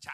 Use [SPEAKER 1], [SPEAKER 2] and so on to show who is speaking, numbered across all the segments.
[SPEAKER 1] 자,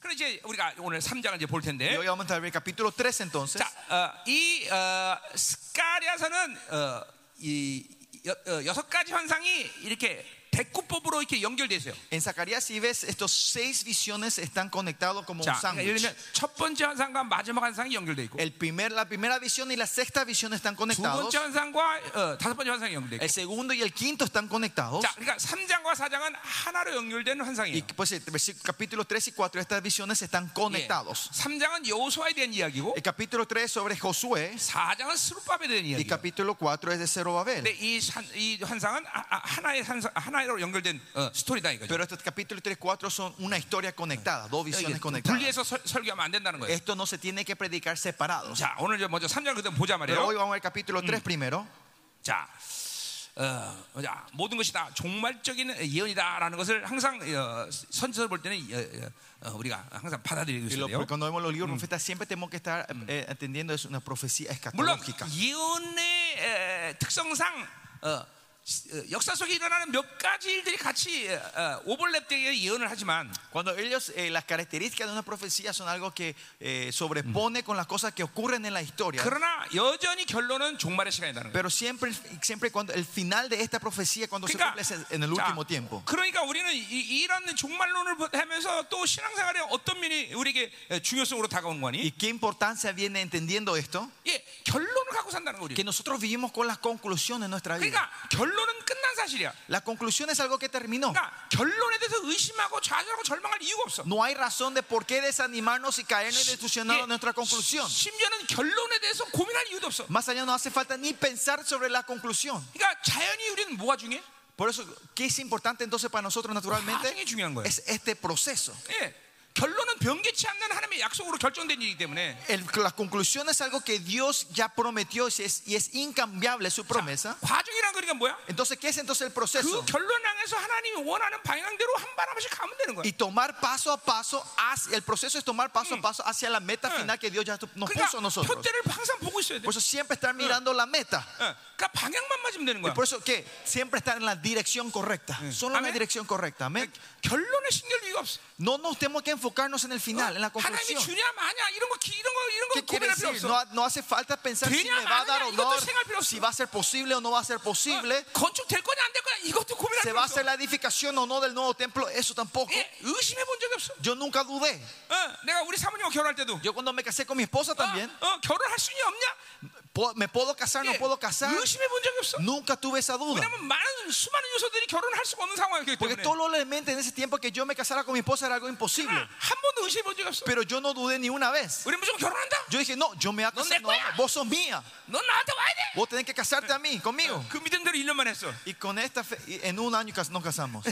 [SPEAKER 1] 그럼 이제 우리가 오늘 3장을 이제 볼
[SPEAKER 2] Y
[SPEAKER 1] 텐데.
[SPEAKER 2] hoy vamos a ver el capítulo 3 entonces.
[SPEAKER 1] 자, 어, 이 어, 스카리아서는 어, 이 여, 어, 여섯 가지 환상이 이렇게 대구법으로 이렇게 연결돼 있어요.
[SPEAKER 2] En Zacarías, si ves, estos seis visiones están conectados como
[SPEAKER 1] 자,
[SPEAKER 2] un
[SPEAKER 1] 그러니까 예를 들면
[SPEAKER 2] sándwich.
[SPEAKER 1] 첫 번째 환상과 마지막 환상이 연결돼 있고
[SPEAKER 2] El primer, la primera visión y la sexta visión están
[SPEAKER 1] 두
[SPEAKER 2] conectados.
[SPEAKER 1] 번째 환상과 어, 다섯 번째 환상이 연결돼 있고
[SPEAKER 2] El segundo y el quinto están conectados.
[SPEAKER 1] 자, 그러니까 3장과 4장은 하나로 연결된
[SPEAKER 2] Y
[SPEAKER 1] 환상이에요.
[SPEAKER 2] pues el versi- capítulo 3 y 4, estas visiones están
[SPEAKER 1] 예.
[SPEAKER 2] conectados.
[SPEAKER 1] 3장은 여호수아에 대한 이야기고
[SPEAKER 2] El capítulo 3 sobre Josué
[SPEAKER 1] 4장은 스룹밥에 대한
[SPEAKER 2] y
[SPEAKER 1] 이야기예요.
[SPEAKER 2] capítulo 4 es de
[SPEAKER 1] 근데
[SPEAKER 2] Zerobabel.
[SPEAKER 1] 이, 산- 이 환상은 아- 아, 하나의 환상, 하나로 연결된 어, 스토리다 이거죠.
[SPEAKER 2] Pero estos capítulos 3 y 4 son una historia conectada, dos
[SPEAKER 1] 이게
[SPEAKER 2] visiones conectadas.
[SPEAKER 1] 분리해서 설- 설교하면 안 된다는 거예요.
[SPEAKER 2] Esto no se tiene que predicar separados.
[SPEAKER 1] 자, 오늘 이제 먼저 3장 그대로 보자
[SPEAKER 2] Pero hoy
[SPEAKER 1] 말이에요.
[SPEAKER 2] vamos al capítulo 3 primero.
[SPEAKER 1] 자, 어, 보자. 모든 것이 다 종말적인 예언이다라는 것을 항상 어, 선지서를 볼 때는 어, 어, 어, 우리가 항상 받아들이고
[SPEAKER 2] Y
[SPEAKER 1] 있어야
[SPEAKER 2] lo-
[SPEAKER 1] 돼요.
[SPEAKER 2] cuando vemos los libros profetas siempre tenemos que estar eh, entendiendo es una profecía
[SPEAKER 1] 물론
[SPEAKER 2] escatológica.
[SPEAKER 1] 예언의 에, 특성상 어, 시- 어, 역사 속에 일어나는 몇 가지 일들이 같이 어, 어, 오버랩되게 예언을 하지만
[SPEAKER 2] Cuando ellos, eh, las características de una profecía son algo que eh, sobrepone con las cosas que ocurren en la
[SPEAKER 1] 예.
[SPEAKER 2] historia.
[SPEAKER 1] 그러나 여전히 결론은 종말의 시간이라는 거예요.
[SPEAKER 2] Pero siempre, siempre cuando el final de esta profecía, cuando se
[SPEAKER 1] 그러니까,
[SPEAKER 2] cumple es en- en el último
[SPEAKER 1] 자,
[SPEAKER 2] tiempo.
[SPEAKER 1] 그러니까 우리는 이, 이런 종말론을 하면서 또 신앙생활에 어떤 면이 우리에게 에, 중요성으로 다가온 거니?
[SPEAKER 2] ¿Y qué importancia viene entendiendo esto?
[SPEAKER 1] 예, 결론을 갖고 산다는 거죠.
[SPEAKER 2] Que nosotros vivimos con las conclusiones en nuestra vida.
[SPEAKER 1] 그러니까 결론은 끝난 사실이야.
[SPEAKER 2] La conclusión es algo que terminó.
[SPEAKER 1] 그러니까 결론에 대해서 의심하고 좌절하고 절망할 이유가 없어.
[SPEAKER 2] No hay razón de por qué desanimarnos y caernos y
[SPEAKER 1] 예,
[SPEAKER 2] decepcionarnos en nuestra conclusión.
[SPEAKER 1] 심지어는 결론에 대해서 고민할 이유도 없어.
[SPEAKER 2] Más allá no hace falta ni pensar sobre la conclusión.
[SPEAKER 1] 그러니까 자연히 우리는 뭐가 중요해?
[SPEAKER 2] Por eso, ¿qué es importante entonces para nosotros naturalmente?
[SPEAKER 1] 과정이 중요한 거예요.
[SPEAKER 2] Es este proceso.
[SPEAKER 1] 예, 결론은 변개치 않는 하나님의 약속으로 결정된 일이기 때문에
[SPEAKER 2] El- la conclusión es algo que Dios ya prometió y es, y es incambiable su promesa.
[SPEAKER 1] 과정이란 거니까 뭐야?
[SPEAKER 2] Entonces, ¿qué es entonces el
[SPEAKER 1] 그
[SPEAKER 2] proceso?
[SPEAKER 1] 결론 향해서 하나님이 원하는 방향대로 한 발 한 발씩 가면 되는 거야.
[SPEAKER 2] Y tomar paso a paso, hacia, el proceso es tomar paso a paso hacia la meta
[SPEAKER 1] Mm.
[SPEAKER 2] final que Dios ya tu- nos puso a
[SPEAKER 1] 그러니까
[SPEAKER 2] nosotros.
[SPEAKER 1] 표대를 항상 보고 있어야 돼.
[SPEAKER 2] Por eso siempre estar mirando la meta.
[SPEAKER 1] 예, 그러니까 방향만 맞으면 되는
[SPEAKER 2] Y
[SPEAKER 1] 거야.
[SPEAKER 2] por eso que siempre estar en la dirección correcta. Solo en la
[SPEAKER 1] Ah. Amén.
[SPEAKER 2] dirección correcta. Amén.
[SPEAKER 1] 결론에 신경 이유가 없어.
[SPEAKER 2] No nos tenemos que enfocarnos en el final, en la
[SPEAKER 1] 하나님이
[SPEAKER 2] conclusión.
[SPEAKER 1] 주냐 마냐 이런 거 이런 거 이런 거
[SPEAKER 2] ¿Qué quiere
[SPEAKER 1] 고민할 필요
[SPEAKER 2] decir?
[SPEAKER 1] 없어.
[SPEAKER 2] No, no hace falta pensar si
[SPEAKER 1] Tenía
[SPEAKER 2] me va a dar
[SPEAKER 1] ganas, digo,
[SPEAKER 2] honor,
[SPEAKER 1] tú 생각할 필요 없어.
[SPEAKER 2] si va a ser posible o no va a ser posible,
[SPEAKER 1] 어, 건축될 거냐 안 될 거냐 이것도 고민할
[SPEAKER 2] se
[SPEAKER 1] 필요
[SPEAKER 2] va a
[SPEAKER 1] 없어.
[SPEAKER 2] hacer la edificación o no del nuevo templo, eso tampoco.
[SPEAKER 1] 예, 의심해 본 적이 없어.
[SPEAKER 2] Yo nunca dudé.
[SPEAKER 1] 어, 내가 우리 사모님과 결혼할 때도
[SPEAKER 2] Yo cuando me casé con mi esposa también,
[SPEAKER 1] 어, 어, 결혼할 수는 없냐?
[SPEAKER 2] po- ¿me puedo casar? ¿No
[SPEAKER 1] 예,
[SPEAKER 2] puedo casar?
[SPEAKER 1] 의심해 본 적이 없어.
[SPEAKER 2] Nunca tuve esa duda.
[SPEAKER 1] 왜냐면 많은 수많은 요소들이 결혼할 수가 없는 상황이기
[SPEAKER 2] Porque
[SPEAKER 1] 때문에
[SPEAKER 2] todos los elementos en ese tiempo que yo me casara con mi esposa era algo imposible.
[SPEAKER 1] 아, 한 번도 의심해 본 적이 없어.
[SPEAKER 2] Pero yo no dudé ni una vez.
[SPEAKER 1] 우리 무조건 결혼한다.
[SPEAKER 2] Yo dije, no, yo me voy a
[SPEAKER 1] ¿Dónde
[SPEAKER 2] casar. No,
[SPEAKER 1] fuera?
[SPEAKER 2] vos sos mía.
[SPEAKER 1] 넌 나한테 와야 돼.
[SPEAKER 2] Vos tenés que casarte a mí, conmigo.
[SPEAKER 1] 그 믿음대로 1년만 했어.
[SPEAKER 2] Y con esta fe- y en un año cas- nos casamos.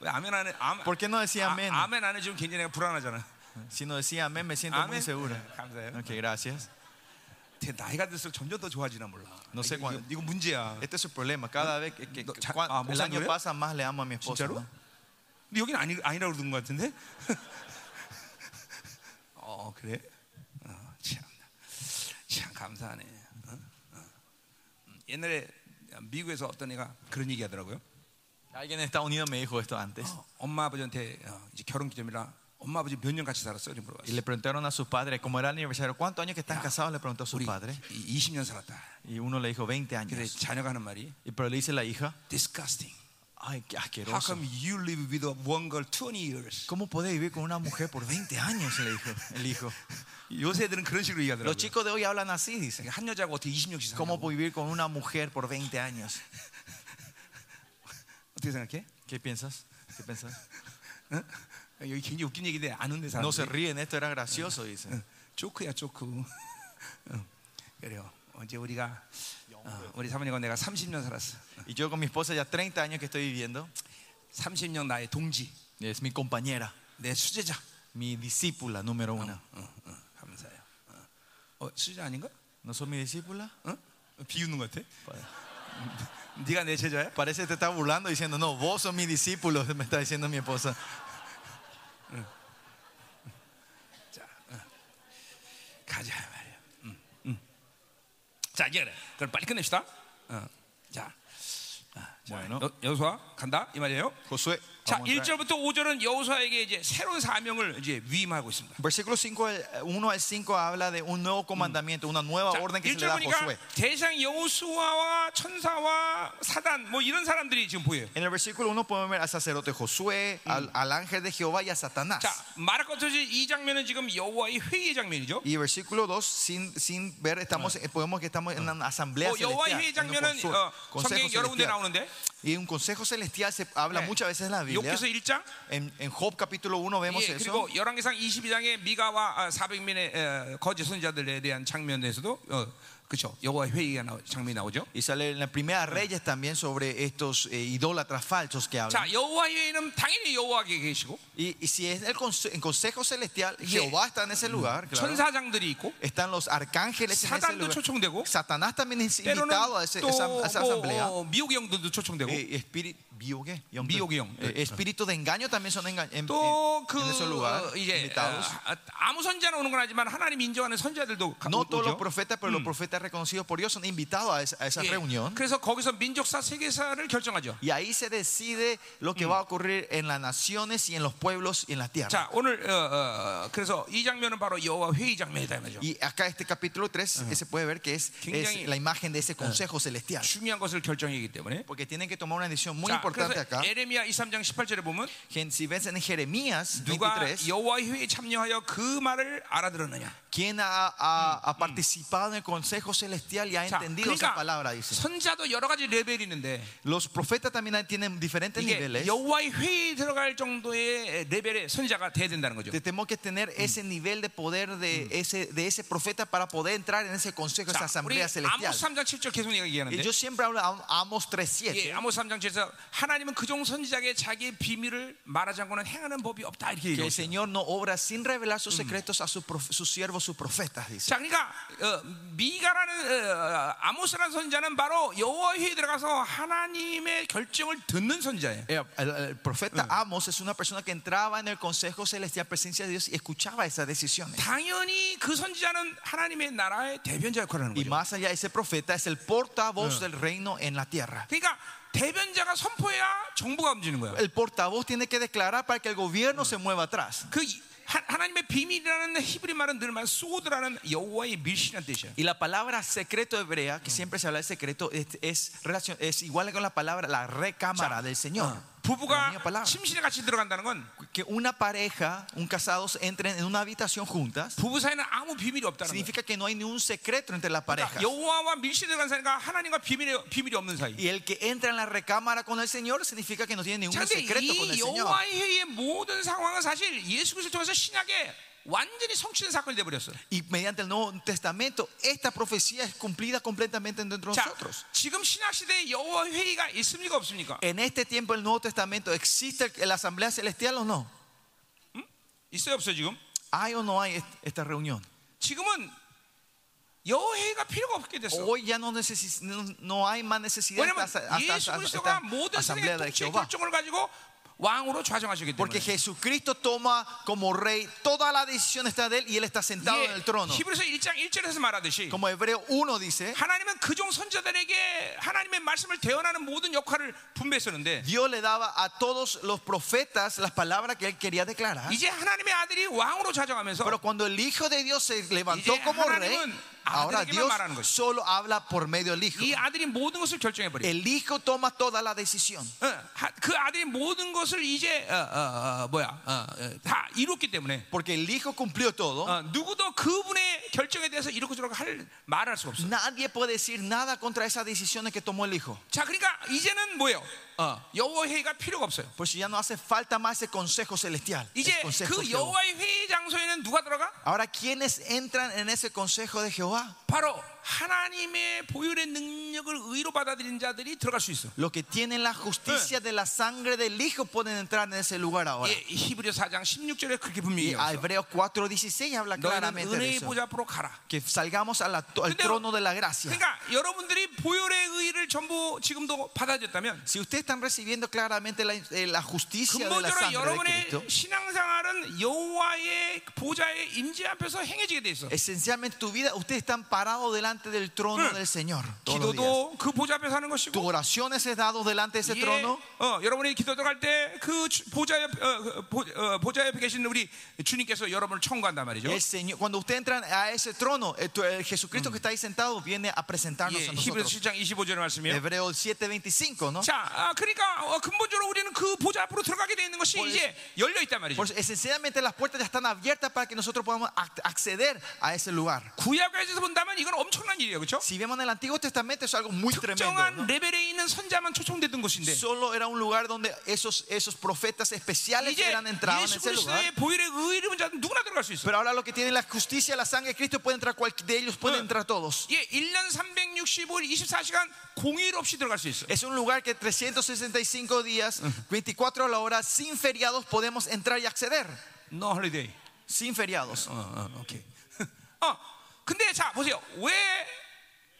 [SPEAKER 1] 왜 아멘 안 해? 아멘.
[SPEAKER 2] ¿Por qué no decía Ah, amén?
[SPEAKER 1] 아, 아멘 안 해주면 굉장히 내가 불안하잖아.
[SPEAKER 2] Si no decía amén, me siento muy
[SPEAKER 1] 아멘.
[SPEAKER 2] segura.
[SPEAKER 1] 네, 감사해요.
[SPEAKER 2] Ok, gracias.
[SPEAKER 1] 대- 나이가 들수록 점점 더 좋아지나 몰라.
[SPEAKER 2] No sé
[SPEAKER 1] 이거,
[SPEAKER 2] cuándo.
[SPEAKER 1] 이거 문제야.
[SPEAKER 2] Este es su problema. Cada vez que, que-
[SPEAKER 1] No,
[SPEAKER 2] que-
[SPEAKER 1] cha-
[SPEAKER 2] cuan-
[SPEAKER 1] ah,
[SPEAKER 2] el
[SPEAKER 1] ¿Musa
[SPEAKER 2] año
[SPEAKER 1] Nuria?
[SPEAKER 2] pasa, más le amo a mi esposa.
[SPEAKER 1] ¿Sincero?
[SPEAKER 2] ¿no?
[SPEAKER 1] 근데 여기는 아니 아니라고 그런 것 같은데. 어 그래? 어, 참, 참 감사하네. 어? 어. 음, 옛날에 미국에서 어떤 애가 그런 얘기하더라고요.
[SPEAKER 2] Alguien en Estados Unidos me dijo esto antes.
[SPEAKER 1] 어, 엄마 아버지한테 어, 이제 결혼 기념이라 엄마 아버지 몇 년 같이 살았어? 이렇게 물어봤어.
[SPEAKER 2] Y le preguntaron a sus padres, como era el aniversario, ¿cuántos años que están casados? Le preguntó a sus
[SPEAKER 1] 우리
[SPEAKER 2] padres.
[SPEAKER 1] 이- 20년 살았다.
[SPEAKER 2] Y uno le dijo 20
[SPEAKER 1] 그래
[SPEAKER 2] años.
[SPEAKER 1] 자녀가 하는 말이
[SPEAKER 2] Y pero le dice la hija,
[SPEAKER 1] disgusting.
[SPEAKER 2] ay, qué
[SPEAKER 1] How
[SPEAKER 2] asqueroso.
[SPEAKER 1] come you live with one girl 20 years?
[SPEAKER 2] ¿Cómo podés vivir con una mujer por 20 años? Le dijo el hijo.
[SPEAKER 1] 요새 애들은 그런 식으로
[SPEAKER 2] Los
[SPEAKER 1] 얘기하더라고요.
[SPEAKER 2] chicos de hoy hablan así, dicen.
[SPEAKER 1] 한 여자가 어떻게 20년씩
[SPEAKER 2] ¿Cómo
[SPEAKER 1] 살고
[SPEAKER 2] puedo vivir con una mujer por 20 años?
[SPEAKER 1] 어떻게 생각해?
[SPEAKER 2] ¿Qué piensas? ¿Qué piensas?
[SPEAKER 1] 어? 여기 굉장히 웃긴 얘기인데 안 웃는 사람.
[SPEAKER 2] No se ríen, esto era gracioso, dicen.
[SPEAKER 1] 조크야 조크. 어, 그래요. 언제 우리가 어, 우리 사모님과 내가 30년 살았어.
[SPEAKER 2] Y yo con mi esposa ya 30 años que estoy viviendo.
[SPEAKER 1] 30년 나의 동지,
[SPEAKER 2] Es mi compañera,
[SPEAKER 1] 내 수제자.
[SPEAKER 2] mi discípula número uno.
[SPEAKER 1] 어, 어, 감사해요. 어. 어, 수제자 아닌가?
[SPEAKER 2] ¿No son mi discípula?
[SPEAKER 1] 어? 비웃는 것 같아. 네가 내 제자야?
[SPEAKER 2] Parece que te está burlando diciendo, no, vos sos mi discípulo, me está diciendo mi esposa.
[SPEAKER 1] 자, 어. 가자 말이야. 음, 음. 자 이제 그래. 그럼 빨리 끝냅시다. 어. 자, 어, 자
[SPEAKER 2] 뭐예요?
[SPEAKER 1] 여, 여수아 간다 이 말이에요.
[SPEAKER 2] Josué,
[SPEAKER 1] 자,
[SPEAKER 2] Vamos a entrar.
[SPEAKER 1] 1절부터 5절은 여호수아에게 이제 새로운 사명을 이제 위임하고 있습니다.
[SPEAKER 2] Versículo 5, 1 al 5 habla de un nuevo comandamiento, una nueva
[SPEAKER 1] 자,
[SPEAKER 2] orden que se
[SPEAKER 1] 1절
[SPEAKER 2] le da a Josué.
[SPEAKER 1] 어, 보니까 대상 여호수아와 천사와 사단 뭐 이런 사람들이 지금 보여요.
[SPEAKER 2] En el versículo 1 podemos ver al sacerdote Josué, al, al ángel de Jehová y a Satanás.
[SPEAKER 1] 자, 마르코토지 이 장면은 지금 여호와의 회의 장면이죠.
[SPEAKER 2] Y versículo 2, sin, sin ver, estamos, eh, podemos que estamos en una asamblea
[SPEAKER 1] 어, 여호와의
[SPEAKER 2] celestial,
[SPEAKER 1] 회의
[SPEAKER 2] en un
[SPEAKER 1] 장면은
[SPEAKER 2] consul-
[SPEAKER 1] 어,
[SPEAKER 2] consejo
[SPEAKER 1] 성경 여러 군데
[SPEAKER 2] celestial.
[SPEAKER 1] 나오는데
[SPEAKER 2] Y un consejo celestial se habla
[SPEAKER 1] 네.
[SPEAKER 2] muchas veces en la Biblia.
[SPEAKER 1] 욕기서 1장
[SPEAKER 2] En, en Job capítulo 1 vemos
[SPEAKER 1] 예,
[SPEAKER 2] eso.
[SPEAKER 1] 그리고 열왕기상 22장의 미가와 아, 400명의 에, 거짓 선자들에 대한 장면에서도 어, 그렇죠. 여호와의 회의가 나오, 장면이 나오죠.
[SPEAKER 2] Y Mm. sale en la primera Reyes también sobre estos eh, idólatras falsos que hablan.
[SPEAKER 1] 자, 여호와의 회의는 당연히 여호와께 계시고
[SPEAKER 2] Y, y si es el, conse- el consejo celestial,
[SPEAKER 1] Yeah.
[SPEAKER 2] Jehová está en ese lugar. claro.
[SPEAKER 1] 천사장들이 있고
[SPEAKER 2] Están los arcángeles en ese
[SPEAKER 1] 사단도
[SPEAKER 2] lugar.
[SPEAKER 1] 초청되고
[SPEAKER 2] Satanás también es
[SPEAKER 1] 때로는
[SPEAKER 2] invitado a, ese- esa, a esa asamblea.
[SPEAKER 1] 또뭐 어, 미혹의 영들도 초청되고
[SPEAKER 2] Eh, espíritu, ¿biogé?
[SPEAKER 1] Biogé, 영.
[SPEAKER 2] Eh, espíritu de engaño también son enga- en, en-
[SPEAKER 1] 또그
[SPEAKER 2] en ese lugar
[SPEAKER 1] 이제
[SPEAKER 2] invitados.
[SPEAKER 1] 아, 아무 선자는 오는 건 아니지만 하나님 인정하는 선자들도 가-
[SPEAKER 2] No todos los
[SPEAKER 1] 오죠.
[SPEAKER 2] profetas, pero los profetas reconocidos por Dios son invitados a esa, a esa
[SPEAKER 1] 예.
[SPEAKER 2] reunión.
[SPEAKER 1] 그래서 거기서 민족사 세계사를 결정하죠.
[SPEAKER 2] Y ahí se decide lo que va a ocurrir en las naciones y en los pueblos y en la tierra.
[SPEAKER 1] 자 오늘 어, 어, 그래서 이 장면은 바로 여호와 회의 장면이다 이 말이죠.
[SPEAKER 2] Y acá este capítulo 3 se puede ver que es,
[SPEAKER 1] 굉장히-
[SPEAKER 2] es la imagen de ese consejo celestial.
[SPEAKER 1] 중요한 것을 결정하기 때문에. 뭐
[SPEAKER 2] Porque tienen que tomar una decisión muy
[SPEAKER 1] 자,
[SPEAKER 2] importante
[SPEAKER 1] 그래서
[SPEAKER 2] acá.
[SPEAKER 1] 에레미야 23장 18절에 보면
[SPEAKER 2] Gen- Si ves en Jeremías
[SPEAKER 1] 누가
[SPEAKER 2] 23,
[SPEAKER 1] 여호와의 회에 참여하여 그 말을 알아들었느냐.
[SPEAKER 2] quien ha, ha- ha participado en el consejo celestial y ha
[SPEAKER 1] 자,
[SPEAKER 2] entendido esa palabra,
[SPEAKER 1] 그러니까
[SPEAKER 2] dice.
[SPEAKER 1] 선자도 여러 가지 레벨이 있는데
[SPEAKER 2] Los profetas también tienen diferentes
[SPEAKER 1] 이게
[SPEAKER 2] niveles.
[SPEAKER 1] 여호와의 회에 들어갈 정도의 레벨의 선자가 돼야 된다는 거죠.
[SPEAKER 2] Te- Tenemos que tener ese nivel de poder de, ese, de ese profeta para poder entrar en ese consejo, esa
[SPEAKER 1] 자, 우리
[SPEAKER 2] asamblea celestial.
[SPEAKER 1] 아모스 3장 7절 계속
[SPEAKER 2] Y
[SPEAKER 1] 얘기하는데
[SPEAKER 2] yo siempre hablo de Amos 3.7.
[SPEAKER 1] 예, 아모스 3장 7절에서 하나님은 그종 선지자에게 자기의 비밀을 말하지 않고는 행하는 법이 없다 이렇게
[SPEAKER 2] Que
[SPEAKER 1] 얘기해요.
[SPEAKER 2] el Señor no obra sin revelar sus secretos a sus prof- sus siervos, sus profetas, dice.
[SPEAKER 1] 자, 그러니까 어, 미가라는 어, 아모스라는 선자는 바로 여호와의 들어가서 하나님의 결정을 듣는 선자예요.
[SPEAKER 2] Eh, El, el profeta Amos es una persona que entraba en el consejo celestial, presencia de Dios, y escuchaba esas decisiones.
[SPEAKER 1] 당연히 그 선지자는 하나님의 나라의 대변자 역할을 하는
[SPEAKER 2] Y
[SPEAKER 1] 거죠.
[SPEAKER 2] más allá, ese profeta es el portavoz del reino en la tierra.
[SPEAKER 1] 그러니까 대변자가 선포해야 정부가 움직이는 거예요.
[SPEAKER 2] El portavoz tiene que declarar para que el gobierno se mueva atrás.
[SPEAKER 1] 그 이- 하, 하나님의 비밀이라는 히브리 말은 늘 말 소드라는 여호와의 밀신이라는 뜻이에요.
[SPEAKER 2] Y la palabra secreto hebrea, que siempre se habla de secreto, es, es, relacion- es igual con la palabra la recámara del Señor. La misma
[SPEAKER 1] 어, 부부가
[SPEAKER 2] palabra.
[SPEAKER 1] 침실에 같이 들어간다는 건
[SPEAKER 2] Que una pareja, un casados, entren en una habitación juntas.
[SPEAKER 1] 부부 사이는 아무 비밀이 없다는 거예요.
[SPEAKER 2] Significa que no hay ningún secreto entre las
[SPEAKER 1] 그러니까
[SPEAKER 2] parejas.
[SPEAKER 1] 여호와와 밀신에 들어간 사이가 하나님과 비밀이, 비밀이 없는 사이.
[SPEAKER 2] Y el que entra en la recámara con el Señor significa que no tiene
[SPEAKER 1] 자,
[SPEAKER 2] ningún
[SPEAKER 1] 근데
[SPEAKER 2] secreto con el
[SPEAKER 1] 이
[SPEAKER 2] Señor.
[SPEAKER 1] 여호와의 회의의 모든 상황은 사실 예수 그리스도 통해서 신약에 완전히 성취된 사건이 돼 버렸어요.
[SPEAKER 2] Y mediante el Nuevo Testamento, esta profecía es cumplida completamente dentro de
[SPEAKER 1] 자,
[SPEAKER 2] nosotros.
[SPEAKER 1] 지금 신약 시대에 여호와 의 회의가 있습니까 없습니까?
[SPEAKER 2] En este tiempo, el Nuevo Testamento, ¿existe la asamblea celestial o no?
[SPEAKER 1] 있어요 없어요 지금?
[SPEAKER 2] ¿Hay o no hay est- esta reunión?
[SPEAKER 1] 지금은 여호와 회의가 필요가 없게 됐어.
[SPEAKER 2] Hoy ya no, necesi- no, no hay más necesidad de
[SPEAKER 1] 왜냐면
[SPEAKER 2] esta, esta- esta-
[SPEAKER 1] 예수
[SPEAKER 2] esta
[SPEAKER 1] 그리스도가 모든 세계
[SPEAKER 2] asamblea de
[SPEAKER 1] 통치
[SPEAKER 2] Jehová.
[SPEAKER 1] 결정을 가지고 왕으로 좌정하시기 때문에.
[SPEAKER 2] Porque Jesucristo toma como rey, toda la decisión está de él y él está sentado en el trono.
[SPEAKER 1] 예, 히브리서 1장 1절에서 말하듯이
[SPEAKER 2] Como Hebreo 1 dice,
[SPEAKER 1] 하나님은 그종 선자들에게 하나님의 말씀을 대언하는 모든 역할을 분배했었는데
[SPEAKER 2] Dios le daba a todos los profetas las palabras que él quería declarar.
[SPEAKER 1] 이제 하나님의 아들이 왕으로 좌정하면서
[SPEAKER 2] Pero cuando el Hijo de Dios se levantó
[SPEAKER 1] 이제
[SPEAKER 2] como
[SPEAKER 1] 하나님은
[SPEAKER 2] rey,
[SPEAKER 1] 아들에게만
[SPEAKER 2] ahora Dios
[SPEAKER 1] 말하는 거죠.
[SPEAKER 2] solo habla por medio del Hijo.
[SPEAKER 1] 이 아들이 모든 것을 결정해버려요.
[SPEAKER 2] El Hijo toma toda la decisión.
[SPEAKER 1] 어, 하- 그 아들이 모든 것을 이제 어, 어, 어, 뭐야 어, 어, 다 이뤘기 때문에
[SPEAKER 2] Porque el Hijo cumplió todo.
[SPEAKER 1] 어, 누구도 그분의 결정에 대해서 이렇고 저렇고 할 말할 수가 없어. 요
[SPEAKER 2] Nadie puede decir nada contra esas decisiones que tomó el Hijo.
[SPEAKER 1] 자, 그러니까 이제는 뭐예요? 어, 여호와 회의가 필요가 없어요.
[SPEAKER 2] Por eso Pues ya no hace falta más ese consejo celestial. el
[SPEAKER 1] 이제
[SPEAKER 2] consejo de
[SPEAKER 1] 그
[SPEAKER 2] Jehová.
[SPEAKER 1] 여호와의 회의 장소에는 누가 들어가?
[SPEAKER 2] Ahora, ¿quiénes entran en ese consejo de Jehová?
[SPEAKER 1] 바로 하나님의 보혈의 능력을 의로 받아들인 자들이 들어갈 수 있어.
[SPEAKER 2] Los que tienen la justicia de la sangre del Hijo pueden entrar en ese lugar ahora.
[SPEAKER 1] 예, 히브리서 4장 16절에 그렇게 분명히
[SPEAKER 2] A
[SPEAKER 1] 얘기했어.
[SPEAKER 2] Hebreos 4:16 habla
[SPEAKER 1] 너희는
[SPEAKER 2] claramente de
[SPEAKER 1] 은혜의
[SPEAKER 2] eso.
[SPEAKER 1] 보좌 앞으로 가라.
[SPEAKER 2] Que salgamos a la- al
[SPEAKER 1] 근데-
[SPEAKER 2] trono de la gracia.
[SPEAKER 1] 그러니까 여러분들이 보혈의 의를 전부 지금도 받아들였다면
[SPEAKER 2] Si ustedes están recibiendo claramente la, eh, la justicia de la
[SPEAKER 1] 근본적으로
[SPEAKER 2] sangre de
[SPEAKER 1] 여러분의
[SPEAKER 2] Cristo,
[SPEAKER 1] 신앙생활은 여호와의 보좌의 임재 앞에서 행해지게 돼 있어.
[SPEAKER 2] esencialmente tu vida, ustedes están parados delante del trono
[SPEAKER 1] Mm.
[SPEAKER 2] del Señor. Todos los días.
[SPEAKER 1] 기도도 그 보좌 앞에 사는
[SPEAKER 2] Tu
[SPEAKER 1] 것이고
[SPEAKER 2] oración es dado delante de ese
[SPEAKER 1] 예,
[SPEAKER 2] trono.
[SPEAKER 1] 어, 여러분이 기도 들어갈 때 그 보좌 옆, 어, 그 보, 어, 보좌 옆에 계신 우리 주님께서 여러분을 청구한단 말이죠.
[SPEAKER 2] El Señor, cuando usted entra a ese trono, el, tu- el Jesucristo que está ahí sentado viene a presentarnos
[SPEAKER 1] 예,
[SPEAKER 2] a
[SPEAKER 1] 히브리서 네,
[SPEAKER 2] nosotros.
[SPEAKER 1] 7장 25절의 말씀이에요.
[SPEAKER 2] Hebreo 7:25, ¿no?
[SPEAKER 1] 자, 아, 그러니까 어, 근본적으로 우리는 그 보좌 앞으로 들어가게 되어 있는 것이 이제 열려 있단 말이죠.
[SPEAKER 2] Por eso, esencialmente las puertas ya están abiertas para que nosotros podamos ac- acceder a ese lugar.
[SPEAKER 1] 구약에서 본다면 이건 엄청난 일이에요, 그렇죠?
[SPEAKER 2] Si vemos en el Antiguo Testamento es algo muy tremendo.
[SPEAKER 1] 특정한
[SPEAKER 2] ¿no?
[SPEAKER 1] 레벨에 있는 선자만 초청됐던 곳인데
[SPEAKER 2] Solo era un lugar donde esos, esos profetas especiales
[SPEAKER 1] 이제
[SPEAKER 2] eran entrados
[SPEAKER 1] 예수
[SPEAKER 2] en ese lugar.
[SPEAKER 1] 그리스도의 보혈의 의를 입은 자는 누구나 들어갈 수 있어.
[SPEAKER 2] Pero ahora lo que tienen la justicia, la sangre de Cristo, puede entrar cualquiera de ellos, pueden entrar todos.
[SPEAKER 1] 예, 1년 365일 24시간 공휴일 없이 들어갈 수 있어.
[SPEAKER 2] Es un lugar que 365 días, 24 a la hora, sin feriados podemos entrar y acceder.
[SPEAKER 1] No holiday.
[SPEAKER 2] Sin feriados.
[SPEAKER 1] 어, 어, 오케이. 어, 근데 자 보세요. 왜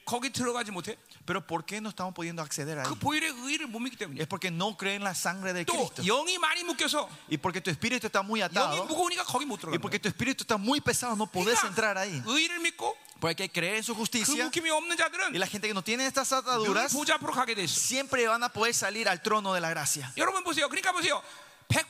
[SPEAKER 1] 거기 들어가지 못해?
[SPEAKER 2] Pero ¿por qué no estamos pudiendo acceder a
[SPEAKER 1] 그
[SPEAKER 2] él?
[SPEAKER 1] 보혈의 의를 못 믿기 때문이야.
[SPEAKER 2] Es porque no creen la sangre de
[SPEAKER 1] 또
[SPEAKER 2] Cristo.
[SPEAKER 1] 영이 많이 묶여서
[SPEAKER 2] Y porque tu espíritu está muy
[SPEAKER 1] 영이
[SPEAKER 2] atado.
[SPEAKER 1] 무거우니까 거기 못 들어가.
[SPEAKER 2] Y porque tu espíritu está muy pesado, no podés entrar ahí.
[SPEAKER 1] 의를 믿고
[SPEAKER 2] Porque hay que creer en su
[SPEAKER 1] 그
[SPEAKER 2] justicia.
[SPEAKER 1] 묶임이 없는 자들은
[SPEAKER 2] Y la gente que no tiene estas
[SPEAKER 1] 늘
[SPEAKER 2] ataduras
[SPEAKER 1] 보좌 앞으로 가게 돼 있어.
[SPEAKER 2] siempre van a poder salir al trono de la gracia.
[SPEAKER 1] 여러분 보세요. 그러니까 보세요.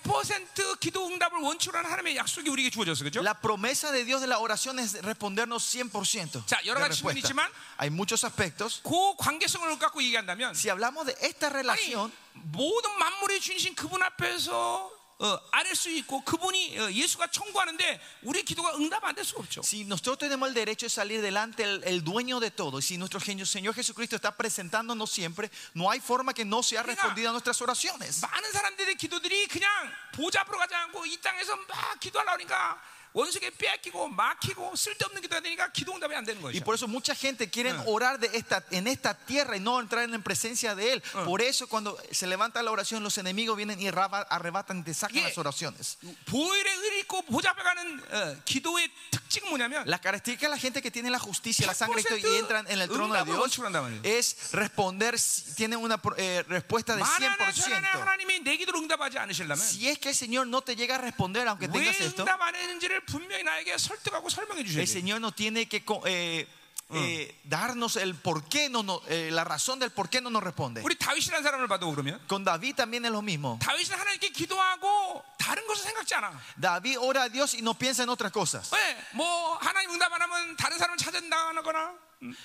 [SPEAKER 1] 100% 기도 응답을 원칙으로 하는 하나님의 약속이 우리에게 주어졌어. 그죠?
[SPEAKER 2] La promesa de Dios de la oración es respondernos 100%.
[SPEAKER 1] 자, 여러
[SPEAKER 2] de
[SPEAKER 1] 가지
[SPEAKER 2] respuesta.
[SPEAKER 1] 질문이지만-
[SPEAKER 2] Hay muchos aspectos.
[SPEAKER 1] 그 관계성을 갖고 얘기한다면
[SPEAKER 2] Si hablamos de esta
[SPEAKER 1] 아니,
[SPEAKER 2] relación,
[SPEAKER 1] 모든 만물의 주인신 그분 앞에서 어, 아랠 수 있고 그분이 어, 예수가 청구하는데 우리 기도가 응답 안 될 수가 없죠.
[SPEAKER 2] si nosotros tenemos el derecho de salir delante el, el dueño de todo, y si nuestro genio- Señor Jesucristo está presentándonos siempre, no hay forma que no sea respondida a nuestras oraciones.
[SPEAKER 1] 많은 사람들의 기도들이 그냥 보좌 앞으로 가지 않고 이 땅에서 막 기도하려고 하니까 원수에게 빼앗기고 막히고 쓸데없는 기도가 되니까 기도 응답이 안 되는
[SPEAKER 2] Y
[SPEAKER 1] 거죠.
[SPEAKER 2] por eso mucha gente quiere orar de esta, en esta tierra y no entrar en la presencia de Él. Por eso cuando se levanta la oración, los enemigos vienen y arraba- arrebatan y te sacan
[SPEAKER 1] Yeah.
[SPEAKER 2] las oraciones.
[SPEAKER 1] 보일의 의리 있고 보좌 앞에 가는 어, 기도의 특징은 뭐냐면
[SPEAKER 2] La característica de la gente que tiene la justicia, la sangre de Cristo y entran en el trono de
[SPEAKER 1] 응답을
[SPEAKER 2] Dios
[SPEAKER 1] 원칙으로 한단 말이에요.
[SPEAKER 2] es responder, si- tiene una pro- eh,
[SPEAKER 1] 그
[SPEAKER 2] respuesta de
[SPEAKER 1] 만하나 전하나
[SPEAKER 2] 100%.
[SPEAKER 1] 하나님이 내 기도를 응답하지 않으시려면
[SPEAKER 2] Si es que el Señor no te llega a responder, aunque
[SPEAKER 1] 왜
[SPEAKER 2] tengas esto,
[SPEAKER 1] 응답 안 했는지를 분명히 나에게 설득하고 설명해 주셔야
[SPEAKER 2] el
[SPEAKER 1] 돼요
[SPEAKER 2] Señor no tiene que co- eh, eh, darnos el por qué no, no- eh, la razón del por qué no nos responde.
[SPEAKER 1] 우리 다윗이라는 사람을 봐도 그러면
[SPEAKER 2] Con David también es lo mismo.
[SPEAKER 1] 다윗은 하나님께 기도하고 다른 것을 생각지 않아
[SPEAKER 2] David ora a Dios y no piensa en otras cosas.
[SPEAKER 1] 왜? 뭐 하나님 응답 안 하면 다른 사람을 찾아다거나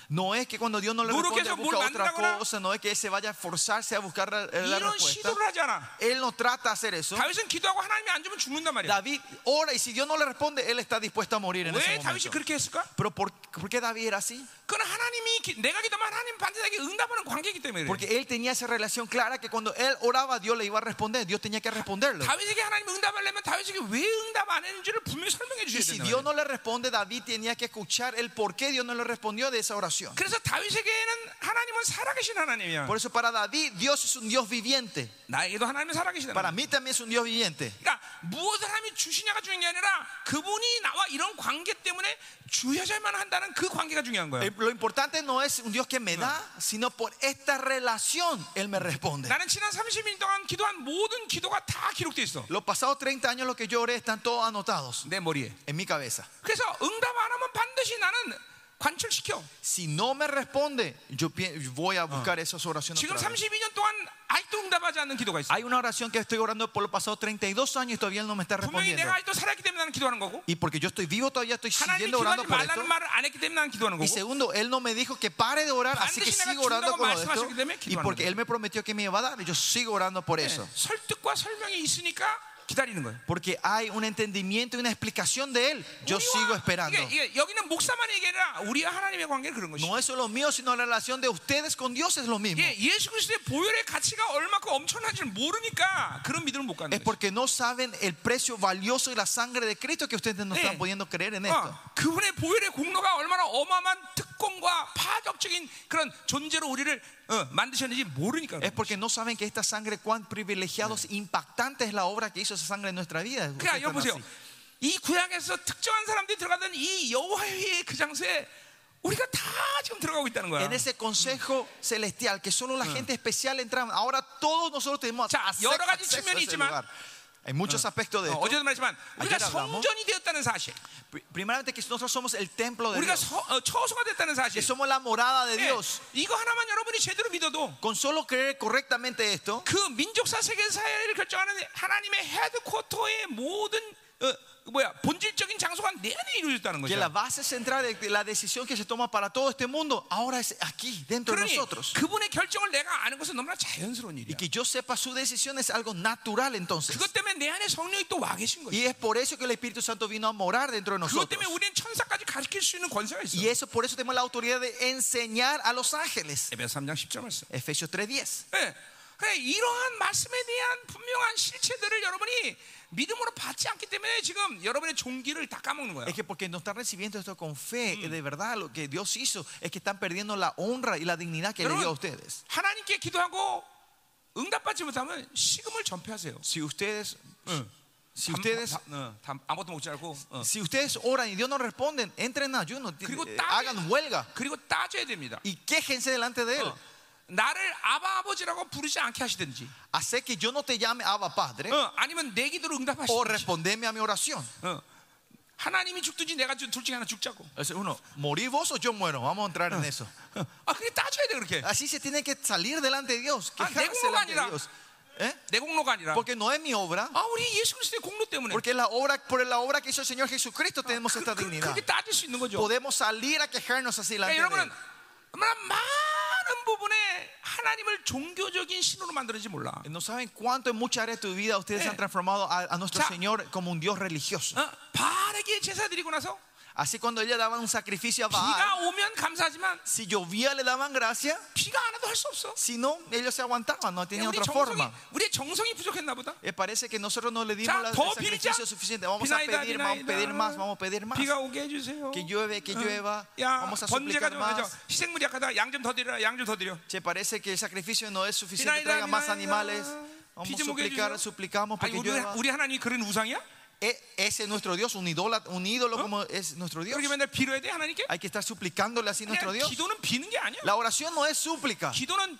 [SPEAKER 2] No es que cuando Dios no le
[SPEAKER 1] Duro que
[SPEAKER 2] responde
[SPEAKER 1] eso,
[SPEAKER 2] busca
[SPEAKER 1] muy
[SPEAKER 2] otra
[SPEAKER 1] mandagona.
[SPEAKER 2] cosa, no es que él se vaya a forzarse a buscar la, eh, la
[SPEAKER 1] 이런
[SPEAKER 2] respuesta.
[SPEAKER 1] 시도를 하지 않아
[SPEAKER 2] Él no trata de hacer eso.
[SPEAKER 1] 다윗은 기도하고 하나님이 안 주면 죽는단 말이야
[SPEAKER 2] David ora y si Dios no le responde, él está dispuesto a morir en ese
[SPEAKER 1] 왜 다윗이
[SPEAKER 2] momento.
[SPEAKER 1] 그렇게 했을까?
[SPEAKER 2] Pero ¿por, por qué David era así?
[SPEAKER 1] 그건 하나님이 기- 내가 기도하면 하나님 반드시 나에게 응답하는 관계이기 때문에 그래
[SPEAKER 2] Porque él tenía esa relación clara que cuando él oraba, Dios le iba a responder, Dios tenía que responderlo.
[SPEAKER 1] 다윗에게 하나님 응답하려면 다윗에게 왜 응답 안 했는지를 분명히 설명해
[SPEAKER 2] Y
[SPEAKER 1] 주셔야
[SPEAKER 2] si
[SPEAKER 1] 된다
[SPEAKER 2] Dios no le responde, David tenía que escuchar el por qué Dios no le respondió de esa oración.
[SPEAKER 1] 그래서 다윗에게는 하나님은 살아계신 하나님이야.
[SPEAKER 2] Por eso para David, Dios es un Dios viviente.
[SPEAKER 1] 나에게도 하나님은 살아계신
[SPEAKER 2] Para
[SPEAKER 1] 하나님.
[SPEAKER 2] mí también es un Dios viviente.
[SPEAKER 1] 그러니까 무엇을 하나님이 주시냐가 중요한 게 아니라 그분이 나와 이런 관계 때문에 주여져야만 한다는 그 관계가 중요한 거야.
[SPEAKER 2] Eh, Lo importante no es un Dios que me da, sino por esta relación Él me responde.
[SPEAKER 1] 나는 지난 30일 동안 기도한 모든 기도가 다 기록돼 있어.
[SPEAKER 2] Los pasados 30 años, los que yo oré, están todos anotados
[SPEAKER 1] 내 머리에.
[SPEAKER 2] en mi cabeza.
[SPEAKER 1] 그래서 응답 안 하면 반드시 나는 관철시켜.
[SPEAKER 2] Si no me responde, yo pi- voy a buscar esas oraciones.
[SPEAKER 1] 지금
[SPEAKER 2] otra vez.
[SPEAKER 1] 32년 동안 아직도 응답하지 않는 기도가 있어.
[SPEAKER 2] Hay una oración que estoy orando por los pasados 32 años y todavía Él no me está
[SPEAKER 1] 분명히
[SPEAKER 2] respondiendo.
[SPEAKER 1] 내가 아직도 살아있기 때문에 나는 기도하는 거고
[SPEAKER 2] Y porque yo estoy vivo, todavía estoy
[SPEAKER 1] 하나님이
[SPEAKER 2] siguiendo orando
[SPEAKER 1] 기도하지
[SPEAKER 2] por esto.
[SPEAKER 1] 말라는 말을 안 했기 때문에 나는 기도하는
[SPEAKER 2] Y
[SPEAKER 1] 거고 네,
[SPEAKER 2] segundo, Él no me dijo que pare de orar, así que
[SPEAKER 1] 반드시 내가
[SPEAKER 2] sigo orando
[SPEAKER 1] 준다고
[SPEAKER 2] con esto.
[SPEAKER 1] 말씀하셨기 때문에
[SPEAKER 2] Y
[SPEAKER 1] 기도하는
[SPEAKER 2] porque
[SPEAKER 1] 거죠.
[SPEAKER 2] Él me prometió que me iba a dar, yo sigo orando por eso.
[SPEAKER 1] 설득과 설명이 있으니까 기다리는 거예요.
[SPEAKER 2] Porque hay un entendimiento y una explicación de Él, yo
[SPEAKER 1] 우리와
[SPEAKER 2] sigo esperando.
[SPEAKER 1] 이게, 이게 여기는 목사만 얘기 아니라 우리와 하나님의 관계 그런 것이.
[SPEAKER 2] No es solo mío, sino la relación de ustedes con Dios es lo mismo.
[SPEAKER 1] 예, 예수 그리스도의 보혈의 가치가 얼마큼 엄청난지를 모르니까 그런 믿음을 못 갖는
[SPEAKER 2] Es
[SPEAKER 1] 거예요.
[SPEAKER 2] porque no saben el precio valioso y la sangre de Cristo que ustedes no
[SPEAKER 1] 예.
[SPEAKER 2] están pudiendo creer en esto.
[SPEAKER 1] 어, 그분의 보혈의 공로가 얼마나 어마어마한 특권과 파격적인 그런 존재로 우리를 어, 만드셨는지 모르니까. 그런
[SPEAKER 2] Es
[SPEAKER 1] 거예요.
[SPEAKER 2] porque no saben que esta sangre, cuán privilegiados, e impactante es la obra que hizo esa sangre en nuestra vida. Ustedes
[SPEAKER 1] 그러니까
[SPEAKER 2] están
[SPEAKER 1] 여기 보세요.
[SPEAKER 2] así.
[SPEAKER 1] 이 구약에서 특정한 사람들이 들어가던 이 여호와의 그 장소에 우리가 다 지금 들어가고 있다는 거야.
[SPEAKER 2] En ese consejo celestial, que solo la gente especial entraba, ahora todos nosotros tenemos
[SPEAKER 1] 자,
[SPEAKER 2] acce-
[SPEAKER 1] 여러 가지
[SPEAKER 2] acceso a
[SPEAKER 1] 측면이
[SPEAKER 2] ese
[SPEAKER 1] 있지만
[SPEAKER 2] lugar. Hay muchos aspectos de
[SPEAKER 1] 어,
[SPEAKER 2] esto.
[SPEAKER 1] 어제도 말했지만 우리가
[SPEAKER 2] 아니, 하나만?
[SPEAKER 1] 성전이 되었다는 사실,
[SPEAKER 2] Pri- Primeramente que nosotros somos el templo de
[SPEAKER 1] 우리가
[SPEAKER 2] Dios,
[SPEAKER 1] 서, 어, 처소가 됐다는
[SPEAKER 2] que
[SPEAKER 1] 사실.
[SPEAKER 2] somos la morada de
[SPEAKER 1] 예,
[SPEAKER 2] Dios.
[SPEAKER 1] 이거 하나만 여러분이 제대로 믿어도
[SPEAKER 2] Con solo creer correctamente esto,
[SPEAKER 1] 그 민족사 세계 사회를 결정하는 하나님의 헤드쿼터의 모든 어, 뭐야 본질적인 장소가 내 안에 이루어졌다는
[SPEAKER 2] que la
[SPEAKER 1] 거죠.
[SPEAKER 2] base central de la decisión que se toma para todo este mundo ahora es aquí, dentro de
[SPEAKER 1] 그러니
[SPEAKER 2] nosotros.
[SPEAKER 1] 그분의 결정을 내가 아는 것은 너무나 자연스러운
[SPEAKER 2] Y
[SPEAKER 1] 일이야.
[SPEAKER 2] que yo sepa su decisión es algo natural entonces.
[SPEAKER 1] 그것 때문에 내 안에 성령이 또 와 계신 거예요.
[SPEAKER 2] Y es por eso que el Espíritu Santo vino a morar dentro de
[SPEAKER 1] 그것
[SPEAKER 2] nosotros.
[SPEAKER 1] 때문에 우리는 천사까지 가르칠 수 있는 권세가 있어.
[SPEAKER 2] Y eso por eso tenemos la autoridad de enseñar a los ángeles.
[SPEAKER 1] 에베소 3장 10절 말씀.
[SPEAKER 2] Efesios 3:10.
[SPEAKER 1] 예. 그래 이러한 말씀에 대한 분명한 실체들을 여러분이 믿음으로 받지 않기 때문에 지금 여러분의 종기를 다 까먹는 거야.
[SPEAKER 2] Es que porque no están recibiendo esto con fe, eh, de verdad, lo que Dios hizo, es que están perdiendo la honra y la dignidad que le dio a
[SPEAKER 1] 여러분
[SPEAKER 2] ustedes.
[SPEAKER 1] 하나님께 기도하고 응답받지 못하면 식음을 전폐하세요.
[SPEAKER 2] Si ustedes, si
[SPEAKER 1] 담-
[SPEAKER 2] ustedes,
[SPEAKER 1] 다- 어, 담- 아무것도 먹지 않고 어.
[SPEAKER 2] si ustedes oran y Dios no responden, entren en ayuno, ti-
[SPEAKER 1] 그리고
[SPEAKER 2] eh,
[SPEAKER 1] 따져-
[SPEAKER 2] hagan huelga
[SPEAKER 1] 그리고 따져야 됩니다.
[SPEAKER 2] y quéjense delante de Él.
[SPEAKER 1] 어. 나를 아바 아버지라고 부르지 않게 하시든지,
[SPEAKER 2] Hace que yo no te llame Abba Padre
[SPEAKER 1] 어, 아니면 내 기도를
[SPEAKER 2] o
[SPEAKER 1] 응답하시든지,
[SPEAKER 2] respondeme a mi oración.
[SPEAKER 1] 어. 하나님이 죽든지 내가 죽- 둘 중에 하나 죽자고.
[SPEAKER 2] Es uno, morí vos o yo muero. Vamos a entrar en
[SPEAKER 1] Ah.
[SPEAKER 2] eso.
[SPEAKER 1] 어. 아 그게 따져야 돼 그렇게.
[SPEAKER 2] Así se tiene que salir delante de Dios,
[SPEAKER 1] Ah,
[SPEAKER 2] quejarse
[SPEAKER 1] ningún
[SPEAKER 2] delante de
[SPEAKER 1] lugar,
[SPEAKER 2] Dios. ¿Eh?
[SPEAKER 1] 내 공로가 아니라.
[SPEAKER 2] Porque no es mi obra,
[SPEAKER 1] 아 우리 예수 뭐 그리스도의 공로 때문에.
[SPEAKER 2] porque es la obra, por la obra que hizo el Señor Jesucristo tenemos
[SPEAKER 1] 그,
[SPEAKER 2] esta dignidad.
[SPEAKER 1] 렇게 따질 수 있는 거죠.
[SPEAKER 2] podemos salir a quejarnos así
[SPEAKER 1] 그러니까
[SPEAKER 2] delante de él.
[SPEAKER 1] 여러분은 얼마나 많은 부분에 하나님을 종교적인 신으로 만드는지 몰라.
[SPEAKER 2] No saben cuánto en muchas áreas de tu vida ustedes
[SPEAKER 1] Eh.
[SPEAKER 2] han transformado a, a nuestro
[SPEAKER 1] Ya.
[SPEAKER 2] Señor como un Dios religioso.
[SPEAKER 1] 어? 바르게 제사 드리고 나서
[SPEAKER 2] Así cuando ella daban un sacrificio a Baal,
[SPEAKER 1] 비가 오면 감사하지만
[SPEAKER 2] si llovía le daban gracia,
[SPEAKER 1] 비가 안 와도 할 수 없어.
[SPEAKER 2] si no, ellos se aguantaban, no tenían
[SPEAKER 1] 우리
[SPEAKER 2] otra
[SPEAKER 1] 정성이
[SPEAKER 2] forma.
[SPEAKER 1] 우리 정성이 부족했나 보다.
[SPEAKER 2] Eh, parece que nosotros no le dimos
[SPEAKER 1] Ya,
[SPEAKER 2] la-
[SPEAKER 1] todo
[SPEAKER 2] el sacrificio
[SPEAKER 1] pide ya.
[SPEAKER 2] suficiente. Vamos a
[SPEAKER 1] Pinaida,
[SPEAKER 2] pedir, vamos a
[SPEAKER 1] pinaida.
[SPEAKER 2] pedir más, vamos a pedir más.
[SPEAKER 1] 비가 오게 해주세요.
[SPEAKER 2] Que llueve, que
[SPEAKER 1] 어.
[SPEAKER 2] llueva.
[SPEAKER 1] 야
[SPEAKER 2] Vamos a
[SPEAKER 1] 번제가 좀
[SPEAKER 2] suplicar
[SPEAKER 1] 그죠?
[SPEAKER 2] más.
[SPEAKER 1] 희생물이 약하다. 양 좀 더 드려. 양 좀 더 드려.
[SPEAKER 2] Che, parece que el sacrificio no es suficiente,
[SPEAKER 1] Pinaida,
[SPEAKER 2] traigan más
[SPEAKER 1] pinaida.
[SPEAKER 2] animales. Vamos a
[SPEAKER 1] Pide mucho que llueva.
[SPEAKER 2] suplicar, suplicamos para
[SPEAKER 1] 아니
[SPEAKER 2] que
[SPEAKER 1] 우리,
[SPEAKER 2] llueva.
[SPEAKER 1] 우리 하나님이 그런 우상이야?
[SPEAKER 2] E- ese es nuestro Dios, un ídolo, un
[SPEAKER 1] ¿Ah?
[SPEAKER 2] ídolo como es nuestro Dios.
[SPEAKER 1] 그렇게 맨날 빌어야 돼 하나님께?
[SPEAKER 2] Hay que estar suplicándole así a nuestro
[SPEAKER 1] 그냥
[SPEAKER 2] Dios.
[SPEAKER 1] 기도는 비는 게 아니야.
[SPEAKER 2] La oración no es súplica.
[SPEAKER 1] 기도는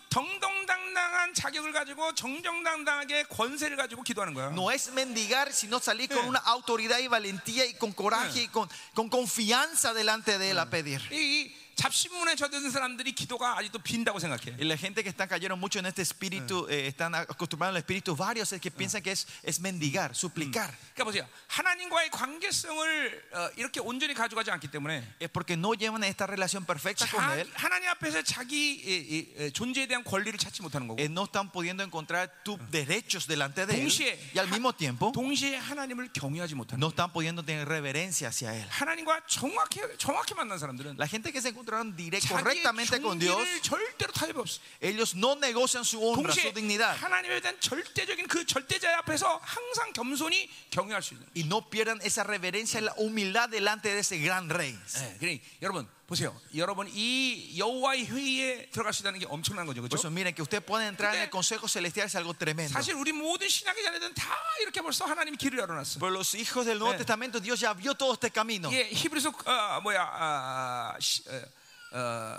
[SPEAKER 1] 정정당당한 자격을 가지고 정정당당하게 권세를 가지고 기도하는 거야.
[SPEAKER 2] No es mendigar, sino salir con
[SPEAKER 1] Eh.
[SPEAKER 2] una autoridad y valentía y con coraje y con, con confianza delante de él a pedir.
[SPEAKER 1] 이, 이 잡신문에 젖은 사람들이 기도가 아직도 빈다고 생각해.
[SPEAKER 2] Y la gente que están cayendo mucho en este espíritu, eh, están acostumbrados al espíritu varios, es que piensan que es, es mendigar, suplicar.
[SPEAKER 1] 그러니까 보세요. 하나님과의 관계성을 어, 이렇게 온전히 가져가지 않기 때문에
[SPEAKER 2] Es porque no llevan esta relación perfecta con
[SPEAKER 1] 자,
[SPEAKER 2] él.
[SPEAKER 1] 하나님 앞에서 자기 이, 이, 이, 존재에 대한 권리를 찾지 못하는 거고
[SPEAKER 2] Eh, no están pudiendo encontrar tus derechos delante de él.
[SPEAKER 1] 동시에
[SPEAKER 2] Y al mismo tiempo,
[SPEAKER 1] 동시에 하나님을 경외하지 못하는
[SPEAKER 2] no están pudiendo tener reverencia hacia él.
[SPEAKER 1] 하나님과 정확히 정확히 만난 사람들은
[SPEAKER 2] La gente que se encontraron direct,
[SPEAKER 1] 자기의
[SPEAKER 2] correctamente con Dios,
[SPEAKER 1] 존재를 절대로 타협 없어.
[SPEAKER 2] ellos no negocian su honra, su
[SPEAKER 1] 동시에
[SPEAKER 2] dignidad.
[SPEAKER 1] 하나님에 대한 절대적인 그 절대자 앞에서 항상 겸손히 경외할 수 있는.
[SPEAKER 2] Y no pierdan esa reverencia y la humildad delante de ese gran rey.
[SPEAKER 1] 네, 그래 여러분 보세요. 여러분 이 여호와의 회의에 들어갈 수 있다는 게 엄청난 거죠,
[SPEAKER 2] Por eso
[SPEAKER 1] 그렇죠?
[SPEAKER 2] miren que usted puede entrar en
[SPEAKER 1] 근데-
[SPEAKER 2] el consejo celestial es algo tremendo.
[SPEAKER 1] 사실 우리 모든 신학의 자녀들은 다 이렇게 벌써 하나님이 길을 열어놨어.
[SPEAKER 2] Pero los hijos del Nuevo
[SPEAKER 1] Eh.
[SPEAKER 2] Testamento, Dios ya vio todo este camino.
[SPEAKER 1] 이게 히브리서 어, 뭐야 아, 시, 어, 어,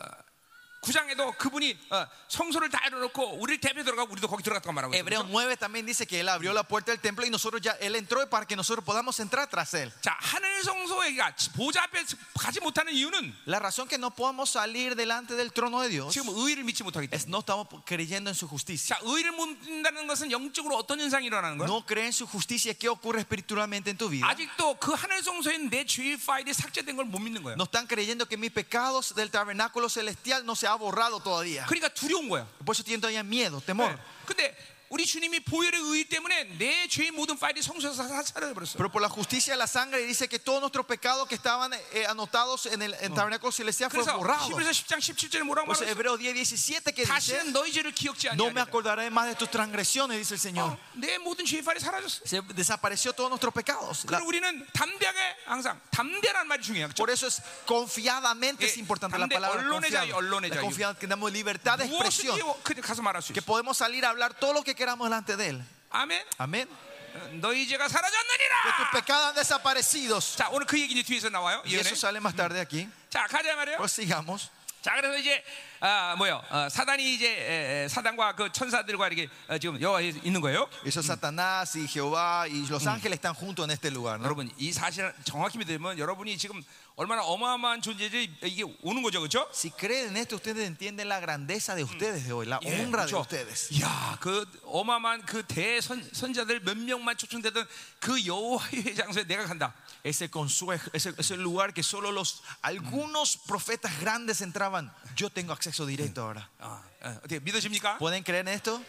[SPEAKER 1] 구장에도 그분이 어, 성소를 다 열어놓고 우리를 대표 들어가고 우리도 거기 들어갔다고 말하고 있어요.
[SPEAKER 2] Hebreo
[SPEAKER 1] 그렇죠?
[SPEAKER 2] 9 también dice que Él abrió la puerta del templo y nosotros ya, Él entró para que nosotros podamos entrar tras Él.
[SPEAKER 1] 자 하늘 성소 얘기가 보좌 앞에 가지 못하는 이유는
[SPEAKER 2] La razón que no podamos salir delante del trono de Dios
[SPEAKER 1] 지금 의를 믿지 못하기 때문에.
[SPEAKER 2] es no estamos creyendo en su justicia.
[SPEAKER 1] 자, 의를 묻는다는 것은 영적으로 어떤 현상이 일어나는 거야?
[SPEAKER 2] No creen en su justicia, ¿qué ocurre espiritualmente en tu vida?
[SPEAKER 1] 아직도 그 하늘 성소에 내 죄의 파일이 삭제된 걸 못 믿는 거야.
[SPEAKER 2] No están creyendo que mis pecados del tabernáculo celestial no se ha borrado todavía.
[SPEAKER 1] 그러니까 두려운 거야.
[SPEAKER 2] Por eso tienen todavía miedo, temor.
[SPEAKER 1] 네. 근데 우리 주님이 보혈의 의 때문에 내 죄의 모든 파일이 성소에서 다 사라져 버렸어.
[SPEAKER 2] Pero por la justicia de la sangre dice que todos nuestros pecados que estaban eh, anotados en el en tabernáculo celestial fueron
[SPEAKER 1] 그래서
[SPEAKER 2] borrados.
[SPEAKER 1] 히브리서 10장 17절에 뭐라고
[SPEAKER 2] Por eso
[SPEAKER 1] 말했어?
[SPEAKER 2] Hebreos 10, 17 que dice,
[SPEAKER 1] 다시는 너희 죄를 기억지
[SPEAKER 2] no me
[SPEAKER 1] 아니하리라.
[SPEAKER 2] acordaré más de tus transgresiones, dice el Señor.
[SPEAKER 1] 어, 내 모든 죄의 파일이 사라졌어.
[SPEAKER 2] Se desapareció todos nuestros pecados. La-
[SPEAKER 1] 그리고 우리는 담대하게 항상 담대라는 말이 중요해요. 그렇죠?
[SPEAKER 2] por eso es confiadamente
[SPEAKER 1] Eh,
[SPEAKER 2] es importante la
[SPEAKER 1] también
[SPEAKER 2] palabra
[SPEAKER 1] 언론의
[SPEAKER 2] confiada.
[SPEAKER 1] 자유, 언론의
[SPEAKER 2] La
[SPEAKER 1] 자유.
[SPEAKER 2] confianza que damos libertad de expresión,
[SPEAKER 1] 무엇이든지 그- 가서 말할 수
[SPEAKER 2] que
[SPEAKER 1] 있어.
[SPEAKER 2] podemos salir a hablar todo lo que queramos delante de él.
[SPEAKER 1] 아멘.
[SPEAKER 2] Amén.
[SPEAKER 1] 어, 너희 죄가
[SPEAKER 2] Que tus
[SPEAKER 1] 사라졌느니라.
[SPEAKER 2] pecados han desaparecido.
[SPEAKER 1] 자, 오늘 그 얘기 이제 뒤에서 나와요.
[SPEAKER 2] Y
[SPEAKER 1] 예언에.
[SPEAKER 2] eso sale más tarde aquí.
[SPEAKER 1] 자, 가자 말이에요.
[SPEAKER 2] Pues sigamos.
[SPEAKER 1] 자 그래서 이제 아, 뭐요? 어, 사단이 이제 에, 에, 사단과 그 천사들과 이렇게 어, 지금 여기 있는 거예요.
[SPEAKER 2] Eso es Satanás y Jehová y los ángeles están juntos en este lugar. ¿no?
[SPEAKER 1] 여러분 이 사실을 정확히 믿으면 여러분이 지금 얼마나 어마어마한 존재들이 이게 오는 거죠, 그렇죠?
[SPEAKER 2] Si creen en esto, ustedes entienden la grandeza de ustedes de hoy, la
[SPEAKER 1] 예,
[SPEAKER 2] honra Mm. de
[SPEAKER 1] 그렇죠?
[SPEAKER 2] ustedes.
[SPEAKER 1] 이야, 그 어마어마한 그 대선 선자들 몇 명만 초청되던 그 여호와의 장소에 내가 간다.
[SPEAKER 2] Ese consuelo, ese, ese lugar que solo los algunos profetas grandes entraban. Yo tengo acceso directo ahora.
[SPEAKER 1] 아, 어, 어떻게 믿으십니까?
[SPEAKER 2] ¿Pueden creer en esto?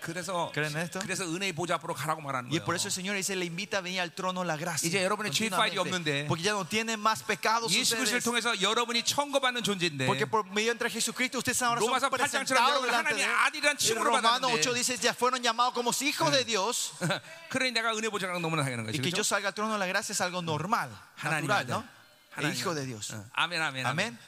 [SPEAKER 1] 그래서
[SPEAKER 2] 그래요, 네스터?
[SPEAKER 1] 그래서 은혜의 보좌 앞으로 가라고 말하는
[SPEAKER 2] Y
[SPEAKER 1] 거예요.
[SPEAKER 2] es por eso el Señor dice, le invita a venir al trono la gracia.
[SPEAKER 1] 이제 여러분의 죄 파일이
[SPEAKER 2] continuamente,
[SPEAKER 1] 없는데.
[SPEAKER 2] Porque ya no tienen más pecados.
[SPEAKER 1] 예수 그리스도를
[SPEAKER 2] ustedes.
[SPEAKER 1] 통해서 여러분이 청거받는 존재인데
[SPEAKER 2] Porque por medio entre Jesucristo ustedes ahora
[SPEAKER 1] Romanos
[SPEAKER 2] son
[SPEAKER 1] 8 장처럼
[SPEAKER 2] presentados
[SPEAKER 1] 여러분
[SPEAKER 2] delante de
[SPEAKER 1] 하나님의 아들이란
[SPEAKER 2] él. Y
[SPEAKER 1] 칭호를
[SPEAKER 2] Romanos
[SPEAKER 1] 받았는데.
[SPEAKER 2] 8 dice, ya fueron llamados como hijos de Dios.
[SPEAKER 1] 그러니 내가 은혜 보좌랑 너무나 당연한
[SPEAKER 2] Y
[SPEAKER 1] 것이죠.
[SPEAKER 2] que yo
[SPEAKER 1] 그렇죠?
[SPEAKER 2] salga al trono de la gracia es algo normal,
[SPEAKER 1] 하나님
[SPEAKER 2] natural, ¿no? El
[SPEAKER 1] 하나님
[SPEAKER 2] hijo de Dios.
[SPEAKER 1] 어, 아멘 아멘
[SPEAKER 2] Amén.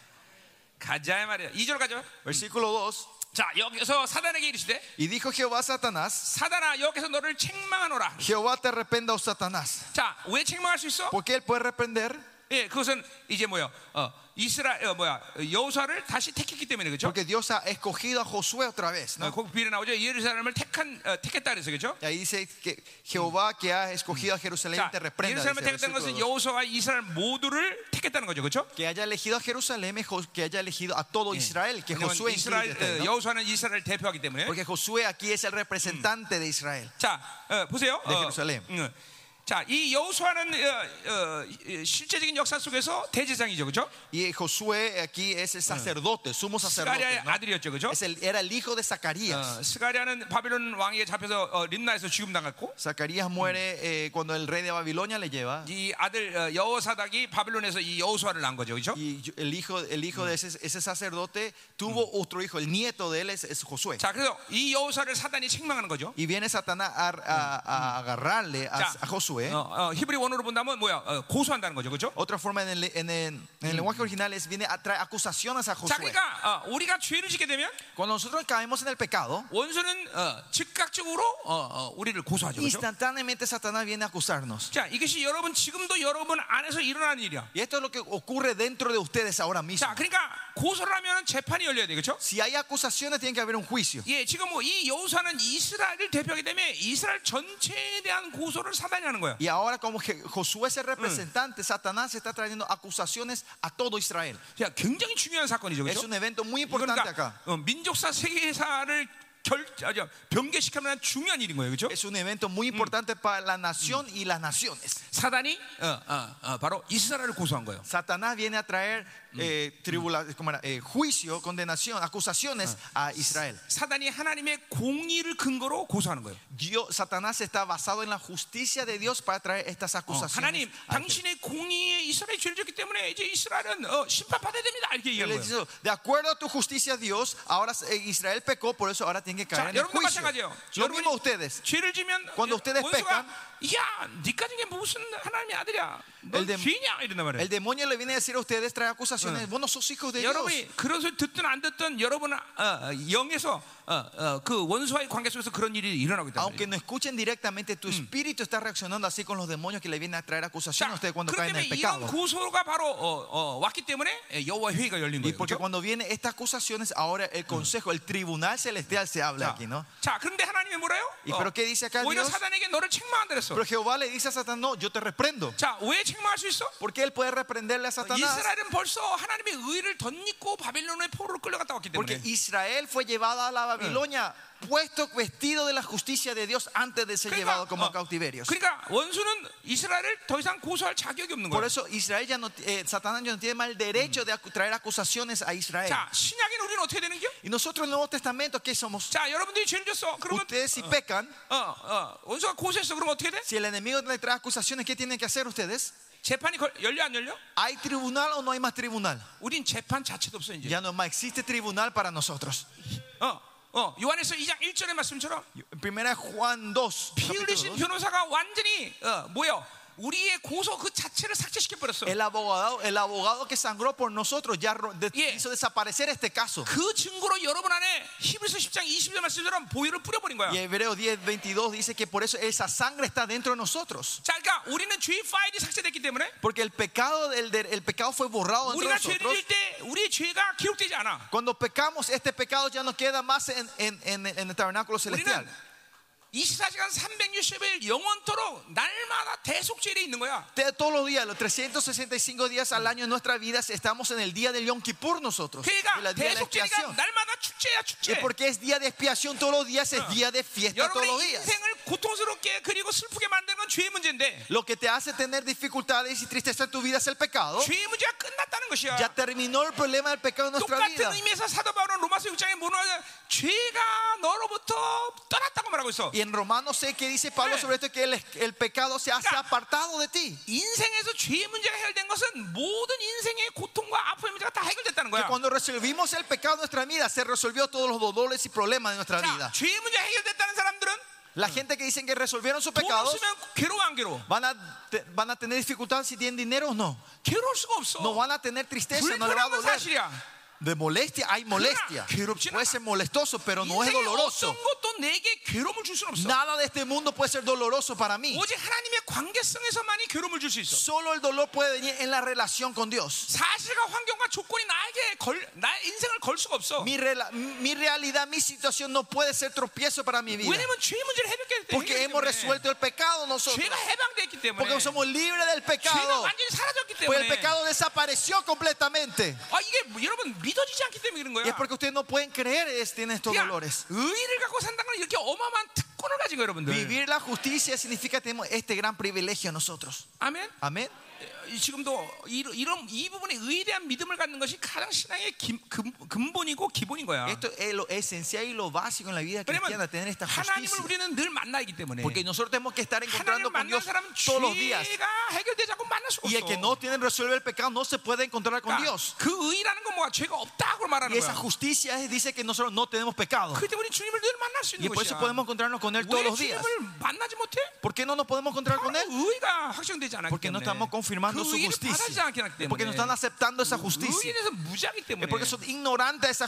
[SPEAKER 1] 가자 이 말이야. 2절 가죠.
[SPEAKER 2] Versículo 2.
[SPEAKER 1] 자, 여기서 사단에게 이르시되
[SPEAKER 2] Y dijo Jehová a Satanás,
[SPEAKER 1] 사단아 여기서 너를 책망하노라.
[SPEAKER 2] Jehová te reprenda, oh Satanás.
[SPEAKER 1] 자, 왜 책망할 수 있어?
[SPEAKER 2] Porque él puede reprender,
[SPEAKER 1] 예, 그것은 이제 뭐야? 어, 이스라 어, 뭐야? 여호사를 다시 택했기 때문에 그렇죠?
[SPEAKER 2] porque Dios ha escogido a Josué otra vez,
[SPEAKER 1] 어,
[SPEAKER 2] ¿no?
[SPEAKER 1] 그 비례 나오죠. 예루살렘을 택한 어, 택했다 그래서 그렇죠?
[SPEAKER 2] Y ahí dice que Jehová que ha escogido a Jerusalén
[SPEAKER 1] 자,
[SPEAKER 2] te reprenda. dice
[SPEAKER 1] 예루살렘을
[SPEAKER 2] el
[SPEAKER 1] 택했다는 것은
[SPEAKER 2] versículo dos.
[SPEAKER 1] 여호수아와 이스라엘 모두를 택했다는 거죠, 그렇죠?
[SPEAKER 2] Que haya elegido a Jerusalén, es Jo- que haya elegido a todo Israel, ¿eh? que Josué incluye,
[SPEAKER 1] 이스라엘
[SPEAKER 2] este,
[SPEAKER 1] 어,
[SPEAKER 2] ¿no?
[SPEAKER 1] 여호수아는 이스라엘 대표하기 때문에.
[SPEAKER 2] Porque Josué aquí es el representante de Israel.
[SPEAKER 1] 자, 어, 보세요.
[SPEAKER 2] 네,
[SPEAKER 1] 어,
[SPEAKER 2] 예루살렘.
[SPEAKER 1] 응. 자, 이 여호수아는 어, 어, 이- 실제적인 역사 속에서 대제사장이죠, 그렇죠?
[SPEAKER 2] Y Josué aquí es el sacerdote, sumo sacerdote.
[SPEAKER 1] 스가랴의
[SPEAKER 2] ¿no?
[SPEAKER 1] 아들이었죠, 그렇죠?
[SPEAKER 2] Es el- era el hijo de Zacarías.
[SPEAKER 1] 어, 스가랴는 바빌론 왕에게 잡혀서 어, 림나에서 죽임 당했고
[SPEAKER 2] Zacarías muere eh, cuando el rey de Babilonia le lleva.
[SPEAKER 1] 이 아들 어, 여호사닥이 바빌론에서 이 여호수아를 낳은 거죠, 그렇죠?
[SPEAKER 2] Y yo- el hijo, el hijo de ese, ese sacerdote tuvo otro hijo, el nieto de él es, es Josué.
[SPEAKER 1] 자, 그래서 이 여호사를 사단이 책망하는 거죠.
[SPEAKER 2] Y viene Satanás a, a- a agarrarle a,
[SPEAKER 1] 자,
[SPEAKER 2] a
[SPEAKER 1] 어,
[SPEAKER 2] Josué.
[SPEAKER 1] 어, 히브리 원어로 본다면 뭐야? 어, 고소한다는 거죠, 그렇죠?
[SPEAKER 2] Otra forma en el, en el- en el lenguaje original es viene a traer acusaciones a
[SPEAKER 1] 자,
[SPEAKER 2] Josué.
[SPEAKER 1] 그러니까 어, 우리가 죄를 짓게 되면
[SPEAKER 2] Cuando nosotros caemos en el pecado,
[SPEAKER 1] 원수는 어, 즉각적으로 어, 어, 우리를 고소하죠, 그렇죠?
[SPEAKER 2] instantáneamente Satanás viene a acusarnos.
[SPEAKER 1] 자, 이것이 여러분 지금도 여러분 안에서 일어나는 일이야.
[SPEAKER 2] Y esto es lo que ocurre dentro de ustedes ahora mismo.
[SPEAKER 1] 자, 그러니까 고소를 하면 재판이 열려야 되겠죠?
[SPEAKER 2] Si hay acusaciones, tiene que haber un juicio.
[SPEAKER 1] 예, 지금 뭐 이 여호사는 이스라엘을 대표하기 때문에 이스라엘 전체에 대한 고소를 사단이 하는 거야.
[SPEAKER 2] Y ahora como que Josué es el representante, Satanás está trayendo acusaciones a todo Israel.
[SPEAKER 1] 자, 굉장히 중요한 사건이죠,
[SPEAKER 2] Es
[SPEAKER 1] 그렇죠?
[SPEAKER 2] un evento muy importante
[SPEAKER 1] 그러니까
[SPEAKER 2] acá.
[SPEAKER 1] 어, 민족사 세계사를 결, 아, 저, 변개시키는 중요한 일인 거예요, 그렇죠?
[SPEAKER 2] Es un evento muy importante para la nación y las naciones.
[SPEAKER 1] 사단이 어, 어, 어, 바로 이스라엘을 고소한 거예요.
[SPEAKER 2] Satanás viene a traer eh, tribula- ¿cómo era? Eh, juicio, condenación, acusaciones a Israel.
[SPEAKER 1] 사단이 하나님의 공의를 근거로 고소하는 거예요.
[SPEAKER 2] Dios, Satanás está basado en la justicia de Dios para traer estas
[SPEAKER 1] 어,
[SPEAKER 2] acusaciones.
[SPEAKER 1] 하나님,
[SPEAKER 2] a Israel.
[SPEAKER 1] 당신의 공의에 이스라엘 죄를 졌기 때문에 이제 이스라엘은 어, 심판받아야 됩니다. 이렇게
[SPEAKER 2] Él
[SPEAKER 1] 얘기한
[SPEAKER 2] le
[SPEAKER 1] 거예요.
[SPEAKER 2] dice, de acuerdo a tu justicia, Dios, ahora eh, Israel pecó, por eso ahora tiene que
[SPEAKER 1] 자,
[SPEAKER 2] caer en el
[SPEAKER 1] 여러분도
[SPEAKER 2] juicio.
[SPEAKER 1] 마찬가지예요.
[SPEAKER 2] Lo mismo
[SPEAKER 1] 여러분이
[SPEAKER 2] ustedes.
[SPEAKER 1] 죄를 지면
[SPEAKER 2] Cuando ustedes
[SPEAKER 1] 원수가 야, 니까 이게 무슨 하나님의 아들이야? 너
[SPEAKER 2] El dem-
[SPEAKER 1] 죄냐? 이런단 말이에요.
[SPEAKER 2] El demonio le viene a decir a ustedes, trae acusaciones. Vos no sos hijos de Dios.
[SPEAKER 1] 여러분이 그런 소리 듣든 안 듣든 여러분은 어, 어, 영에서 어, 어, 그 원수와의 관계 속에서 그런 일이 일어나고 있단
[SPEAKER 2] Aunque
[SPEAKER 1] 말이에요.
[SPEAKER 2] no escuchen directamente, tu espíritu está reaccionando así con los demonios que le vienen a traer acusaciones
[SPEAKER 1] 자,
[SPEAKER 2] a
[SPEAKER 1] 그렇기
[SPEAKER 2] ustedes cuando caen en
[SPEAKER 1] 때문에
[SPEAKER 2] el
[SPEAKER 1] 이런
[SPEAKER 2] pecado.
[SPEAKER 1] 고소가 바로 어, 어, 왔기 때문에 여호와 회의가 열린
[SPEAKER 2] Y
[SPEAKER 1] 거예요.
[SPEAKER 2] porque
[SPEAKER 1] 그렇죠?
[SPEAKER 2] cuando vienen estas acusaciones, ahora el consejo, el tribunal celestial se
[SPEAKER 1] 자,
[SPEAKER 2] habla aquí, ¿no?
[SPEAKER 1] 자, 그런데 하나님이 뭐래요? 어,
[SPEAKER 2] 이 pero qué dice acá
[SPEAKER 1] 오히려
[SPEAKER 2] Dios?
[SPEAKER 1] 사단에게 너를 책망한다 그랬어.
[SPEAKER 2] Pero Jehová le dice a Satanás, no, yo te reprendo.
[SPEAKER 1] 자, 왜 책망할 수 있어?
[SPEAKER 2] Porque él puede reprenderle a Satanás.
[SPEAKER 1] 이스라엘은 벌써 하나님의 의를 덧입고 바빌론의 포로로 끌려갔다 왔기
[SPEAKER 2] Porque
[SPEAKER 1] 때문에
[SPEAKER 2] Israel fue llevada a la Babilonia, puesto vestido de la justicia de Dios antes de ser llevado como
[SPEAKER 1] 어,
[SPEAKER 2] a cautiverios.
[SPEAKER 1] 그러니까 원수는 이스라엘을 더 이상 고소할 자격이 없는
[SPEAKER 2] Por
[SPEAKER 1] 거예요.
[SPEAKER 2] eso Israel ya no, eh, Satanás ya no tiene más el derecho de acu- traer acusaciones a Israel.
[SPEAKER 1] 자, 신약에는 우리는 어떻게 되는 겨?
[SPEAKER 2] Y nosotros en el Nuevo Testamento, ¿qué somos?
[SPEAKER 1] 자, 여러분들이 죄를 졌어. 그러면
[SPEAKER 2] Ustedes si pecan,
[SPEAKER 1] 어, 어, 원수가 고소했어. 그러면 어떻게 돼?
[SPEAKER 2] si el enemigo le trae acusaciones, ¿qué tienen que hacer ustedes?
[SPEAKER 1] 재판이 걸- 열려 안 열려?
[SPEAKER 2] ¿Hay tribunal o no hay más tribunal?
[SPEAKER 1] 우린 재판 자체도 없어 이제.
[SPEAKER 2] Ya no más existe tribunal para nosotros.
[SPEAKER 1] 어, 어, 요한에서 2장 1절의 말씀처럼
[SPEAKER 2] Primera Juan 2.
[SPEAKER 1] 피
[SPEAKER 2] capítulo
[SPEAKER 1] 흘리신
[SPEAKER 2] 2.
[SPEAKER 1] 변호사가 완전히 어, 뭐요? 우리의 고소 그 자체를 삭제시켜 버렸어.
[SPEAKER 2] El abogado, el abogado que sangró por nosotros ya ro- de-
[SPEAKER 1] Yeah.
[SPEAKER 2] hizo desaparecer este caso.
[SPEAKER 1] 그 증거로 여러분 안에 히브리서 10장 20절 말씀처럼 보혈을 뿌려 버린 거야.
[SPEAKER 2] Y Hebreos 10, 22 dice que por eso esa sangre está dentro de nosotros.
[SPEAKER 1] 자, 그러니까 우리는 죄의 파일이 삭제됐기 때문에
[SPEAKER 2] Porque el pecado, el, de- el pecado fue borrado dentro de
[SPEAKER 1] 우리가 죄를
[SPEAKER 2] nosotros.
[SPEAKER 1] 지을 때 우리의 죄가 기록되지 않아.
[SPEAKER 2] Cuando pecamos, este pecado ya no queda más en, en- en- en el tabernáculo celestial.
[SPEAKER 1] 우리는 24시간 365일 영원토록 날마다 대속죄에 있는 거야.
[SPEAKER 2] Te- Todos los días, los 365 días al año en nuestra vida, estamos en el día del Yom Kippur nosotros. en
[SPEAKER 1] 그러니까
[SPEAKER 2] el día de la
[SPEAKER 1] 대속죄가
[SPEAKER 2] expiación.
[SPEAKER 1] 날마다 축제야
[SPEAKER 2] Y
[SPEAKER 1] 축제.
[SPEAKER 2] porque es día de expiación todos los días,
[SPEAKER 1] Ah.
[SPEAKER 2] es día de fiesta todos los
[SPEAKER 1] 여러분의
[SPEAKER 2] días.
[SPEAKER 1] 인생을 고통스럽게 그리고 슬프게 만드는 건 죄의 문제인데
[SPEAKER 2] Lo que te hace tener dificultades y tristeza en tu vida es el pecado.
[SPEAKER 1] 죄의 문제가 끝났다는 어? 것이야.
[SPEAKER 2] Ya terminó el problema del pecado en nuestra vida.
[SPEAKER 1] 똑같은 의미에서 사도 바울은 로마서 6장에 뭐라고 죄가 너로부터 떠났다고 말하고 있어.
[SPEAKER 2] Y en Romanos sé que dice Pablo
[SPEAKER 1] Sí.
[SPEAKER 2] sobre esto que el, el pecado se hace
[SPEAKER 1] Ya.
[SPEAKER 2] apartado de ti.
[SPEAKER 1] 인생에서 죄의 문제가 해결된 것은 모든 인생의 고통과 아픔의 문제가 다 해결됐다는
[SPEAKER 2] Que
[SPEAKER 1] 거야.
[SPEAKER 2] cuando resolvimos el pecado en nuestra vida, se resolvió todos los dolores y problemas de nuestra
[SPEAKER 1] 자,
[SPEAKER 2] vida.
[SPEAKER 1] 죄의 문제 해결됐다는 사람들은
[SPEAKER 2] La gente que dicen que resolvieron sus
[SPEAKER 1] 돈
[SPEAKER 2] pecados
[SPEAKER 1] 없으면 괴로워 안 괴로워?
[SPEAKER 2] van a, te- van a tener dificultad si tienen dinero o no.
[SPEAKER 1] 괴로울 수가 없어.
[SPEAKER 2] No van a tener tristeza, no les va a
[SPEAKER 1] 불편한 건
[SPEAKER 2] doler.
[SPEAKER 1] 사실이야.
[SPEAKER 2] De molestia hay molestia.
[SPEAKER 1] 괴롭진
[SPEAKER 2] Puede ser molestoso, pero no es
[SPEAKER 1] 인생의
[SPEAKER 2] doloroso.
[SPEAKER 1] 어떤 것도 내게 괴로움을 줄 수는 없어.
[SPEAKER 2] Nada de este mundo puede ser doloroso para mí.
[SPEAKER 1] 오직 하나님의 관계성에서만이 괴로움을 줄 수 있어.
[SPEAKER 2] Solo el dolor puede venir en la relación con Dios.
[SPEAKER 1] 사실과 환경과 조건이 나에게 걸, 나의 인생을 걸 수가 없어.
[SPEAKER 2] Mi, rela- mi realidad, mi situación no puede ser tropiezo para mi vida.
[SPEAKER 1] 왜냐면 죄의 문제를 해결했기
[SPEAKER 2] Porque hemos
[SPEAKER 1] 때문에.
[SPEAKER 2] resuelto el pecado nosotros.
[SPEAKER 1] 죄가 해방됐기 때문에.
[SPEAKER 2] Porque somos libres del
[SPEAKER 1] 죄가
[SPEAKER 2] pecado.
[SPEAKER 1] 완전히 사라졌기
[SPEAKER 2] Pues el
[SPEAKER 1] 때문에.
[SPEAKER 2] pecado desapareció completamente.
[SPEAKER 1] 아 이게 뭐, 여러분 믿어지지 않기 때문에 그런
[SPEAKER 2] Y es
[SPEAKER 1] 거야.
[SPEAKER 2] porque ustedes no pueden creer es- tienen estos
[SPEAKER 1] 그러니까
[SPEAKER 2] dolores.
[SPEAKER 1] 의의를 갖고 산다는 건 이렇게 어마어마한 특권을 가진 거예요, 여러분들.
[SPEAKER 2] Vivir la justicia significa que tenemos este gran privilegio nosotros.
[SPEAKER 1] 아멘.
[SPEAKER 2] Amén.
[SPEAKER 1] 이- 지금도 이, 이런 이 부분에 의에 대한 믿음을 갖는 것이 가장 신앙의 김- 금, 근본이고 기본인 거야.
[SPEAKER 2] Esto es lo esencial y lo básico en la vida cristiana,
[SPEAKER 1] 왜냐면
[SPEAKER 2] tener esta
[SPEAKER 1] 하나님을
[SPEAKER 2] justicia.
[SPEAKER 1] 우리는 늘 만나기 때문에.
[SPEAKER 2] Porque nosotros tenemos que estar encontrando
[SPEAKER 1] 하나님을 만난
[SPEAKER 2] con Dios
[SPEAKER 1] 사람은
[SPEAKER 2] todos los días.
[SPEAKER 1] 죄가 해결되지 않고 만날 수가
[SPEAKER 2] Y el que no
[SPEAKER 1] 없어.
[SPEAKER 2] tiene resuelve el pecado no se puede encontrar con
[SPEAKER 1] 그러니까
[SPEAKER 2] Dios.
[SPEAKER 1] 그 의라는 건 뭐야? 죄가 없다고
[SPEAKER 2] Y
[SPEAKER 1] 말하는
[SPEAKER 2] esa
[SPEAKER 1] 거야.
[SPEAKER 2] justicia es- dice que nosotros no tenemos pecado.
[SPEAKER 1] 그 때문에 주님을 늘 만날 수
[SPEAKER 2] Y
[SPEAKER 1] 있는
[SPEAKER 2] por eso
[SPEAKER 1] 것이야.
[SPEAKER 2] podemos encontrarnos con Él
[SPEAKER 1] 왜
[SPEAKER 2] todos los días.
[SPEAKER 1] 주님을 만나지 못해?
[SPEAKER 2] ¿Por qué no nos podemos encontrar con
[SPEAKER 1] 바로
[SPEAKER 2] Él?
[SPEAKER 1] 의가 확정되지 않았기
[SPEAKER 2] Porque
[SPEAKER 1] 때문에.
[SPEAKER 2] no estamos
[SPEAKER 1] 그
[SPEAKER 2] confirmando su
[SPEAKER 1] 의를 받아들이지
[SPEAKER 2] justicia.
[SPEAKER 1] 않기 때문에.
[SPEAKER 2] Porque no están aceptando esa
[SPEAKER 1] 의에
[SPEAKER 2] justicia.
[SPEAKER 1] 대해서 무지하기 때문에.
[SPEAKER 2] Es porque son ignorantes de esa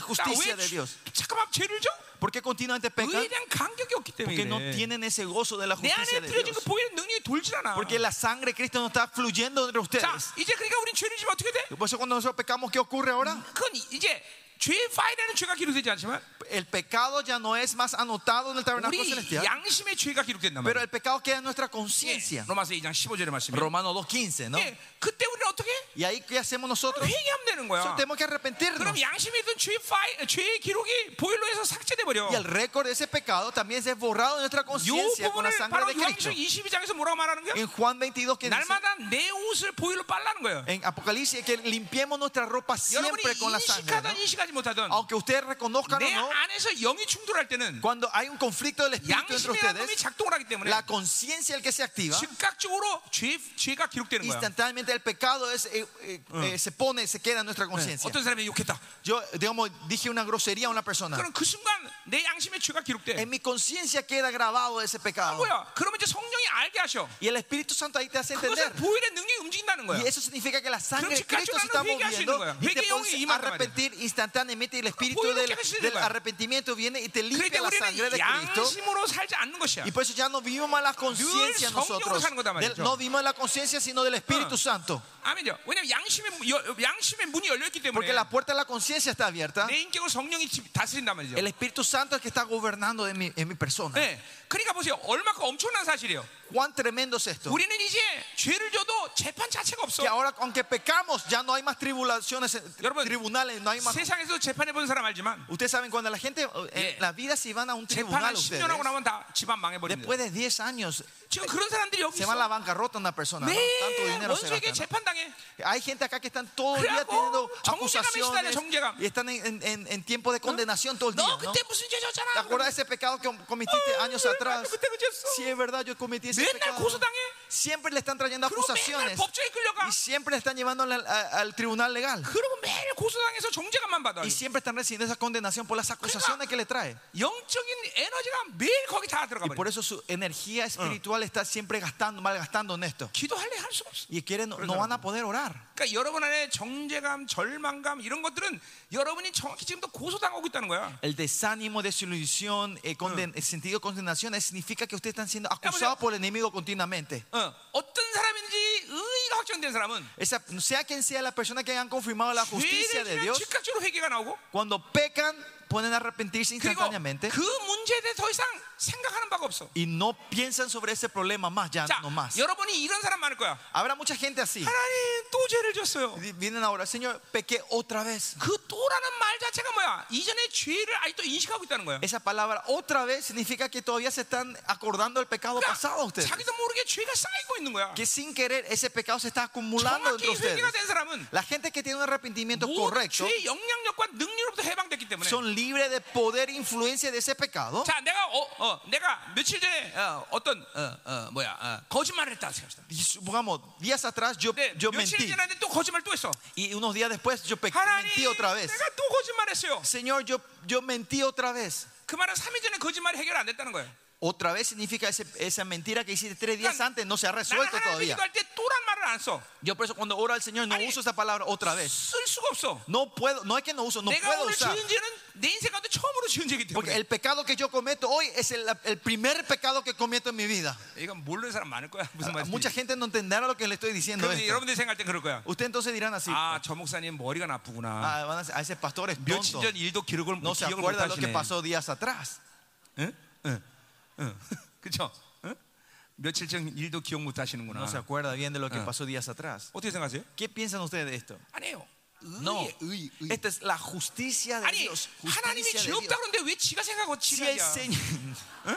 [SPEAKER 1] 자, 왜
[SPEAKER 2] justicia de Dios.
[SPEAKER 1] 주- 잠깐만 죄를 져?
[SPEAKER 2] Porque continuamente pecan.
[SPEAKER 1] 의에 대한 간격이 없기 때문에.
[SPEAKER 2] Porque no
[SPEAKER 1] 그래.
[SPEAKER 2] tienen ese gozo de la
[SPEAKER 1] 내 안에
[SPEAKER 2] justicia de
[SPEAKER 1] 들여진 그
[SPEAKER 2] Dios.
[SPEAKER 1] 보이는 능력이 돌질 않아.
[SPEAKER 2] Porque la sangre de Cristo no está fluyendo entre
[SPEAKER 1] 자,
[SPEAKER 2] ustedes.
[SPEAKER 1] 이제 그러니까 우린 죄를 지면 어떻게 돼?
[SPEAKER 2] Por eso cuando nosotros pecamos, ¿qué ocurre ahora?
[SPEAKER 1] 그건 이제 죄의 파일에는 죄가 기록되지 않지만
[SPEAKER 2] El pecado ya no es más anotado en el tabernáculo
[SPEAKER 1] 우리
[SPEAKER 2] celestial.
[SPEAKER 1] 양심의 죄가 기록된단
[SPEAKER 2] Pero
[SPEAKER 1] 말이야.
[SPEAKER 2] el pecado queda en nuestra
[SPEAKER 1] 예,
[SPEAKER 2] conciencia.
[SPEAKER 1] 로마서 2장 15절의 말씀이에요.
[SPEAKER 2] Romano 2.15, ¿no?
[SPEAKER 1] 예, 그때 우리는 어떻게? 해?
[SPEAKER 2] Y ahí, ¿qué hacemos nosotros?
[SPEAKER 1] 회개하면 되는 거야.
[SPEAKER 2] Nosotros tenemos que arrepentirnos.
[SPEAKER 1] 그럼 양심에 있던 죄의 파일, 죄의 기록이 보일로 해서 삭제돼 버려.
[SPEAKER 2] Y el
[SPEAKER 1] 요
[SPEAKER 2] récord de ese pecado también se es borrado de nuestra conciencia con la
[SPEAKER 1] 부분을
[SPEAKER 2] sangre
[SPEAKER 1] 바로
[SPEAKER 2] de Cristo.
[SPEAKER 1] 요한계시록 22장에서 뭐라고 말하는 거야?
[SPEAKER 2] En Juan 22 que dice,
[SPEAKER 1] 날마다 내 옷을 보일로 빨라는 거예요.
[SPEAKER 2] en Apocalipsis que limpiemos nuestra ropa
[SPEAKER 1] 여러분이 어, 그러니까
[SPEAKER 2] siempre con la sangre. ¿no?
[SPEAKER 1] 인식하든 인식하지 못하든
[SPEAKER 2] Aunque ustedes reconozcan o
[SPEAKER 1] 내
[SPEAKER 2] no,
[SPEAKER 1] 안에서 영이 충돌할 때는
[SPEAKER 2] cuando hay un conflicto del espíritu entre
[SPEAKER 1] 양심이라는 놈이
[SPEAKER 2] ustedes,
[SPEAKER 1] 작동을 하기 때문에
[SPEAKER 2] la conciencia es el que se activa,
[SPEAKER 1] 즉각적으로 죄, 죄가 기록되는 거야.
[SPEAKER 2] instantáneamente el pecado es, eh, eh, eh, se pone, se queda en nuestra conciencia.
[SPEAKER 1] 어떤 사람이 욕했다.
[SPEAKER 2] Yo, digamos, dije una grosería a una persona.
[SPEAKER 1] 그럼 그 순간 내 양심의 죄가 기록돼.
[SPEAKER 2] En mi conciencia queda grabado ese pecado.
[SPEAKER 1] 뭐야? 그러면 이제 성령이 알게 하셔.
[SPEAKER 2] Y el Espíritu Santo ahí te hace entender.
[SPEAKER 1] 그것은 보일의 능력이 움직인다는 거야.
[SPEAKER 2] Y eso significa que la sangre de
[SPEAKER 1] 그럼
[SPEAKER 2] Cristo se
[SPEAKER 1] 즉각적으로
[SPEAKER 2] está
[SPEAKER 1] 하나님은 회개하시는
[SPEAKER 2] moviendo
[SPEAKER 1] 거야.
[SPEAKER 2] y te
[SPEAKER 1] 회개의 영이
[SPEAKER 2] pones a
[SPEAKER 1] 임한단
[SPEAKER 2] arrepentir instantáneamente y el espíritu
[SPEAKER 1] 보이는
[SPEAKER 2] del,
[SPEAKER 1] 깨끗이
[SPEAKER 2] del
[SPEAKER 1] 되는 거야.
[SPEAKER 2] arrepentimiento viene y te
[SPEAKER 1] 그런데
[SPEAKER 2] limpia la sangre
[SPEAKER 1] 우리는
[SPEAKER 2] de Cristo.
[SPEAKER 1] 양심으로 살지 않는 것이야.
[SPEAKER 2] Y por eso ya no vivimos más la conciencia
[SPEAKER 1] 성령으로
[SPEAKER 2] nosotros.
[SPEAKER 1] 사는 거다
[SPEAKER 2] Del-
[SPEAKER 1] 말이죠.
[SPEAKER 2] no vivimos la conciencia sino del Espíritu
[SPEAKER 1] 어.
[SPEAKER 2] Santo.
[SPEAKER 1] 아멘요. 왜냐면 양심의 문- 여- 양심의 문이 열렸기 때문에
[SPEAKER 2] Porque la puerta de la conciencia está abierta.
[SPEAKER 1] 내 인격을 성령이 지- 다스린단 말이죠.
[SPEAKER 2] El Espíritu Santo es el que está gobernando en mi, en mi persona.
[SPEAKER 1] 네. 그러니까 보세요. 얼마큼 엄청난 사실이에요.
[SPEAKER 2] Cuán tremendo es esto.
[SPEAKER 1] 우리는 이제 죄를 져도 재판 자체가 없어.
[SPEAKER 2] Que ahora, aunque pecamos, ya no hay más tribulaciones, eh,
[SPEAKER 1] 여러분,
[SPEAKER 2] tribunales, no hay más.
[SPEAKER 1] 세상에서 재판해 본 사람 알지만
[SPEAKER 2] Ustedes saben, cuando la gente, eh,
[SPEAKER 1] Yeah.
[SPEAKER 2] en la vida, si van a
[SPEAKER 1] 재판
[SPEAKER 2] un
[SPEAKER 1] 한
[SPEAKER 2] tribunal, ustedes,
[SPEAKER 1] 10년 하고 나면 다 집안 망해버립니다.
[SPEAKER 2] después de 10 años,
[SPEAKER 1] 지금 그런 사람들이 여기
[SPEAKER 2] Se va a
[SPEAKER 1] 있어.
[SPEAKER 2] la bancarrota una persona. ¿no? Tanto
[SPEAKER 1] 네,
[SPEAKER 2] dinero se
[SPEAKER 1] 원수에게
[SPEAKER 2] gasta,
[SPEAKER 1] 재판당해.
[SPEAKER 2] ¿no? Hay gente acá que están todo el día
[SPEAKER 1] 그래갖고
[SPEAKER 2] teniendo
[SPEAKER 1] 정죄감에 시달려,
[SPEAKER 2] acusaciones
[SPEAKER 1] 정죄감.
[SPEAKER 2] y están en, en- en- en tiempo de condenación todo el día.
[SPEAKER 1] 너
[SPEAKER 2] ¿no?
[SPEAKER 1] 그때 무슨 죄졌잖아.
[SPEAKER 2] ¿Te acuerdas de ese pecado que cometiste años atrás?
[SPEAKER 1] 그때 그랬어.
[SPEAKER 2] Sí, es verdad, yo cometí ese
[SPEAKER 1] 맨날
[SPEAKER 2] pecado.
[SPEAKER 1] 고소당해.
[SPEAKER 2] Siempre le están trayendo
[SPEAKER 1] 그리고 맨날
[SPEAKER 2] acusaciones
[SPEAKER 1] 법정에 끌려가.
[SPEAKER 2] y siempre le están llevando al, a- al tribunal legal.
[SPEAKER 1] 그리고 매일 고소당해서 정죄감만 받아.
[SPEAKER 2] Y siempre están recibiendo esa condenación por las acusaciones que le trae.
[SPEAKER 1] 영적인 에너지가 매일 거기 다 들어가
[SPEAKER 2] Y por
[SPEAKER 1] 버려.
[SPEAKER 2] eso Ah. su energía espiritual está siempre gastando, malgastando en esto.
[SPEAKER 1] 기도할래 할 수가 없어.
[SPEAKER 2] Y quieren, no van a poder orar.
[SPEAKER 1] 그러니까 여러분 안에 정죄감, 절망감 이런 것들은 여러분이 정확히 지금도 고소당하고 있다는 거야.
[SPEAKER 2] El desánimo, desilusión, eh, conden- el sentido de condenación eh, significa que ustedes están siendo acusados por el enemigo continuamente.
[SPEAKER 1] 어, 어떤 사람인지 의의가 확정된 사람은
[SPEAKER 2] Esa- sea quien sea la persona que hayan confirmado la justicia de
[SPEAKER 1] 죄를
[SPEAKER 2] Dios,
[SPEAKER 1] 즉각적으로 회개가 나오고
[SPEAKER 2] cuando pecan, pueden arrepentirse
[SPEAKER 1] 그리고
[SPEAKER 2] instantáneamente
[SPEAKER 1] 그 문제에 대해 더 이상 생각하는 바가 없어.
[SPEAKER 2] y no piensan sobre ese problema más, ya
[SPEAKER 1] 자,
[SPEAKER 2] no más.
[SPEAKER 1] 여러분이 이런 사람 많을 거야.
[SPEAKER 2] Habrá mucha gente así.
[SPEAKER 1] 하나님 또 죄를 졌어요.
[SPEAKER 2] Vi- Vienen ahora, Señor, pequé otra vez.
[SPEAKER 1] 그 또라는 말 자체가 뭐야? 이전에 죄를 아직도 인식하고 있다는 거야.
[SPEAKER 2] Esa palabra otra vez significa que todavía se están acordando del pecado pasado a
[SPEAKER 1] 그러니까
[SPEAKER 2] ustedes.
[SPEAKER 1] 자기도 모르게 죄가 쌓이고 있는 거야.
[SPEAKER 2] Que sin querer ese pecado se está acumulando
[SPEAKER 1] 정확히
[SPEAKER 2] dentro de
[SPEAKER 1] 회개가
[SPEAKER 2] ustedes.
[SPEAKER 1] 된 사람은
[SPEAKER 2] La gente que tiene un arrepentimiento
[SPEAKER 1] 모든
[SPEAKER 2] correcto
[SPEAKER 1] 죄의 영향력과 능력으로부터 해방됐기 때문에.
[SPEAKER 2] son libres de poder e influencia de ese pecado.
[SPEAKER 1] 자, 내가 어, 어, 내가 며칠 전에 어, 어떤 어, 어, 뭐야 어, 거짓말을 했다 생각합시다.
[SPEAKER 2] Y supongamos, días atrás yo,
[SPEAKER 1] 근데
[SPEAKER 2] yo
[SPEAKER 1] 며칠
[SPEAKER 2] mentí
[SPEAKER 1] 지났는데 또 거짓말 또 했어.
[SPEAKER 2] y unos días después yo pe-
[SPEAKER 1] 하나님,
[SPEAKER 2] mentí otra vez.
[SPEAKER 1] 내가 또 거짓말했어요.
[SPEAKER 2] Señor, yo, yo mentí otra vez.
[SPEAKER 1] 그 말은 3일 전에 거짓말이 해결 안 됐다는 거예요.
[SPEAKER 2] Otra vez significa ese- esa mentira que hiciste tres días
[SPEAKER 1] Claro.
[SPEAKER 2] antes, no se ha
[SPEAKER 1] 나는
[SPEAKER 2] resuelto
[SPEAKER 1] 하나님
[SPEAKER 2] todavía.
[SPEAKER 1] 기도할 때 또란 말을 안 써.
[SPEAKER 2] Yo por eso cuando oro al Señor no
[SPEAKER 1] Ari-
[SPEAKER 2] uso esa palabra otra vez.
[SPEAKER 1] 쓸 수가 없어.
[SPEAKER 2] No puedo, no es que no uso, no
[SPEAKER 1] 내가
[SPEAKER 2] puedo
[SPEAKER 1] 네. 오늘
[SPEAKER 2] usar.
[SPEAKER 1] 지은 죄는 내 인생 가운데 처음으로 지은 죄이기
[SPEAKER 2] Porque
[SPEAKER 1] 때문에
[SPEAKER 2] el pecado que yo cometo hoy es el, el primer pecado que cometo en mi vida.
[SPEAKER 1] 이건 모르는 사람 많을 거야. 무슨
[SPEAKER 2] Mucha
[SPEAKER 1] 말인지.
[SPEAKER 2] gente no entenderá lo Pues que le estoy diciendo.
[SPEAKER 1] 그런데
[SPEAKER 2] esto.
[SPEAKER 1] 여러분들이 생각할 때 그럴 거야.
[SPEAKER 2] Ustedes entonces dirán así.
[SPEAKER 1] 아, 저 목사님 머리가 나쁘구나.
[SPEAKER 2] "Ah, van a, decir, "Ah, ese pastor es
[SPEAKER 1] 며칠
[SPEAKER 2] tonto.
[SPEAKER 1] 전 일도 기록을
[SPEAKER 2] No se
[SPEAKER 1] 기억을 못
[SPEAKER 2] acuerda lo que
[SPEAKER 1] 하시네.
[SPEAKER 2] pasó días atrás.
[SPEAKER 1] 응? 응. 응. 그렇죠? 응? 며칠 전 일도 기억 못 하시는구나.
[SPEAKER 2] No se acuerda bien de lo que pasó días atrás.
[SPEAKER 1] 어떻게 생각하세요?
[SPEAKER 2] Ah. ¿Qué piensan ustedes de esto?
[SPEAKER 1] 아니에요. 의,
[SPEAKER 2] No.
[SPEAKER 1] 의, 의.
[SPEAKER 2] Esta es la justicia de
[SPEAKER 1] 아니
[SPEAKER 2] Dios.
[SPEAKER 1] 하나님이
[SPEAKER 2] Justicia
[SPEAKER 1] 죄
[SPEAKER 2] de
[SPEAKER 1] 없다
[SPEAKER 2] Dios.
[SPEAKER 1] 그러는데 왜 지가 생각하고
[SPEAKER 2] Si
[SPEAKER 1] 지가
[SPEAKER 2] el,
[SPEAKER 1] 야
[SPEAKER 2] Señor, ¿eh?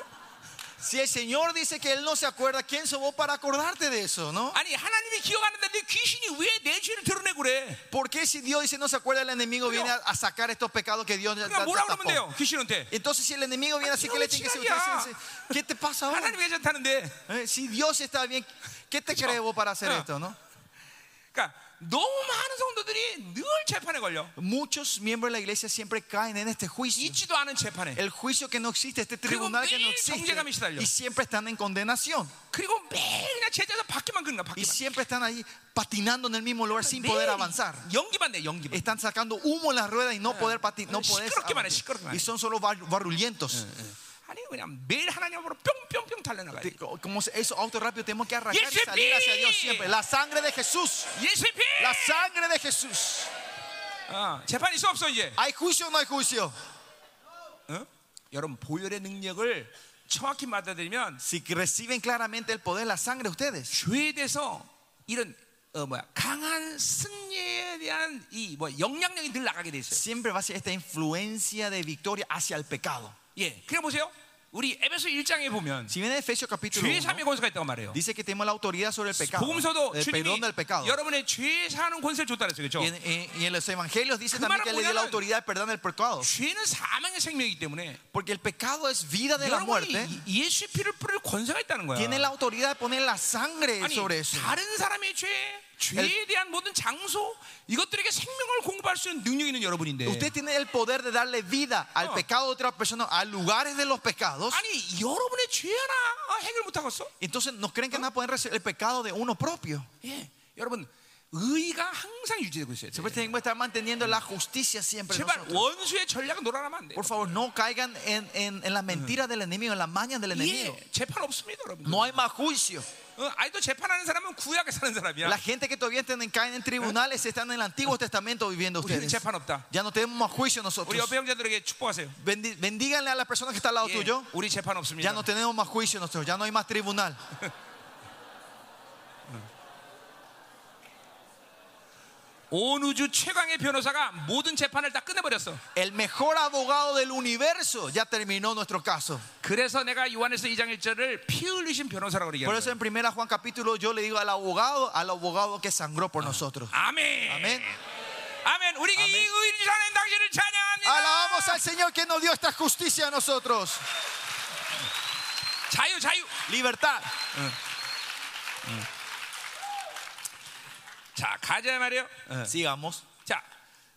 [SPEAKER 2] si el Señor dice que Él no se acuerda, ¿quién sos vos para acordarte de eso? ¿no?
[SPEAKER 1] 아니 하나님이 기억 안 한다는데 네 귀신이 왜 내 죄를 드러내고 그래?
[SPEAKER 2] ¿Por qué si Dios dice no se acuerda, el enemigo viene a, a sacar estos pecados que Dios ya
[SPEAKER 1] 그러니까
[SPEAKER 2] ya
[SPEAKER 1] 뭐라
[SPEAKER 2] tapó?
[SPEAKER 1] 그러면 돼요? 귀신한테
[SPEAKER 2] Entonces si el enemigo viene así
[SPEAKER 1] Ay,
[SPEAKER 2] que le tiene que decir,
[SPEAKER 1] chica,
[SPEAKER 2] ustedes dicen, ¿qué te pasa ahora?
[SPEAKER 1] 하나님이 괜찮다는데
[SPEAKER 2] Eh, Si Dios está bien, ¿qué te crees vos para hacer
[SPEAKER 1] Ah.
[SPEAKER 2] esto? ¿no?
[SPEAKER 1] 그러니까 너무 많은 성도들이 늘 재판에 걸려
[SPEAKER 2] Muchos miembros de la iglesia siempre caen en este juicio.
[SPEAKER 1] 있지도 않은 재판에
[SPEAKER 2] El juicio que no existe, este tribunal que no
[SPEAKER 1] 매일 정죄감이
[SPEAKER 2] existe.
[SPEAKER 1] 시달려.
[SPEAKER 2] Y siempre están en condenación.
[SPEAKER 1] 그리고 매일 그냥 제자서 밖에만 그러니까 그런가
[SPEAKER 2] Y
[SPEAKER 1] 밖에만
[SPEAKER 2] siempre están ahí patinando en el mismo lugar sin poder avanzar.
[SPEAKER 1] 매일 연기만 내 연기만
[SPEAKER 2] Están sacando humo en las ruedas y no poder patinar. No poder
[SPEAKER 1] 시끄럽기만 해,
[SPEAKER 2] avanzar.
[SPEAKER 1] 시끄럽기만 해.
[SPEAKER 2] y son solo bar- barrullentos.
[SPEAKER 1] 아니 그냥 매일 하나님 앞으로 뿅뿅뿅 달려나가야 돼
[SPEAKER 2] Te- Como se- esos autos rápidos tenemos que arrancar y
[SPEAKER 1] Yes,
[SPEAKER 2] salir hacia
[SPEAKER 1] indeed.
[SPEAKER 2] Dios siempre. La sangre de Jesús.
[SPEAKER 1] 예수의 피!
[SPEAKER 2] La sangre de Jesús.
[SPEAKER 1] 어, 재판 있어 없어 이제
[SPEAKER 2] ¿Hay juicio o no hay juicio?
[SPEAKER 1] 어? 여러분 보혈의 능력을 정확히 받아들이면
[SPEAKER 2] Si que reciben claramente el poder, la sangre de ustedes.
[SPEAKER 1] 죄에 대해서 이런 어, 뭐야 강한 승리에 대한 이 뭐 영향력이 늘 나가게 돼 있어요.
[SPEAKER 2] Siempre va a ser esta influencia de victoria hacia el pecado.
[SPEAKER 1] 예, 그냥 보세요. 우리 에베소 1장에 보면
[SPEAKER 2] Si bien en Efesios capítulo
[SPEAKER 1] 죄의
[SPEAKER 2] 1
[SPEAKER 1] 삶의 권세가 있다고 말해요.
[SPEAKER 2] dice que tenemos la autoridad sobre el pecado,
[SPEAKER 1] 복음서도
[SPEAKER 2] el
[SPEAKER 1] 주님이
[SPEAKER 2] perdón del pecado.
[SPEAKER 1] 여러분의 죄 사는 권세를 줬다 그랬어요.
[SPEAKER 2] Y
[SPEAKER 1] 그렇죠?
[SPEAKER 2] en, en- y en los evangelios dice
[SPEAKER 1] 그
[SPEAKER 2] también
[SPEAKER 1] 말은
[SPEAKER 2] que le dio
[SPEAKER 1] 뭐냐면
[SPEAKER 2] la autoridad de perdón del pecado.
[SPEAKER 1] 죄는 사망의 생명이기 때문에
[SPEAKER 2] Porque el pecado es vida de la muerte.
[SPEAKER 1] 여러분이 이- 예수의 피를 뿌릴 권세가 있다는 거야.
[SPEAKER 2] Tiene la autoridad de poner la sangre
[SPEAKER 1] 아니
[SPEAKER 2] sobre eso.
[SPEAKER 1] 다른 사람의 죄, 죄에 대한 모든 장소 이것들에게 생명을 공급할 수 있는 능력이 있는 여러분인데
[SPEAKER 2] Usted tiene el poder de darle vida al
[SPEAKER 1] Ah.
[SPEAKER 2] pecado de otra persona, a lugares de los pecados.
[SPEAKER 1] 아니 여러분의 죄 하나 해결 못하겠어?
[SPEAKER 2] Entonces nos creen que no pueden recibir el pecado de uno propio.
[SPEAKER 1] 예, 여러분 의가 항상 유지되고 있어요.
[SPEAKER 2] Siempre tenemos que estar manteniendo la justicia siempre. en
[SPEAKER 1] 제발
[SPEAKER 2] nosotros.
[SPEAKER 1] 원수의 전략 놀아나면 안 돼.
[SPEAKER 2] Por favor, no caigan en, en, en las mentiras del enemigo, en las mañas del enemigo.
[SPEAKER 1] 예, 재판 없습니다, 여러분.
[SPEAKER 2] No hay más juicio.
[SPEAKER 1] 어, 아이도 재판하는 사람은 구약에 사는 사람이야.
[SPEAKER 2] La gente que todavía están en- caen en tribunales están en el Antiguo Testamento viviendo
[SPEAKER 1] 우리는
[SPEAKER 2] ustedes.
[SPEAKER 1] 재판 없다.
[SPEAKER 2] Ya no tenemos más juicio
[SPEAKER 1] 우리
[SPEAKER 2] nosotros.
[SPEAKER 1] 옆에 형제들에게 축복하세요.
[SPEAKER 2] Bendi- Bendíganle a la persona que está al lado
[SPEAKER 1] 예,
[SPEAKER 2] tuyo.
[SPEAKER 1] 우리 재판
[SPEAKER 2] Ya
[SPEAKER 1] 없습니다.
[SPEAKER 2] no tenemos más juicio nosotros. Ya no hay más tribunal.
[SPEAKER 1] 온 우주 최강의 변호사가 모든 재판을 다 끝내버렸어.
[SPEAKER 2] El mejor abogado del universo ya terminó nuestro caso.
[SPEAKER 1] 그래서 내가 요한에서 2장 1절을 피 흘리신 변호사라고
[SPEAKER 2] Por
[SPEAKER 1] 얘기하는
[SPEAKER 2] eso
[SPEAKER 1] 거예요.
[SPEAKER 2] en primera Juan capítulo yo le digo al abogado, al abogado que sangró por nosotros.
[SPEAKER 1] 아멘.
[SPEAKER 2] 아멘.
[SPEAKER 1] 아멘. 아, 우리가 이 의를 사는 당신을 찬양합니다.
[SPEAKER 2] Alabamos al Señor que nos dio esta justicia a nosotros.
[SPEAKER 1] 자유, 자유.
[SPEAKER 2] Libertad.
[SPEAKER 1] 자 가자 말이요. 에
[SPEAKER 2] Sigamos.
[SPEAKER 1] 자,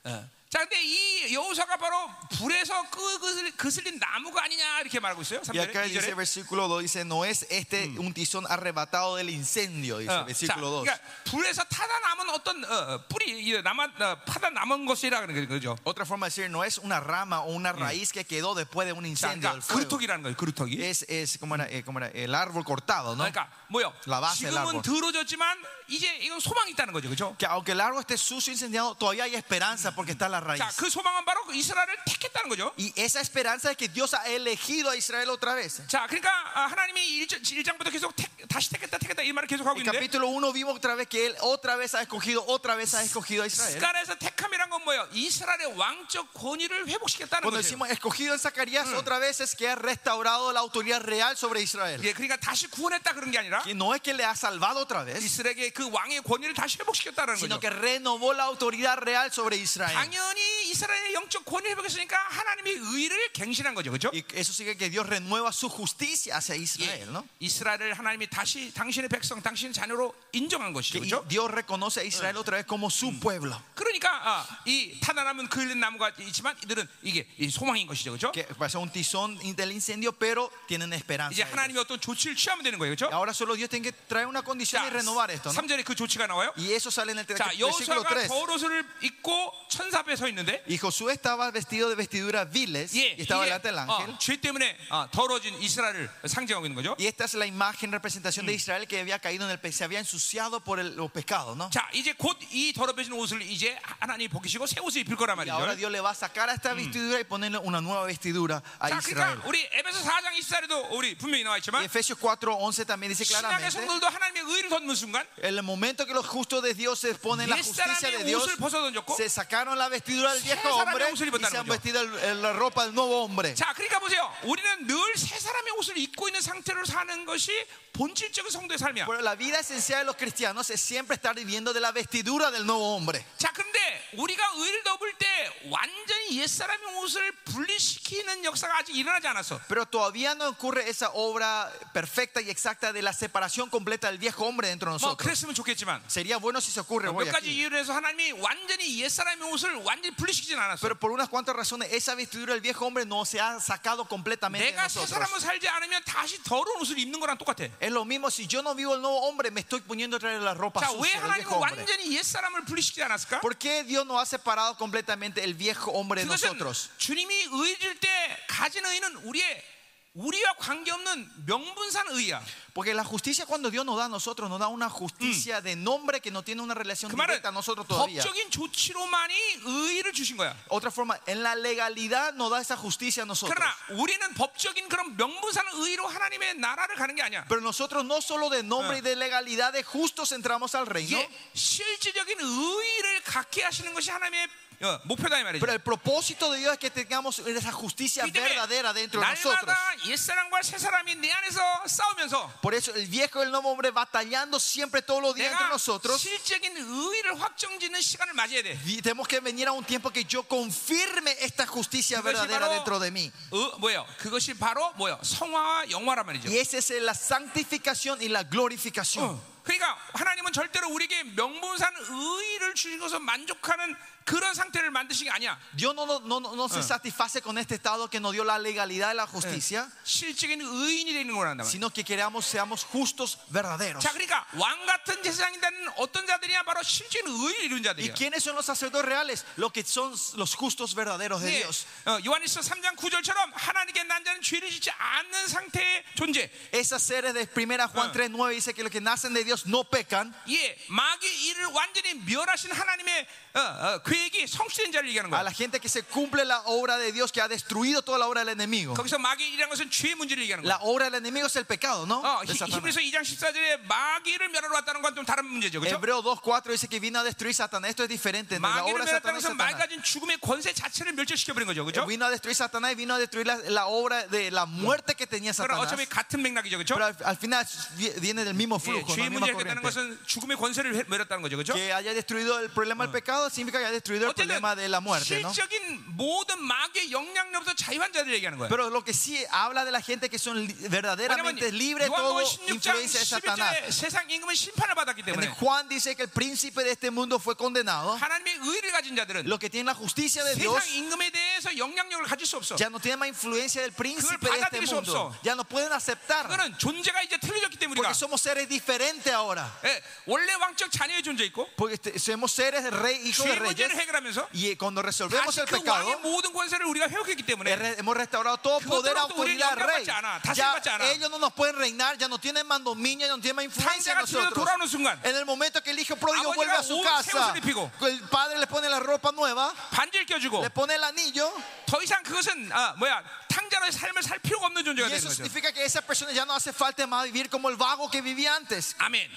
[SPEAKER 1] 어. 자 근데 이 여호사가 바로 불에서 끄, 그슬, 그슬린 나무가 아니냐 이렇게 말하고 있어요.
[SPEAKER 2] Y acá
[SPEAKER 1] 3절에,
[SPEAKER 2] dice el
[SPEAKER 1] 2절에.
[SPEAKER 2] versículo 2, dice, no es este un tizón arrebatado del incendio, dice el
[SPEAKER 1] 자,
[SPEAKER 2] versículo 2.
[SPEAKER 1] 그러니까 불에서 타다 남은 어떤 어, 어, 뿌리, 이 남아 어, 파다 남은 것이라 그러는 거죠.
[SPEAKER 2] Otra forma de decir, no es una rama o una raíz que quedó después de un
[SPEAKER 1] 자,
[SPEAKER 2] incendio.
[SPEAKER 1] 그러니까
[SPEAKER 2] del fuego.
[SPEAKER 1] 그루터기라는 거예요. 그루터기.
[SPEAKER 2] Es, es como, era, eh, como era, el árbol cortado, ¿no?
[SPEAKER 1] 그러니까 뭐요?
[SPEAKER 2] La base del
[SPEAKER 1] 지금은
[SPEAKER 2] árbol.
[SPEAKER 1] 더러졌지만 이제 이건 소망이 있다는 거죠, 그렇죠?
[SPEAKER 2] Que aunque el árbol esté sucio, incendiado, todavía hay esperanza porque está la raíz.
[SPEAKER 1] 자, 그 소망은 바로 그 이스라엘을 택했다는 거죠.
[SPEAKER 2] Y esa esperanza es que Dios ha elegido a Israel otra vez.
[SPEAKER 1] 자, 그러니까 아, 하나님이 일장부터 계속 택, 다시 택했다, 택했다 이 말을 계속 하고
[SPEAKER 2] En
[SPEAKER 1] 있는데
[SPEAKER 2] capítulo 1 vimos otra vez que Él otra vez ha escogido, otra vez ha escogido a Israel.
[SPEAKER 1] 스가랴에서 택함이란 건 뭐예요? 이스라엘의 왕적 권위를 회복시켰다는
[SPEAKER 2] Cuando
[SPEAKER 1] 거죠.
[SPEAKER 2] decimos escogido en Zacarías, otra vez es que ha restaurado la autoridad real sobre Israel.
[SPEAKER 1] 예, 그러니까 다시 구원했다 그런 게 아니라
[SPEAKER 2] Que no es que le ha salvado otra vez,
[SPEAKER 1] 이스라엘의 그 왕의 권위를 다시 회복시켰다는
[SPEAKER 2] sino
[SPEAKER 1] 거죠.
[SPEAKER 2] que renovó la autoridad real sobre Israel.
[SPEAKER 1] 당연히 이스라엘의 영적 권위를 회복했으니까 하나님의 의를 갱신한 거죠, 그렇죠? 예.
[SPEAKER 2] Y eso sigue que Dios renueva su justicia hacia Israel, ¿no?
[SPEAKER 1] 이스라엘을 하나님이 다시 당신의 백성, 당신 의 자녀로 인정한 것이죠,
[SPEAKER 2] Que
[SPEAKER 1] 그렇죠?
[SPEAKER 2] Dios reconoce a Israel otra vez como su pueblo.
[SPEAKER 1] 그러니까 아, 이 타나남은 그을린 나무가 있지만 이들은 이게 이 소망인 것이죠, 그렇죠?
[SPEAKER 2] Que pasó un tizón del incendio, pero tienen
[SPEAKER 1] 이제
[SPEAKER 2] esperanza.
[SPEAKER 1] 하나님이 어떤 조치를 취하면 되는 거예요, 그렇죠?
[SPEAKER 2] Ahora solo Dios tiene que traer una condición y renovar esto, ¿no?
[SPEAKER 1] 3절에 그 조치가 나와요.
[SPEAKER 2] Y eso sale en el
[SPEAKER 1] 자,
[SPEAKER 2] versículo
[SPEAKER 1] 여호수아가
[SPEAKER 2] 3.
[SPEAKER 1] 더옷을 입고 천사 앞에 서 있는데
[SPEAKER 2] Y Josué estaba vestido de vestiduras viles
[SPEAKER 1] 예,
[SPEAKER 2] y estaba
[SPEAKER 1] 이게,
[SPEAKER 2] delante del ángel.
[SPEAKER 1] 어, 죄 때문에 어, 더러진 이스라엘을 상징하고 있는 거죠.
[SPEAKER 2] Y esta es la imagen, representación de Israel que había caído en el pe- se había ensuciado por el- los pecados, ¿no?
[SPEAKER 1] 자, 이제 곧 이 더럽혀진 옷을 이제 하나님 이 벗기시고 새 옷을 입힐 거란
[SPEAKER 2] Y
[SPEAKER 1] 말이죠.
[SPEAKER 2] ahora Dios le va a sacar a esta vestidura y ponerle una nueva vestidura a
[SPEAKER 1] 자,
[SPEAKER 2] Israel.
[SPEAKER 1] 그러니까 우리 에베소 4장 24절에도 우리 분명히 나와
[SPEAKER 2] Y
[SPEAKER 1] 있지만
[SPEAKER 2] Efesios 4:11 también dice
[SPEAKER 1] 신약의
[SPEAKER 2] claramente,
[SPEAKER 1] 성도들도 하나님의 의를 덮는 순간
[SPEAKER 2] en el momento que los justos de Dios se
[SPEAKER 1] 예,
[SPEAKER 2] ponen la
[SPEAKER 1] este
[SPEAKER 2] justicia de
[SPEAKER 1] 옛사람의
[SPEAKER 2] Dios,
[SPEAKER 1] 옷을 벗어 던졌고
[SPEAKER 2] se sacaron la vestidura del viejo
[SPEAKER 1] 새 사람의
[SPEAKER 2] hombre
[SPEAKER 1] 옷을
[SPEAKER 2] y se han
[SPEAKER 1] 입었다는
[SPEAKER 2] vestido el- el- la ropa del nuevo hombre.
[SPEAKER 1] 자, 그러니까 보세요. 우리는 늘 새 사람의 옷을 입고 있는 상태로 사는 것이 본질적인 성도의 삶이야.
[SPEAKER 2] Pero la vida esencial de los cristianos es siempre estar viviendo de la vestidura del nuevo hombre.
[SPEAKER 1] 자, 그런데 우리가 의를 덮을 때 완전히 옛 사람의 옷을 분리시키는 역사가 아직 일어나지 뭐 않았어.
[SPEAKER 2] Pero todavía no ocurre esa obra perfecta y exacta de la separación completa del viejo hombre dentro de
[SPEAKER 1] 뭐
[SPEAKER 2] nosotros.
[SPEAKER 1] 그랬으면 좋겠지만
[SPEAKER 2] Sería bueno si se ocurre hoy
[SPEAKER 1] 몇 가지
[SPEAKER 2] aquí.
[SPEAKER 1] 이유로 해서 하나님이 완전히 옛 사람의 옷을 완전히 분리시키진 않았어.
[SPEAKER 2] Pero por unas cuantas razones, esa vestidura del viejo hombre no se ha sacado completamente de
[SPEAKER 1] 내가 새
[SPEAKER 2] nosotros.
[SPEAKER 1] 사람으로 살지 않으면 다시 더러운 옷을 입는 거랑 똑같아.
[SPEAKER 2] Es lo mismo si yo no vivo el nuevo hombre, me estoy poniendo otra vez la ropa
[SPEAKER 1] 자, 왜
[SPEAKER 2] sucia del
[SPEAKER 1] 하나님은
[SPEAKER 2] viejo hombre.
[SPEAKER 1] 완전히 옛 사람을 분리시키지 않았을까?
[SPEAKER 2] ¿Por qué Dios no ha separado completamente el viejo hombre de
[SPEAKER 1] 그것은
[SPEAKER 2] nosotros?
[SPEAKER 1] 주님이 의질 때 가진 의는 우리의 우리와 관계없는 명분산 의야.
[SPEAKER 2] Porque la justicia cuando Dios nos da a nosotros, nos da una justicia de nombre que no tiene una relación
[SPEAKER 1] 그 말은
[SPEAKER 2] directa a nosotros todavía.
[SPEAKER 1] 법적인 조치로만이 의를 주신 거야.
[SPEAKER 2] Otra forma, en la legalidad nos da esa justicia a nosotros.
[SPEAKER 1] 그러나 우리는 법적인 그런 명분산 의로 하나님의 나라를 가는 게 아니야.
[SPEAKER 2] Pero nosotros no solo de nombre y de legalidad de justos entramos al reino,
[SPEAKER 1] 이게 실질적인 의를 갖게 하시는 것이 하나님의 어, 목표다 이 말이죠.
[SPEAKER 2] pero el propósito de Dios es que tengamos esa justicia
[SPEAKER 1] 그렇기 때문에
[SPEAKER 2] verdadera dentro de nosotros.
[SPEAKER 1] 날마다 옛 사람과 새 사람이 내 안에서 싸우면서
[SPEAKER 2] Por eso el viejo y el nuevo hombre batallando siempre todos los días entre
[SPEAKER 1] 내가
[SPEAKER 2] nosotros.
[SPEAKER 1] 실적인 의를 확정짓는 시간을 맞이해야 돼.
[SPEAKER 2] Y tenemos que venir a un tiempo que yo confirme esta justicia
[SPEAKER 1] 그것이
[SPEAKER 2] verdadera
[SPEAKER 1] 바로
[SPEAKER 2] dentro de mí.
[SPEAKER 1] 어, 뭐예요? 그것이 바로 뭐예요? 성화와 영화란 말이죠.
[SPEAKER 2] Y esa es la santificación y la glorificación.
[SPEAKER 1] 어. 그러니까 하나님은 절대로 우리에게 명분산 의를 주신 것을 만족하는 그런 상태를 만드신 게 아니야.
[SPEAKER 2] Dios no, no, no, no se satisface con este estado que nos dio la legalidad y la
[SPEAKER 1] 예.
[SPEAKER 2] justicia,
[SPEAKER 1] Eh. 실적인 의인이 되는 거란다 말이야.
[SPEAKER 2] sino que queramos seamos justos verdaderos.
[SPEAKER 1] 자, 그러니까 왕 같은 제사장이라는 어떤 자들이야 바로 실적인 의를 이룬
[SPEAKER 2] ¿Y
[SPEAKER 1] 자들이야.
[SPEAKER 2] quiénes son los sacerdotes reales? Los que son los justos verdaderos de
[SPEAKER 1] 예,
[SPEAKER 2] Dios.
[SPEAKER 1] 어, 요한일서 3장 9절처럼 하나님께 난 자는 죄를 짓지 않는 상태의 존재.
[SPEAKER 2] Esas seres de 1 Juan
[SPEAKER 1] Ah.
[SPEAKER 2] 3.9 dice que los que nacen de Dios no pecan.
[SPEAKER 1] 예, 마귀 이를 완전히 멸하신 하나님의 어, 어, 계획이 성취된 자를 얘기하는
[SPEAKER 2] A
[SPEAKER 1] 거야.
[SPEAKER 2] la gente que se cumple la obra de Dios, que ha destruido toda la obra del enemigo.
[SPEAKER 1] 거기서 마귀 이라는 것은 죄의 문제를 얘기하는 거야.
[SPEAKER 2] La obra del enemigo es el pecado, ¿no?
[SPEAKER 1] 어,
[SPEAKER 2] De
[SPEAKER 1] 히-
[SPEAKER 2] Satanás.
[SPEAKER 1] 히브리서 2장 14절에 마귀를 멸하러 왔다는 건 좀 다른 문제죠. 그렇죠?
[SPEAKER 2] Hebreo 2.4 dice que vino a destruir Satanás. Esto es diferente. ¿no? La
[SPEAKER 1] 마귀를
[SPEAKER 2] obra de
[SPEAKER 1] 멸했다는
[SPEAKER 2] Satanás es
[SPEAKER 1] 것은 마귀가
[SPEAKER 2] Satanás.
[SPEAKER 1] 가진 죽음의 권세 자체를 멸절시켜 버린 거죠. 그렇죠?
[SPEAKER 2] Vino a destruir Satanás y vino a destruir la, la obra de la muerte que tenía
[SPEAKER 1] 그러나
[SPEAKER 2] Satanás.
[SPEAKER 1] 어차피 같은 맥락이죠. 그렇죠?
[SPEAKER 2] Pero al, al final vi- viene del mismo
[SPEAKER 1] 예,
[SPEAKER 2] flujo, ¿no?
[SPEAKER 1] 죄의
[SPEAKER 2] misma misma
[SPEAKER 1] 해결했다는
[SPEAKER 2] corriente.
[SPEAKER 1] 것은 죽음의 권세를 해- 멸했다는 거죠, 그렇죠?
[SPEAKER 2] Que haya destruido el problema del pecado significa que haya destruido el
[SPEAKER 1] 어쨌든
[SPEAKER 2] problema de la muerte, ¿no?
[SPEAKER 1] 실적인 모든 마귀의 영향력부터 자유환자들 얘기하는 거예요.
[SPEAKER 2] Pero lo que sí habla de la gente que son li-
[SPEAKER 1] 왜냐면
[SPEAKER 2] verdaderamente libres de toda
[SPEAKER 1] 요한복음 16장
[SPEAKER 2] influencia de Satanás.
[SPEAKER 1] 11절에 세상 임금은 심판을 받았기
[SPEAKER 2] En el
[SPEAKER 1] 때문에
[SPEAKER 2] Juan dice que el príncipe de este mundo fue condenado.
[SPEAKER 1] 하나님의 의를 가진 자들은
[SPEAKER 2] Los que tienen la justicia de Dios
[SPEAKER 1] 세상 임금에 대해서 영향력을 가질 수 없어.
[SPEAKER 2] ya no tienen más influencia del príncipe de este
[SPEAKER 1] 받아들일 수
[SPEAKER 2] mundo.
[SPEAKER 1] 없어.
[SPEAKER 2] Ya no pueden aceptar.
[SPEAKER 1] 그거는 존재가 이제 틀려졌기 때문에 우리가
[SPEAKER 2] Porque somos seres diferentes ahora.
[SPEAKER 1] 예, 원래 왕적 자녀의 존재 있고
[SPEAKER 2] Porque este- somos seres rey, hijos de
[SPEAKER 1] 죄의
[SPEAKER 2] reyes.
[SPEAKER 1] 문제를 해결하면서
[SPEAKER 2] Y eh, cuando resolvemos
[SPEAKER 1] 다시
[SPEAKER 2] el
[SPEAKER 1] 그 왕의
[SPEAKER 2] pecado,
[SPEAKER 1] 모든 권세를 우리가 회복했기 때문에
[SPEAKER 2] he- hemos restaurado todo
[SPEAKER 1] 그것으로부터
[SPEAKER 2] poder,
[SPEAKER 1] 우리는
[SPEAKER 2] autoridad, rey.
[SPEAKER 1] 영향받지 않아,
[SPEAKER 2] Ya
[SPEAKER 1] 다스림받지 않아.
[SPEAKER 2] ellos no nos pueden reinar, ya no tienen más dominio, ya no tienen más influencia en
[SPEAKER 1] 상자가 집에서
[SPEAKER 2] nosotros.
[SPEAKER 1] 돌아오는 순간
[SPEAKER 2] En el momento que el hijo pródigo
[SPEAKER 1] 아버지가
[SPEAKER 2] vuelve a su
[SPEAKER 1] 옷,
[SPEAKER 2] casa,
[SPEAKER 1] 새 옷을 입히고.
[SPEAKER 2] el padre le pone la ropa nueva,
[SPEAKER 1] 반지를 껴주고
[SPEAKER 2] le pone el anillo,
[SPEAKER 1] 더 이상 그것은 아, 뭐야 탕자로의 삶을 살 필요가 없는 존재가
[SPEAKER 2] y
[SPEAKER 1] 되는
[SPEAKER 2] eso
[SPEAKER 1] 거죠.
[SPEAKER 2] significa que esa persona ya no hace falta más vivir como el vago que vivía antes.
[SPEAKER 1] 아멘.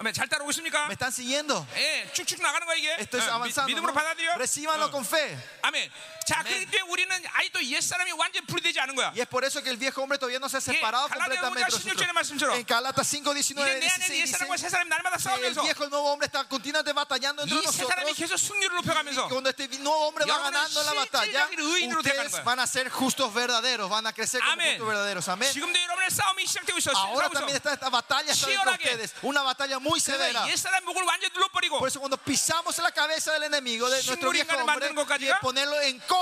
[SPEAKER 1] 아멘. 잘 따라오고 있습니까?
[SPEAKER 2] ¿Me están siguiendo?
[SPEAKER 1] 예, 쭉쭉 나가는 거야 이게.
[SPEAKER 2] Esto es
[SPEAKER 1] 어, 미-
[SPEAKER 2] avanzando.
[SPEAKER 1] 믿음으로
[SPEAKER 2] ¿no?
[SPEAKER 1] 받아들여.
[SPEAKER 2] Recíbanlo
[SPEAKER 1] 어,
[SPEAKER 2] con fe.
[SPEAKER 1] 아멘. 자, 그렇기 때문에 우리는 아직도 옛 사람이 완전 히 분리되지 않은 거야.
[SPEAKER 2] Y es por eso que el viejo hombre todavía no se ha separado
[SPEAKER 1] 예, 갈라디아
[SPEAKER 2] completamente. de
[SPEAKER 1] 5장
[SPEAKER 2] nosotros.
[SPEAKER 1] 16절의 말씀처럼.
[SPEAKER 2] En Galatas 5,
[SPEAKER 1] 이제
[SPEAKER 2] 19,
[SPEAKER 1] 내 안에
[SPEAKER 2] 16,
[SPEAKER 1] 옛 사람과
[SPEAKER 2] 16,
[SPEAKER 1] 새 사람이 날마다
[SPEAKER 2] el
[SPEAKER 1] 싸우면서
[SPEAKER 2] viejo y el nuevo hombre está continuamente batallando entre
[SPEAKER 1] 이 세 사람이
[SPEAKER 2] nosotros.
[SPEAKER 1] 계속 승리를 높여가면서
[SPEAKER 2] Cuando este nuevo hombre va
[SPEAKER 1] 여러분은
[SPEAKER 2] ganando la batalla,
[SPEAKER 1] 실질적인 의인으로 돼가는 거야.
[SPEAKER 2] ustedes van a ser justos verdaderos, van a crecer como
[SPEAKER 1] 아멘.
[SPEAKER 2] justos verdaderos. Amén.
[SPEAKER 1] 지금도 여러분의 싸움이 시작되고 있어.
[SPEAKER 2] Ahora
[SPEAKER 1] 싸우면서.
[SPEAKER 2] también está esta batalla está dentro de
[SPEAKER 1] 치열하게.
[SPEAKER 2] ustedes, una batalla muy severa.
[SPEAKER 1] 그래서 옛 사람 목을 완전 히 눌러버리고
[SPEAKER 2] Por eso cuando pisamos la cabeza del enemigo, de nuestro viejo
[SPEAKER 1] 식물인간을
[SPEAKER 2] hombre,
[SPEAKER 1] 만드는 것까지가?
[SPEAKER 2] y de ponerlo en coma,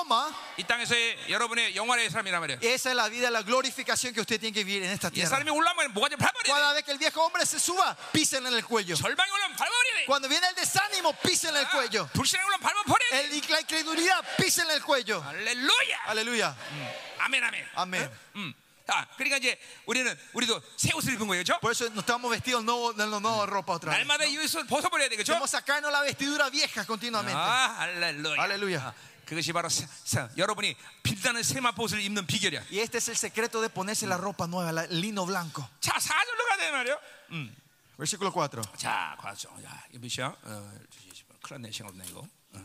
[SPEAKER 1] 이 땅에서의 여러분의 영화의 삶이란 말이야.
[SPEAKER 2] esa es la vida, la glorificación que usted tiene que vivir en esta
[SPEAKER 1] 옛
[SPEAKER 2] tierra.
[SPEAKER 1] 사람이 올라오면 뭐가 좀 밟아버려.
[SPEAKER 2] Cada vez que el viejo hombre se suba, písenle en el cuello.
[SPEAKER 1] 절망이 올라오면 밟아버려.
[SPEAKER 2] Cuando viene el desánimo, písenle el cuello.
[SPEAKER 1] 불신앙이 올라오면 밟아버려.
[SPEAKER 2] El, la incredulidad, písenle el cuello.
[SPEAKER 1] 할렐루야.
[SPEAKER 2] Aleluya.
[SPEAKER 1] 아멘 아. 아멘.
[SPEAKER 2] 아멘.
[SPEAKER 1] 음. 아, 그러니까 이제 우리는 우리도 새 옷을 입은 거예요. 그렇죠?
[SPEAKER 2] Por eso nos estamos vestidos nuevo, de la nueva ropa otra vez.
[SPEAKER 1] 날마다 이 옷을 벗어버려야 되겠죠?
[SPEAKER 2] Estamos sacando la vestidura vieja continuamente.
[SPEAKER 1] 아, 할렐루야.
[SPEAKER 2] 할렐루야.
[SPEAKER 1] 아, 그것이 바로 사- 사- 여러분이 빛나는 새마포 옷을 입는 비결이야.
[SPEAKER 2] Y este es el secreto de ponerse la ropa nueva, la- el lino blanco.
[SPEAKER 1] 자, 사절로 가야 되는 말이요. 음.
[SPEAKER 2] Versículo 4.
[SPEAKER 1] 자, 과정. 야, 이거 몇이야? 어, 주시- 큰일 났네. 시간 없네 이거. 어.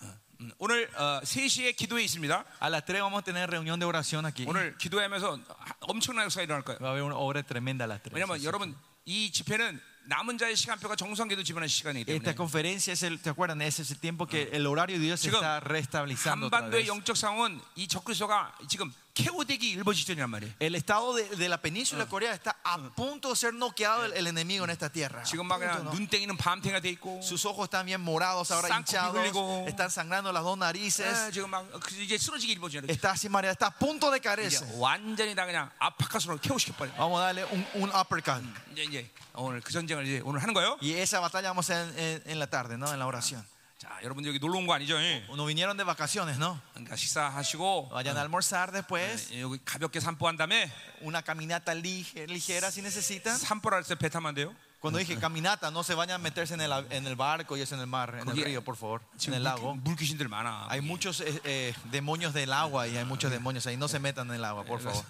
[SPEAKER 1] 어, 음, 오늘 어, 3시에 기도회 있습니다.
[SPEAKER 2] A las 3 vamos a tener reunión de oración aquí.
[SPEAKER 1] 오늘 기도회하면서 엄청난 역사가 일어날 거예요.
[SPEAKER 2] Va a haber una obra tremenda a las 3.
[SPEAKER 1] 왜냐면 여러분 이 집회는 남은 자의 시간표가 정상기도 집안의 시간이기 때문에
[SPEAKER 2] Esta conferencia es el, ¿te acuerdan? Ese es el tiempo que el horario de Dios se
[SPEAKER 1] 지금
[SPEAKER 2] está restablezando. otra
[SPEAKER 1] 한반도의
[SPEAKER 2] vez.
[SPEAKER 1] 영적 상황은 이 적그리스도가 지금 케오되기 일보 직전이란 말이에요.
[SPEAKER 2] El estado de, de la península coreana está a punto de ser noqueado el, el enemigo en esta tierra. A
[SPEAKER 1] 지금 막
[SPEAKER 2] punto,
[SPEAKER 1] 그냥
[SPEAKER 2] ¿no?
[SPEAKER 1] 눈땡이는 밤탱이가 돼 있고 아,
[SPEAKER 2] Sus ojos están bien morados, ahora
[SPEAKER 1] 쌍코피
[SPEAKER 2] hinchados,
[SPEAKER 1] 흘리고.
[SPEAKER 2] están sangrando las dos
[SPEAKER 1] 아,
[SPEAKER 2] narices.
[SPEAKER 1] 지금 막 그, 이제 쓰러지기 일보 직전이에요.
[SPEAKER 2] Está así mareado, está a punto de
[SPEAKER 1] 이제
[SPEAKER 2] caerse.
[SPEAKER 1] 완전히 다 그냥 아파카스로 케오시켜버려.
[SPEAKER 2] Vamos a darle un, un uppercut.
[SPEAKER 1] 이제 이제 오늘 그 전쟁을 이제 오늘 하는 거예요.
[SPEAKER 2] Y esa batalla vamos a hacer en, en- en la tarde, ¿no? En la oración.
[SPEAKER 1] 자, 여러분 여기 놀러 온 거 아니죠? 예.
[SPEAKER 2] Nos vinieron de vacaciones, ¿no?
[SPEAKER 1] 그러니까 식사하시고
[SPEAKER 2] Vayan a almorzar después,
[SPEAKER 1] 예, 여기 가볍게 산보한 다음에
[SPEAKER 2] una caminata lige- ligera si necesitan.
[SPEAKER 1] 산보를 할때 배 타면 안 돼요.
[SPEAKER 2] Cuando dije caminata, no se vayan a meterse en el, en el barco y eso en el mar, en el
[SPEAKER 1] Oye,
[SPEAKER 2] río, por favor, en
[SPEAKER 1] 지금
[SPEAKER 2] el lago.
[SPEAKER 1] 물, 물 귀신들 많아.
[SPEAKER 2] Hay muchos eh, eh, demonios del agua y hay muchos demonios ahí. No se metan en el agua, por favor.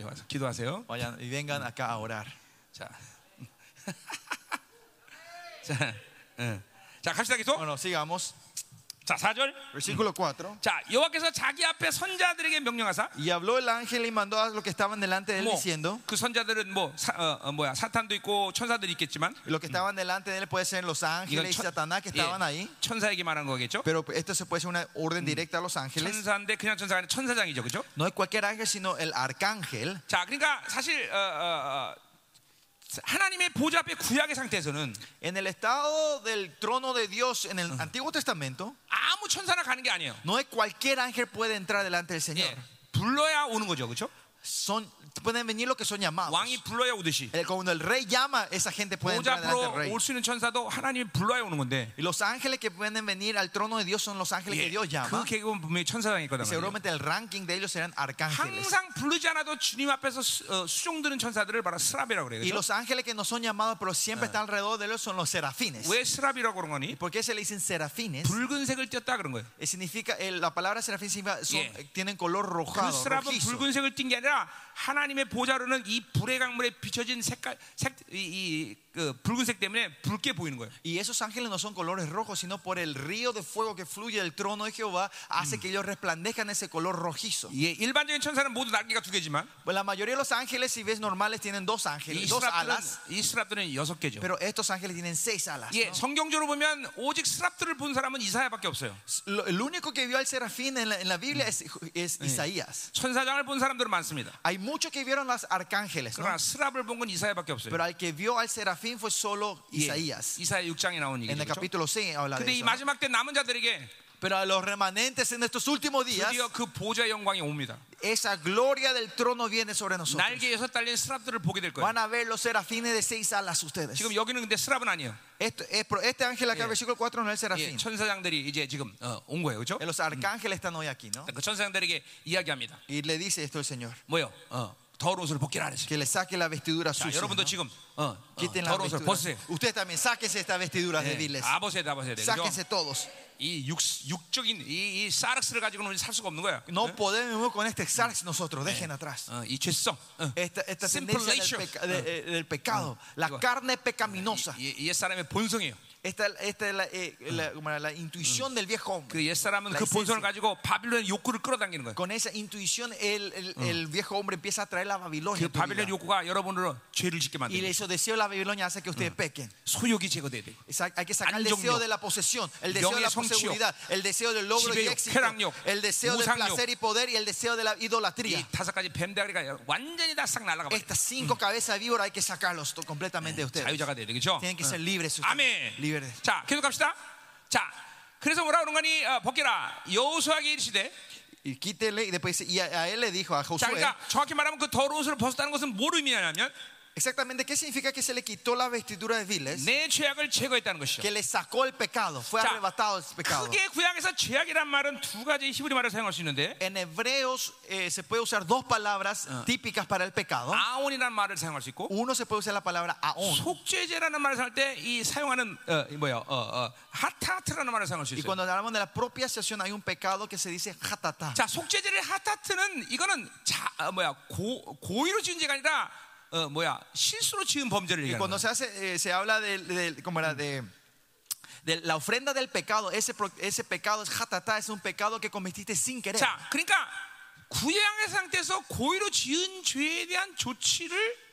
[SPEAKER 1] 예, 와서 기도하세요.
[SPEAKER 2] Vayan y vengan acá a orar.
[SPEAKER 1] 자, 자, 예. 자 갑시다 계속.
[SPEAKER 2] Bueno, sigamos.
[SPEAKER 1] 자, 4절.
[SPEAKER 2] Versículo 4.
[SPEAKER 1] 자, 여호와께서 자기 앞에 선자들에게 명령하사
[SPEAKER 2] Y habló el ángel y mandó a los que estaban delante de él diciendo.
[SPEAKER 1] 뭐그 선자들은 뭐 사, 어, 어, 뭐야 사탄도 있고 천사들이 있겠지만
[SPEAKER 2] y Los que estaban delante de él puede ser los ángeles y
[SPEAKER 1] 천-
[SPEAKER 2] Satanás que estaban
[SPEAKER 1] 예,
[SPEAKER 2] ahí.
[SPEAKER 1] 천사에게 말한 거겠죠.
[SPEAKER 2] Pero esto se puede ser una orden directa a los ángeles.
[SPEAKER 1] 천사인데 그냥 천사가 아니라 천사장이죠, 그렇죠?
[SPEAKER 2] No es cualquier ángel, sino el arcángel.
[SPEAKER 1] 자, 그러니까 사실 어, 어, 어, 하나님의 보좌 앞에 구약의 상태에서는
[SPEAKER 2] En el estado del trono de Dios en el Antiguo Testamento,
[SPEAKER 1] 아무 천사나 가는 게 아니에요.
[SPEAKER 2] no es cualquier ángel puede entrar delante del
[SPEAKER 1] 예,
[SPEAKER 2] Señor.
[SPEAKER 1] 불러야 오는 거죠, 그렇죠?
[SPEAKER 2] Son, pueden venir los que son llamados.
[SPEAKER 1] 왕이 불러야 오듯이
[SPEAKER 2] El- Cuando el rey llama, esa gente puede
[SPEAKER 1] 보좌
[SPEAKER 2] entrar delante del
[SPEAKER 1] 앞으로
[SPEAKER 2] rey.
[SPEAKER 1] 올 수 있는 천사도 하나님이 불러야 오는 건데
[SPEAKER 2] Y los ángeles que pueden venir al trono de Dios son los ángeles
[SPEAKER 1] 예,
[SPEAKER 2] que Dios
[SPEAKER 1] 그
[SPEAKER 2] llama.
[SPEAKER 1] 계급은 분명히 천사장일 거다
[SPEAKER 2] Y
[SPEAKER 1] 말이에요.
[SPEAKER 2] seguramente el ranking de ellos serán arcángeles.
[SPEAKER 1] 항상 부르지 않아도 주님 앞에서 수- 어, 수종드는 천사들을 바로 스랍이라고 그래요. 그렇죠?
[SPEAKER 2] Y
[SPEAKER 1] 그죠?
[SPEAKER 2] los ángeles que no son llamados, pero siempre están alrededor de ellos, son los serafines.
[SPEAKER 1] 왜 스랍이라고 그런 거니?
[SPEAKER 2] ¿Por qué se le dicen serafines?
[SPEAKER 1] 붉은색을 띄었다 그런 거예요.
[SPEAKER 2] Eh, Significa, el- la palabra serafín significa, son-
[SPEAKER 1] Yeah.
[SPEAKER 2] tienen color
[SPEAKER 1] 그
[SPEAKER 2] rojado,
[SPEAKER 1] 스랍은
[SPEAKER 2] rojizo.
[SPEAKER 1] 붉은색을 띈 게 아니라 하나님의 보좌로는 이 불의 강물에 비춰진 색깔 색이그 붉은색 때문에 붉게 보이는 거예요.
[SPEAKER 2] Y esos ángeles no son colores rojos, sino por el río de fuego que fluye del trono de Jehová, hace que ellos resplandezcan ese color rojizo.
[SPEAKER 1] 예, 일반적인 천사는 모두 날개가 두 개지만
[SPEAKER 2] Pues la mayoría de los ángeles, si ves normales, tienen dos ángeles,
[SPEAKER 1] 이
[SPEAKER 2] dos
[SPEAKER 1] 스랍들은
[SPEAKER 2] alas,
[SPEAKER 1] 이 스랍들은 여섯 개죠.
[SPEAKER 2] pero estos ángeles tienen seis alas.
[SPEAKER 1] 예,
[SPEAKER 2] ¿no?
[SPEAKER 1] 성경적으로 보면 오직 스랍들을 본 사람은 이사야밖에 없어요.
[SPEAKER 2] Lo- El único que vio al serafín en la, en la Biblia es, es Isaías.
[SPEAKER 1] 천사장을 본 사람들은 많습니다.
[SPEAKER 2] Hay muchos que vieron los arcángeles, ¿no?
[SPEAKER 1] 그러나 스랍을 본 건 이사야밖에 없어요.
[SPEAKER 2] pero al que vio al serafín fue solo
[SPEAKER 1] 예,
[SPEAKER 2] Isaías.
[SPEAKER 1] 이사야 6장에 나온
[SPEAKER 2] En
[SPEAKER 1] 얘기죠.
[SPEAKER 2] el
[SPEAKER 1] 그렇죠?
[SPEAKER 2] capítulo 6 habla de
[SPEAKER 1] 근데 이
[SPEAKER 2] eso.
[SPEAKER 1] 마지막 때 남은 자들에게
[SPEAKER 2] Pero a los remanentes en estos últimos días,
[SPEAKER 1] 드디어 그 보좌의 영광이 옵니다.
[SPEAKER 2] esa gloria del trono viene sobre nosotros.
[SPEAKER 1] 날개에서 딸린 스랍들을 보게 될 거예요.
[SPEAKER 2] Van a ver los serafines de seis alas ustedes.
[SPEAKER 1] 지금 여기는 근데 스랍은 아니에요.
[SPEAKER 2] Esto es- pero este ángel acá, versículo 4, no es el
[SPEAKER 1] 예,
[SPEAKER 2] serafín.
[SPEAKER 1] 천사장들이 이제 지금 어, 온 거예요, 그렇죠?
[SPEAKER 2] Los arcángeles están hoy aquí, ¿no?
[SPEAKER 1] 그 천사장들에게 이야기합니다.
[SPEAKER 2] Y le dice esto el Señor:
[SPEAKER 1] 뭐요? 어, 더러운 옷을 벗기라 하시죠.
[SPEAKER 2] que le saque la vestidura
[SPEAKER 1] 자,
[SPEAKER 2] sucia.
[SPEAKER 1] 여러분도
[SPEAKER 2] ¿no?
[SPEAKER 1] 지금 어, 어,
[SPEAKER 2] Quiten la
[SPEAKER 1] 더러운 옷을 벗으세요.
[SPEAKER 2] vestidura. Usted también, sáquense estas vestiduras
[SPEAKER 1] 예,
[SPEAKER 2] débiles.
[SPEAKER 1] 다 벗어야 돼, 다 벗어야 돼. 그죠?
[SPEAKER 2] Sáquense todos.
[SPEAKER 1] 이 육, 육적인 이, 이 사르스를 가지고는 살 수가 없는 거야.
[SPEAKER 2] No podemos vivir con
[SPEAKER 1] Mm.
[SPEAKER 2] este sarx nosotros, dejen atrás.
[SPEAKER 1] 어, 이 죄성, 어,
[SPEAKER 2] Esta, esta
[SPEAKER 1] Eh. Simple
[SPEAKER 2] tendencia
[SPEAKER 1] nature.
[SPEAKER 2] del, peca- de- eh, del pecado, la
[SPEAKER 1] Digo,
[SPEAKER 2] carne pecaminosa.
[SPEAKER 1] 이, 옛 사람의 본성이에요.
[SPEAKER 2] Esta, esta es la, eh,
[SPEAKER 1] Mm.
[SPEAKER 2] la- como la intuición del viejo hombre.
[SPEAKER 1] 그옛 사람은
[SPEAKER 2] La
[SPEAKER 1] 그
[SPEAKER 2] esencia.
[SPEAKER 1] 본성을 가지고 바빌론 욕구를 끌어당기는 거예요. 그
[SPEAKER 2] Con esa intuición, el, el-
[SPEAKER 1] Mm.
[SPEAKER 2] el viejo hombre empieza a traer la Babilonia.
[SPEAKER 1] 그
[SPEAKER 2] a tu vida.
[SPEAKER 1] 바빌론 욕구가 여러분으로 죄를 짓게
[SPEAKER 2] Y
[SPEAKER 1] 만드는 거예요.
[SPEAKER 2] esos deseos de la Babilonia hacen que ustedes pequen.
[SPEAKER 1] 소욕이 제거돼야 돼.
[SPEAKER 2] Esa- Hay que sacar el
[SPEAKER 1] Anjongyo.
[SPEAKER 2] deseo de la posesión, el deseo
[SPEAKER 1] Yong의
[SPEAKER 2] de la
[SPEAKER 1] 성취욕.
[SPEAKER 2] seguridad, el deseo del logro y
[SPEAKER 1] 지배욕,
[SPEAKER 2] éxito,
[SPEAKER 1] 쾌락욕,
[SPEAKER 2] el deseo del
[SPEAKER 1] 우상욕.
[SPEAKER 2] placer y poder y el deseo de la
[SPEAKER 1] 이
[SPEAKER 2] idolatría.
[SPEAKER 1] 다섯 가지 뱀다리가 완전히 다 싹 날아가 버려.
[SPEAKER 2] Estas cinco cabezas de víbora hay que sacarlos to- completamente de ustedes.
[SPEAKER 1] 자유자가 돼야 되겠죠. 어.
[SPEAKER 2] Tienen que ser libres ustedes.
[SPEAKER 1] 아멘.
[SPEAKER 2] Libres.
[SPEAKER 1] 자, 계속 갑시다. 자, 그래서 뭐라 그런 거니? 어, 벗겨라. 여호수아기 이르시되.
[SPEAKER 2] Y quítenle, y después dice, y a, a él le dijo a
[SPEAKER 1] 자,
[SPEAKER 2] Josué,
[SPEAKER 1] 그러니까 정확히 말하면 그 더러운 옷을 벗었다는 것은 뭘 의미하냐면
[SPEAKER 2] exactamente qué significa que se le quitó la vestidura de viles,
[SPEAKER 1] 내 죄악을 제거했다는 것이죠.
[SPEAKER 2] que le sacó el pecado, fue
[SPEAKER 1] 자,
[SPEAKER 2] arrebatado el
[SPEAKER 1] 그
[SPEAKER 2] pecado.
[SPEAKER 1] 크게 구약에서 죄악이란 말은 두 가지 히브리 말을 사용할 수 있는데
[SPEAKER 2] En hebreos eh, se puede usar dos palabras típicas para el
[SPEAKER 1] 어?
[SPEAKER 2] pecado.
[SPEAKER 1] 아온이란 말을 사용할 수 있고
[SPEAKER 2] Uno se puede usar la palabra aón.
[SPEAKER 1] 속죄제라는 말을 사용할 때 이 사용하는 어, 이 뭐야 어, 어, 하타트라는 말을 사용할 수
[SPEAKER 2] Y
[SPEAKER 1] 있어요.
[SPEAKER 2] cuando hablamos de la propia hay un pecado que se dice hatata.
[SPEAKER 1] 자 속죄제를 하타트는 이거는 자 어, 뭐야 고 고의로 지은 죄가 아니라 어, 뭐야 실수로 지은 범죄를
[SPEAKER 2] Y
[SPEAKER 1] 얘기하는
[SPEAKER 2] cuando
[SPEAKER 1] 거예요.
[SPEAKER 2] se hace, eh, se habla del- del- ¿cómo era? de, de la ofrenda del pecado, ese, pro- ese pecado es hatata, es un pecado que cometiste sin querer.
[SPEAKER 1] 자 그러니까 구약의 상태에서 고의로 지은 죄에 대한 조치를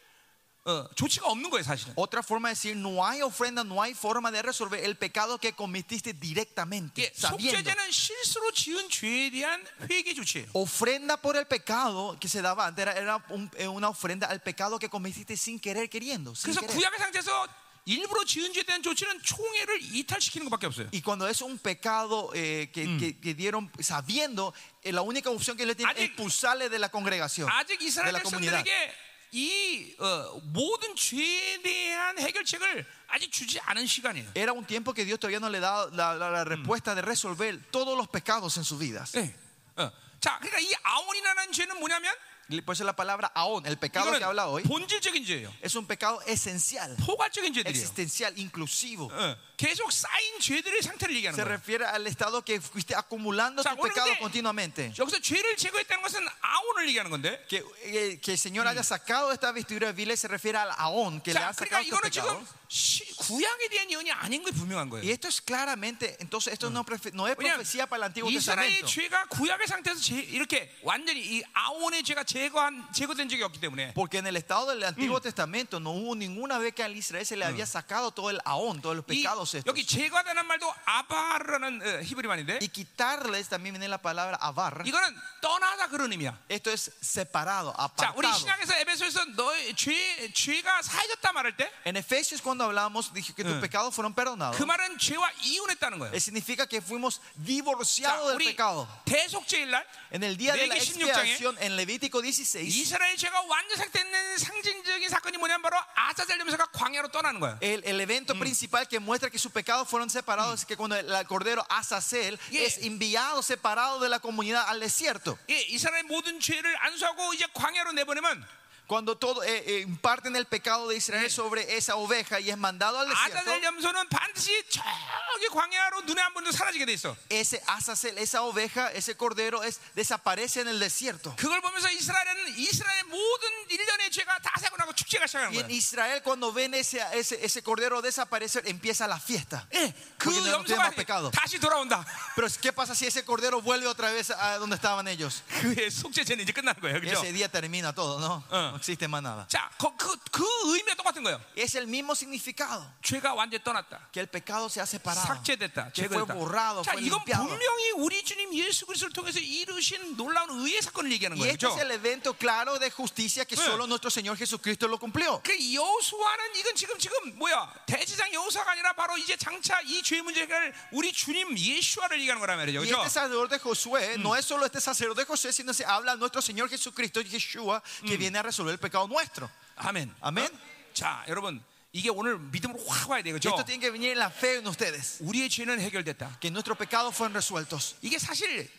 [SPEAKER 1] 어, 조치가 없는 거예요 사실은.
[SPEAKER 2] Otra forma de decir, no hay ofrenda, no hay forma de resolver el pecado que cometiste
[SPEAKER 1] 예,
[SPEAKER 2] directamente, sabiendo.
[SPEAKER 1] 속죄제는 실수로 지은 죄에 대한 회개 조치예요.
[SPEAKER 2] Ofrenda por el pecado que se daba antes era, era un- eh, una ofrenda al pecado que cometiste sin querer, queriendo. sin
[SPEAKER 1] 그래서
[SPEAKER 2] querer.
[SPEAKER 1] 구약의 상태에서 일부러 지은 죄에 대한 조치는 총애를 이탈시키는 것밖에 없어요.
[SPEAKER 2] Y cuando es un pecado eh, que, que- que dieron sabiendo, eh, la única opción que le tienen es
[SPEAKER 1] A직-
[SPEAKER 2] expulsarle de la congregación,
[SPEAKER 1] 아직
[SPEAKER 2] de
[SPEAKER 1] 이스라엘
[SPEAKER 2] la comunidad.
[SPEAKER 1] 백성들에게 이 어, 모든 죄에 대한 해결책을 아직 주지 않은 시간이에요.
[SPEAKER 2] Era un tiempo que Dios todavía no le daba la, la- la respuesta de resolver todos los pecados en sus vidas.
[SPEAKER 1] 예. 어. 자, 그러니까 이 아온이라는 죄는 뭐냐면
[SPEAKER 2] Y Por eso la palabra aón, el pecado que habla
[SPEAKER 1] 이거는
[SPEAKER 2] hoy,
[SPEAKER 1] 본질적인 죄예요.
[SPEAKER 2] es un pecado esencial,
[SPEAKER 1] 포괄적인 죄들이에요.
[SPEAKER 2] existencial, inclusivo.
[SPEAKER 1] 어. 계속 쌓인 죄들의 상태를 얘기하는
[SPEAKER 2] Se
[SPEAKER 1] 거예요.
[SPEAKER 2] refiere al estado que fuiste acumulando
[SPEAKER 1] 자,
[SPEAKER 2] tus pecados
[SPEAKER 1] 오늘인데-
[SPEAKER 2] continuamente.
[SPEAKER 1] 여기서 죄를 제거했다는 것은 아온을 얘기하는 건데.
[SPEAKER 2] Que, eh, que el Señor haya sacado esta vestidura de viles se refiere al aón, que le
[SPEAKER 1] 자,
[SPEAKER 2] ha
[SPEAKER 1] 그러니까
[SPEAKER 2] sacado tus
[SPEAKER 1] 이거는
[SPEAKER 2] pecados.
[SPEAKER 1] 지금 시- 구약에 대한 예언이 아닌 게 분명한
[SPEAKER 2] Y
[SPEAKER 1] 거예요.
[SPEAKER 2] esto es claramente, entonces esto no, profe- no es
[SPEAKER 1] 왜냐하면
[SPEAKER 2] profecía para el Antiguo
[SPEAKER 1] 이스라엘의
[SPEAKER 2] Testamento.
[SPEAKER 1] 죄가 구약의 상태에서 제- 이렇게 완전히 이 아온의 죄가 제거한 제거된 적이 없기 때문에
[SPEAKER 2] Porque en el estado del Antiguo Testamento no hubo ninguna vez que al Israel se le había sacado todo el aón, todos los
[SPEAKER 1] 이-
[SPEAKER 2] pecados estos.
[SPEAKER 1] 여기 제거하다는 말도 아바라는 어, 히브리 말인데
[SPEAKER 2] Y quitarles también viene la palabra avar.
[SPEAKER 1] 이거는 떠나다 그런 의미야.
[SPEAKER 2] Esto es separado,
[SPEAKER 1] 자, 우리
[SPEAKER 2] apartado.
[SPEAKER 1] 신약에서 에베소에서 너의 죄 죄가 사해졌다 말할 때 그
[SPEAKER 2] En Efesios cuando hablamos dije que tus pecados fueron perdonados.
[SPEAKER 1] 말은 죄와 이혼했다는 거예요.
[SPEAKER 2] Eh, Significa que fuimos
[SPEAKER 1] 자,
[SPEAKER 2] divorciados del
[SPEAKER 1] 우리
[SPEAKER 2] pecado.
[SPEAKER 1] 대속죄일 날
[SPEAKER 2] En el día de la
[SPEAKER 1] Levítico 16 장에
[SPEAKER 2] expiación, en Levítico 16,
[SPEAKER 1] 이스라엘 죄가 완전 삭제된 상징적인 사건이 뭐냐면 바로 아자셀 염소가 광야로 떠나는 거야.
[SPEAKER 2] el, el evento
[SPEAKER 1] Mm.
[SPEAKER 2] principal que muestra que sus pecados fueron separados es que cuando el, el cordero Azazel
[SPEAKER 1] Yeah.
[SPEAKER 2] es enviado, separado de la comunidad al desierto.
[SPEAKER 1] 예, 이스라엘 모든 죄를 안수하고 이제 광야로 내보내면
[SPEAKER 2] Cuando todo, eh, eh, imparten el pecado de
[SPEAKER 1] Mm.
[SPEAKER 2] Israel sobre esa oveja y es mandado al desierto,
[SPEAKER 1] 아자셀 염소는 반드시 저기 광야로 눈에 안 보이는 데로 사라지게 돼 있어.
[SPEAKER 2] ese Azazel, esa oveja, ese cordero es, desaparece en el desierto.
[SPEAKER 1] 그걸 보면서 이스라엘은 이스라엘 모든 일련의 죄가 다 사고 나고 축제가 시작하는
[SPEAKER 2] Y en
[SPEAKER 1] 거야.
[SPEAKER 2] Israel cuando ven ese, ese, ese cordero desaparecer, empieza la fiesta.
[SPEAKER 1] 예,
[SPEAKER 2] Porque
[SPEAKER 1] 그
[SPEAKER 2] ya no tiene más
[SPEAKER 1] 염소가
[SPEAKER 2] pecado.
[SPEAKER 1] 다시 돌아온다.
[SPEAKER 2] Pero ¿qué pasa si ese cordero vuelve otra vez a donde estaban ellos?
[SPEAKER 1] 그의 속죄죄는 이제 끝나는 거예요. 그죠?
[SPEAKER 2] Ese día termina todo, ¿no?
[SPEAKER 1] Ah.
[SPEAKER 2] No existe más nada.
[SPEAKER 1] 자, 그, 그, 그 의미가 똑같은 거예요.
[SPEAKER 2] Es el mismo significado.
[SPEAKER 1] 죄가 완전히 떠났다.
[SPEAKER 2] Que el pecado se ha separado.
[SPEAKER 1] 삭제됐다.
[SPEAKER 2] Que fue
[SPEAKER 1] 제거됐다.
[SPEAKER 2] borrado,
[SPEAKER 1] 자,
[SPEAKER 2] fue
[SPEAKER 1] 이건
[SPEAKER 2] limpiado.
[SPEAKER 1] 분명히 우리 주님 예수 그리스도를 통해서 이루신 놀라운 의의 사건을 얘기하는
[SPEAKER 2] Y
[SPEAKER 1] 거예요.
[SPEAKER 2] este
[SPEAKER 1] 그죠?
[SPEAKER 2] es el evento claro de justicia que
[SPEAKER 1] Sí.
[SPEAKER 2] solo nuestro Señor Jesucristo lo cumplió.
[SPEAKER 1] 그 여수와는 이건 지금 지금 뭐야? 대지상 여수가 아니라 바로 이제 장차 이 죄 문제를 우리 주님 예수와를 얘기하는 거란 말이죠.
[SPEAKER 2] Y
[SPEAKER 1] 그죠?
[SPEAKER 2] este sacerdote de Josué no es solo este sacerdote de Josué, sino se habla a nuestro Señor Jesucristo, Yeshua, que viene a resolver el pecado nuestro.
[SPEAKER 1] 아멘.
[SPEAKER 2] 아멘.
[SPEAKER 1] 어? 자, 여러분, 이게 오늘 믿음으로 확 와야 돼요. 그죠?
[SPEAKER 2] Esto tiene que venir en la fe en ustedes,
[SPEAKER 1] 우리의 죄는 해결됐다.
[SPEAKER 2] que nuestros pecados fueron resueltos.
[SPEAKER 1] 이게 사실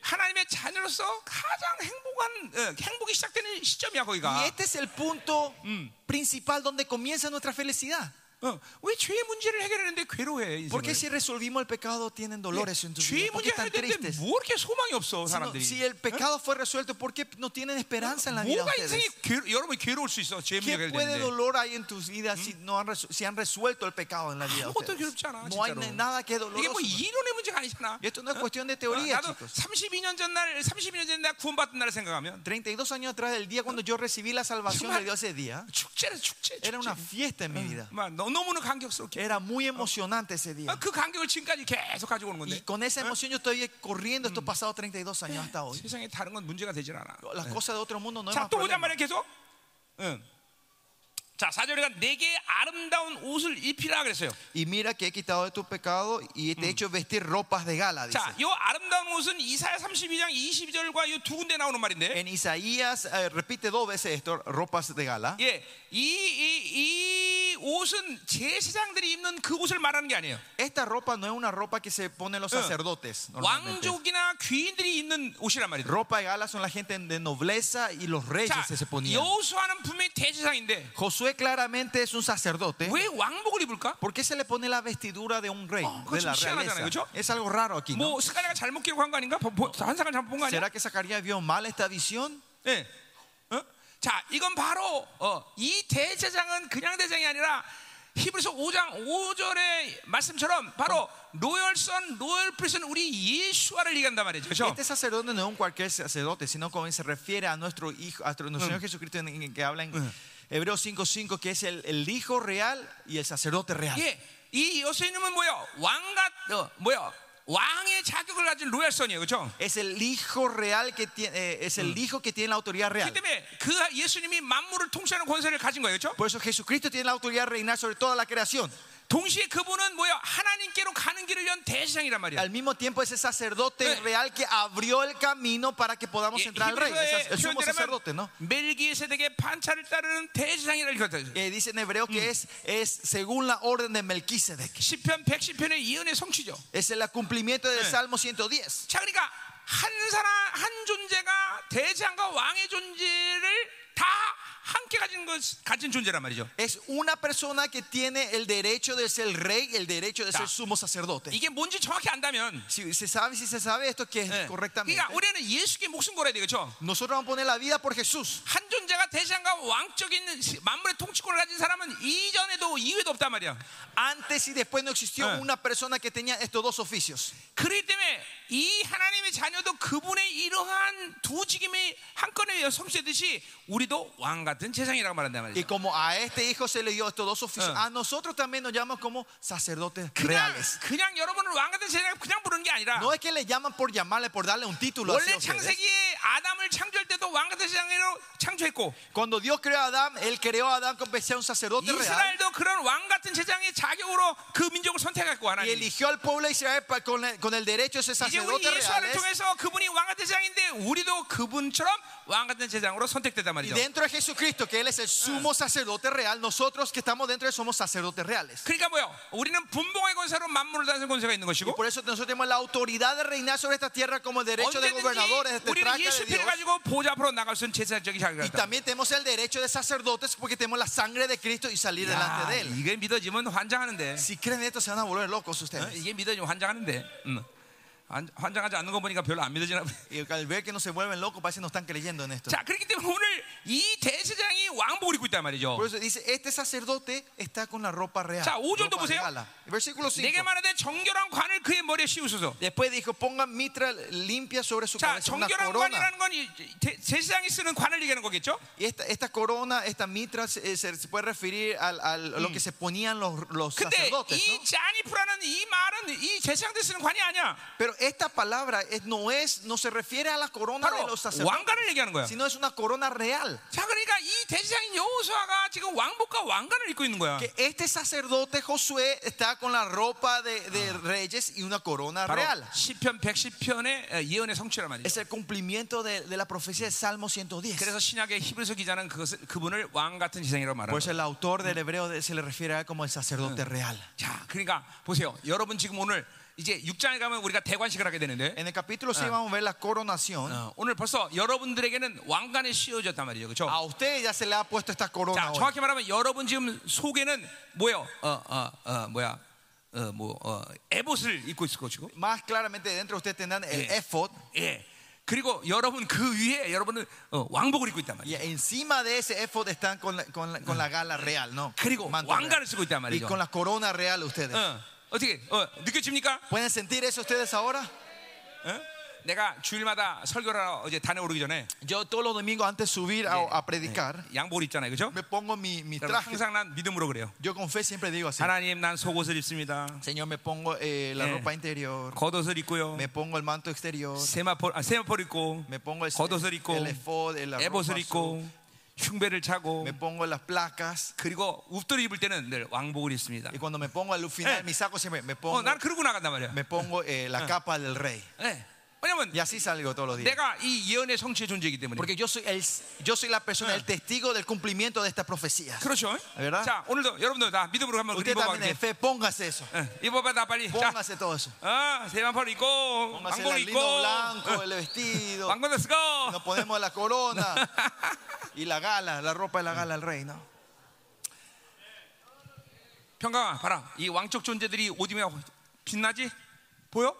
[SPEAKER 1] 하나님의 자녀로서 가장 행복한 어, 행복이 시작되는 시점이야,
[SPEAKER 2] Y
[SPEAKER 1] 거기가.
[SPEAKER 2] este es el punto principal donde comienza nuestra felicidad.
[SPEAKER 1] 어, 왜 죄의 문제를 해결했는데 괴로해? 인생을?
[SPEAKER 2] Porque si resolvimos el pecado, tienen dolores en su
[SPEAKER 1] 죄의
[SPEAKER 2] vida. ¿Por qué
[SPEAKER 1] 문제
[SPEAKER 2] están
[SPEAKER 1] 해결했는데
[SPEAKER 2] tristes?
[SPEAKER 1] 뭐 이렇게 소망이 없어,
[SPEAKER 2] Si, no-
[SPEAKER 1] 사람들이.
[SPEAKER 2] si el pecado fue resuelto, ¿por qué no tienen esperanza en la vida
[SPEAKER 1] 뭐가 인생이
[SPEAKER 2] ustedes?
[SPEAKER 1] 괴로, 여러분이 괴로울 수 있어, 죄의 문제
[SPEAKER 2] ¿Qué puede
[SPEAKER 1] 해결됐는데.
[SPEAKER 2] dolor hay en tus vidas si, no han, resu- si han resuelto el pecado en la vida? de
[SPEAKER 1] 아무것도
[SPEAKER 2] ustedes?
[SPEAKER 1] 괴롭지 않아,
[SPEAKER 2] No hay
[SPEAKER 1] 진짜로.
[SPEAKER 2] nada que
[SPEAKER 1] 이게 뭐
[SPEAKER 2] doloroso.
[SPEAKER 1] 이론의 문제가 아니잖아.
[SPEAKER 2] Y esto no es cuestión de
[SPEAKER 1] 어,
[SPEAKER 2] teoría,
[SPEAKER 1] 나도
[SPEAKER 2] chicos.
[SPEAKER 1] 32년 전날, 32년 전날 구원받은 날을 생각하면
[SPEAKER 2] 32 años atrás del día cuando yo recibí la salvación de Dios ese día,
[SPEAKER 1] 축제를 축제, 축제.
[SPEAKER 2] era una fiesta en mi vida.
[SPEAKER 1] 막 너- 너무나 감격스럽게.
[SPEAKER 2] Era muy emocionante ese
[SPEAKER 1] 아,
[SPEAKER 2] día.
[SPEAKER 1] 그 감격을 지금까지 계속 가지고 오는
[SPEAKER 2] Y
[SPEAKER 1] 건데
[SPEAKER 2] con esa emoción yo estoy corriendo estos pasados 32 años hasta hoy.
[SPEAKER 1] 세상에 다른 건 문제가 되질 않아.
[SPEAKER 2] Las cosas de otro mundo no es
[SPEAKER 1] 자,
[SPEAKER 2] más
[SPEAKER 1] 또 보자
[SPEAKER 2] problema.
[SPEAKER 1] 말이야 계속. 응. 자, 사절에가 내게 아름다운 옷을 입히라 그랬어요.
[SPEAKER 2] Y mira que he quitado de tu pecado y te he hecho vestir ropas de gala, dice.
[SPEAKER 1] 자, 이 아름다운 옷은 이사야 32장 22절과 이 두 군데 나오는 말인데.
[SPEAKER 2] En Isaías eh, repite dos veces esto, ropas de gala.
[SPEAKER 1] 예, 이, 이, 이 옷은 제사장들이 입는 그 옷을 말하는 게 아니에요.
[SPEAKER 2] Esta ropa no es una ropa que se ponen los sacerdotes. normalmente.
[SPEAKER 1] 왕족이나 귀인들이 입는 옷이란 말이죠.
[SPEAKER 2] Ropa de gala son la gente de nobleza y los reyes
[SPEAKER 1] 자,
[SPEAKER 2] que se ponían.
[SPEAKER 1] 여호수아는 분명히 대제사장인데
[SPEAKER 2] Josué claramente es un sacerdote.
[SPEAKER 1] 왜 왕복을 입을까?
[SPEAKER 2] ¿Por qué se le pone la vestidura de un rey,
[SPEAKER 1] Oh,
[SPEAKER 2] de la
[SPEAKER 1] 그거 좀 희한하잖아요,
[SPEAKER 2] realeza?
[SPEAKER 1] 그죠?
[SPEAKER 2] Es algo raro aquí, ¿no?
[SPEAKER 1] 뭐 스가랴가 잘못 기록한 거 아닌가? 보- 보- 한상을 잘못 본 거 아니야?
[SPEAKER 2] ¿Será que Zacarías vio mal esta visión?
[SPEAKER 1] 예. 어? 자, 이건 바로 어, 이 대제장은 그냥 대장이 아니라 히브리서 5장 5절의 말씀처럼 바로 로열선 로열프리슨 우리 예수와를 얘기한단 말이죠. 그렇죠?
[SPEAKER 2] Este sacerdote no es un cualquier sacerdote, sino como se refiere a nuestro hijo, a nuestro Señor Jesucristo en- en- que habla en Hebreos 5:5, que es el, el hijo real y el sacerdote real.
[SPEAKER 1] 예. 이 여수님은 뭐요? 왕가 어, 뭐요? 왕의 자격을 가진 로열선이에요. 그렇죠?
[SPEAKER 2] Es el hijo real que tiene, eh, es
[SPEAKER 1] Mm.
[SPEAKER 2] el hijo que tiene la autoridad
[SPEAKER 1] 그
[SPEAKER 2] real.
[SPEAKER 1] 때문에 그 예수님이 만물을 통치하는 권세를 가진 거예요. 그렇죠?
[SPEAKER 2] Por eso Jesucristo tiene la autoridad de reinar sobre toda la creación.
[SPEAKER 1] 동시에 그분은 뭐요? 하나님께로 가는 길을 연 대제장이란 말이야.
[SPEAKER 2] Al mismo tiempo es el sacerdote
[SPEAKER 1] Eh.
[SPEAKER 2] real que abrió el camino para que podamos
[SPEAKER 1] 예,
[SPEAKER 2] entrar al rey. El sac-
[SPEAKER 1] 히브리서의
[SPEAKER 2] El sumo sacerdote,
[SPEAKER 1] 표현대로면
[SPEAKER 2] ¿no?
[SPEAKER 1] 멜기세덱의 반차를 따르는 대제장이라 읽었다.
[SPEAKER 2] Que dice en hebreo
[SPEAKER 1] Mm.
[SPEAKER 2] que es, es según la orden de Melquisedec.
[SPEAKER 1] 시편 110편의 예언의 성취죠.
[SPEAKER 2] Es el cumplimiento del
[SPEAKER 1] Eh.
[SPEAKER 2] Salmo 110.
[SPEAKER 1] 자, 그러니까 한 사람 한 존재가 대장과 왕의 존재를 다 함께 가진 것 가진 존재란 말이죠.
[SPEAKER 2] Es una persona que tiene el derecho de ser rey, el derecho de
[SPEAKER 1] Ta.
[SPEAKER 2] ser sumo sacerdote.
[SPEAKER 1] 이게 뭔지 정확히 안다면
[SPEAKER 2] Si se sabe, si se sabe esto que es
[SPEAKER 1] 예,
[SPEAKER 2] correctamente.
[SPEAKER 1] 그러니까 우리는 예수께 목숨 걸어야 되겠죠.
[SPEAKER 2] Nosotros vamos a poner la vida por Jesús.
[SPEAKER 1] 한 존재가 대장과 왕적인 시- 만물의 통치권을 가진 사람은 이전에도 이후에도 없단 말이야.
[SPEAKER 2] Antes y después no existió
[SPEAKER 1] Eh.
[SPEAKER 2] una persona que tenía estos dos oficios.
[SPEAKER 1] 그렇기 때문에 이 하나님의 자녀도 그분의 이러한 두 직임이 한꺼번에 이어 성취되듯이 우리도 왕 같은 세상이라고 말한단
[SPEAKER 2] Y
[SPEAKER 1] 말이죠.
[SPEAKER 2] como a este hijo se le dio estos dos oficios,
[SPEAKER 1] Eh.
[SPEAKER 2] a nosotros también nos llaman como sacerdotes
[SPEAKER 1] 그냥,
[SPEAKER 2] reales.
[SPEAKER 1] 그냥 여러분을 왕 같은 세상 그냥 부르는 게 아니라
[SPEAKER 2] No es que le llaman por llamarle, por darle un título. así a
[SPEAKER 1] 원래
[SPEAKER 2] ustedes.
[SPEAKER 1] 창세기에 아담을 창조할 때도 왕 같은 세상으로 창조했고
[SPEAKER 2] Cuando Dios creó a Adán, Él creó a Adán como sea un sacerdote real.
[SPEAKER 1] 이스라엘도 그런 왕 같은 세상의 자격으로 그 민족을 선택했고
[SPEAKER 2] y
[SPEAKER 1] 하나님.
[SPEAKER 2] eligió al pueblo de Israel pa- con, la- con el derecho de ser
[SPEAKER 1] 이제 우리 예수를
[SPEAKER 2] sacerdotes reales.
[SPEAKER 1] 통해서 그분이 왕 같은 제장인데 우리도 그분처럼 왕 같은 제장으로 선택됐단
[SPEAKER 2] Y
[SPEAKER 1] 말이죠.
[SPEAKER 2] dentro de Jesucristo, que Él es el sumo sacerdote real, nosotros que estamos dentro de Él somos sacerdotes reales.
[SPEAKER 1] 그러니까 뭐요? 우리는 분봉의 권세로 만물을 다스리는 권세가 있는
[SPEAKER 2] Y
[SPEAKER 1] 것이고
[SPEAKER 2] por eso nosotros tenemos la autoridad de reinar sobre esta tierra como el
[SPEAKER 1] 그렇죠.
[SPEAKER 2] derecho de gobernadores,
[SPEAKER 1] 언제든지
[SPEAKER 2] de
[SPEAKER 1] 우리는
[SPEAKER 2] tetrarcas
[SPEAKER 1] 예수
[SPEAKER 2] de
[SPEAKER 1] 피를
[SPEAKER 2] Dios.
[SPEAKER 1] 가지고 보좌 앞으로 나갈 수 있는 제사적인 자격이
[SPEAKER 2] Y
[SPEAKER 1] 있다.
[SPEAKER 2] también tenemos el derecho de sacerdotes porque tenemos la sangre de Cristo y salir
[SPEAKER 1] 그
[SPEAKER 2] delante de Él.
[SPEAKER 1] 이게 믿어지면 환장하는데.
[SPEAKER 2] Si creen esto, se van a volver
[SPEAKER 1] 어?
[SPEAKER 2] locos ustedes.
[SPEAKER 1] 이게 믿어지면 환장하는데. 음. 환- 환장하지 않는 거 보니까 별로 안 믿어지나 보네.
[SPEAKER 2] Y al ver que no se vuelven locos, parece que no están creyendo en esto.
[SPEAKER 1] 자, 그렇기 때문에 오늘 이 대제장이 왕복을 입고 있단 말이죠.
[SPEAKER 2] Por eso dice, este sacerdote está con la ropa real.
[SPEAKER 1] 자, 5 절도
[SPEAKER 2] ropa
[SPEAKER 1] 보세요.
[SPEAKER 2] regala. Versículo 5.
[SPEAKER 1] 내게 말하되 정결한 관을 그의 머리에 씌우소서.
[SPEAKER 2] Después dijo, pongan mitra limpia sobre su
[SPEAKER 1] 자,
[SPEAKER 2] cabeza, una
[SPEAKER 1] 정결한
[SPEAKER 2] corona.
[SPEAKER 1] 관이라는 건 이- 이 대- 제사장이 쓰는 관을 얘기하는 거겠죠?
[SPEAKER 2] Y esta, esta corona, esta mitra, se, eh, se- se puede referir al- al- a lo que se ponían los, los
[SPEAKER 1] 근데
[SPEAKER 2] sacerdotes. ¿no?
[SPEAKER 1] 이 자니프라는 이 말은 이 제사장들 쓰는 관이 아니야.
[SPEAKER 2] Pero esta palabra es- no, es, no se refiere a la corona de
[SPEAKER 1] 바로
[SPEAKER 2] los sacerdotes,
[SPEAKER 1] 왕관을 얘기하는 거야.
[SPEAKER 2] sino es una corona real.
[SPEAKER 1] 자, 그러니까 이 대제장인 여호수아가 지금 왕복과 왕관을 입고 있는 거야.
[SPEAKER 2] Que este sacerdote Josué está con la ropa de, de reyes y una corona
[SPEAKER 1] 바로
[SPEAKER 2] real.
[SPEAKER 1] 시편 110편의 예언의 성취란 말이죠.
[SPEAKER 2] Es el cumplimiento de, de la profecía de Salmo 110.
[SPEAKER 1] 그래서 신약의 히브리서 기자는 그것을 그분을 왕 같은 제사장이라고 말하는 거예요.
[SPEAKER 2] Por eso Pues el autor del hebreo de- se le refiere a él como el sacerdote real.
[SPEAKER 1] 자, 그러니까 보세요. 여러분 지금 오늘 이제 6장에 가면 우리가 대관식을 하게 되는데
[SPEAKER 2] En el capítulo 6 vamos a ver la coronación.
[SPEAKER 1] 어, 오늘 벌써 여러분들에게는 왕관에 씌워졌단 말이죠. 그렇죠?
[SPEAKER 2] A usted ya se le ha puesto esta corona.
[SPEAKER 1] 자,
[SPEAKER 2] hoy.
[SPEAKER 1] 정확히 말하면 여러분 지금 속에는 뭐예요? 어, 어, 어, 뭐야? 어, 뭐, 어, 에봇을 입고 있을 것이고,
[SPEAKER 2] Más claramente dentro de usted tendrán el
[SPEAKER 1] Yeah.
[SPEAKER 2] efod
[SPEAKER 1] 예. 그리고 여러분 그 위에 여러분은 어, 왕복을 입고 있단 말이에요.
[SPEAKER 2] y encima de ese efod están con la, con la- con la gala real, ¿no?
[SPEAKER 1] 그리고
[SPEAKER 2] Manto
[SPEAKER 1] 왕관을
[SPEAKER 2] real.
[SPEAKER 1] 쓰고 있단
[SPEAKER 2] Y
[SPEAKER 1] 말이죠.
[SPEAKER 2] con la corona real ustedes.
[SPEAKER 1] 어, 어떻게 어, 느껴집니까?
[SPEAKER 2] ¿Pueden sentir eso ustedes ahora?
[SPEAKER 1] 어? 내가 주일마다 설교를 하러 어제 단에 오르기 전에 예.
[SPEAKER 2] Yo todos los domingos antes de subir a, a predicar
[SPEAKER 1] 양복을 입잖아요, 그렇죠?
[SPEAKER 2] me pongo mi, mi
[SPEAKER 1] 그럼
[SPEAKER 2] traje.
[SPEAKER 1] 항상 난 믿음으로 그래요.
[SPEAKER 2] Yo con fe siempre digo así.
[SPEAKER 1] 하나님, 난 속옷을 입습니다.
[SPEAKER 2] Señor, me pongo eh, la
[SPEAKER 1] Yeah.
[SPEAKER 2] ropa interior,
[SPEAKER 1] 겉옷을 입고요.
[SPEAKER 2] me pongo el manto exterior,
[SPEAKER 1] 세마포 아, 세마포를 입고
[SPEAKER 2] me pongo el,
[SPEAKER 1] 겉옷을 입고
[SPEAKER 2] el efod, el
[SPEAKER 1] 에봇을 입고 흉배를 차고
[SPEAKER 2] me pongo las placas
[SPEAKER 1] 그리고 웁도를 입을 때는 늘 왕복을 입습니다.
[SPEAKER 2] y cuando me pongo al
[SPEAKER 1] Yeah.
[SPEAKER 2] final mi saco siempre me
[SPEAKER 1] 어,
[SPEAKER 2] pongo,
[SPEAKER 1] 난 그러고 나간단 말이야.
[SPEAKER 2] me pongo eh, la capa del rey.
[SPEAKER 1] 예. 왜냐면
[SPEAKER 2] Y así salgo todos los días.
[SPEAKER 1] 내가 이 예언의 성취의 존재이기 때문에.
[SPEAKER 2] Porque Eh. yo soy, el, yo soy la persona,
[SPEAKER 1] Ah.
[SPEAKER 2] el testigo del cumplimiento de estas profecías.
[SPEAKER 1] 그렇죠?
[SPEAKER 2] ¿verdad?
[SPEAKER 1] 자, 오늘도 여러분들 다 믿음으로 한번
[SPEAKER 2] Usted
[SPEAKER 1] 입어봐.
[SPEAKER 2] también
[SPEAKER 1] 이렇게.
[SPEAKER 2] en fe, póngase eso.
[SPEAKER 1] 예, 입어봐, 다 빨리. 자,
[SPEAKER 2] Póngase todo eso.
[SPEAKER 1] 아, 세마포를 입고
[SPEAKER 2] Póngase
[SPEAKER 1] 왕복을
[SPEAKER 2] el
[SPEAKER 1] 입고 어,
[SPEAKER 2] lino blanco, el vestido.
[SPEAKER 1] 왕관을 쓰고.
[SPEAKER 2] Nos ponemos la corona y la gala, la ropa de la gala al rey, ¿no?
[SPEAKER 1] 평강아, 봐라. 이 왕적 존재들이 옷 입으면 빛나지? 보여?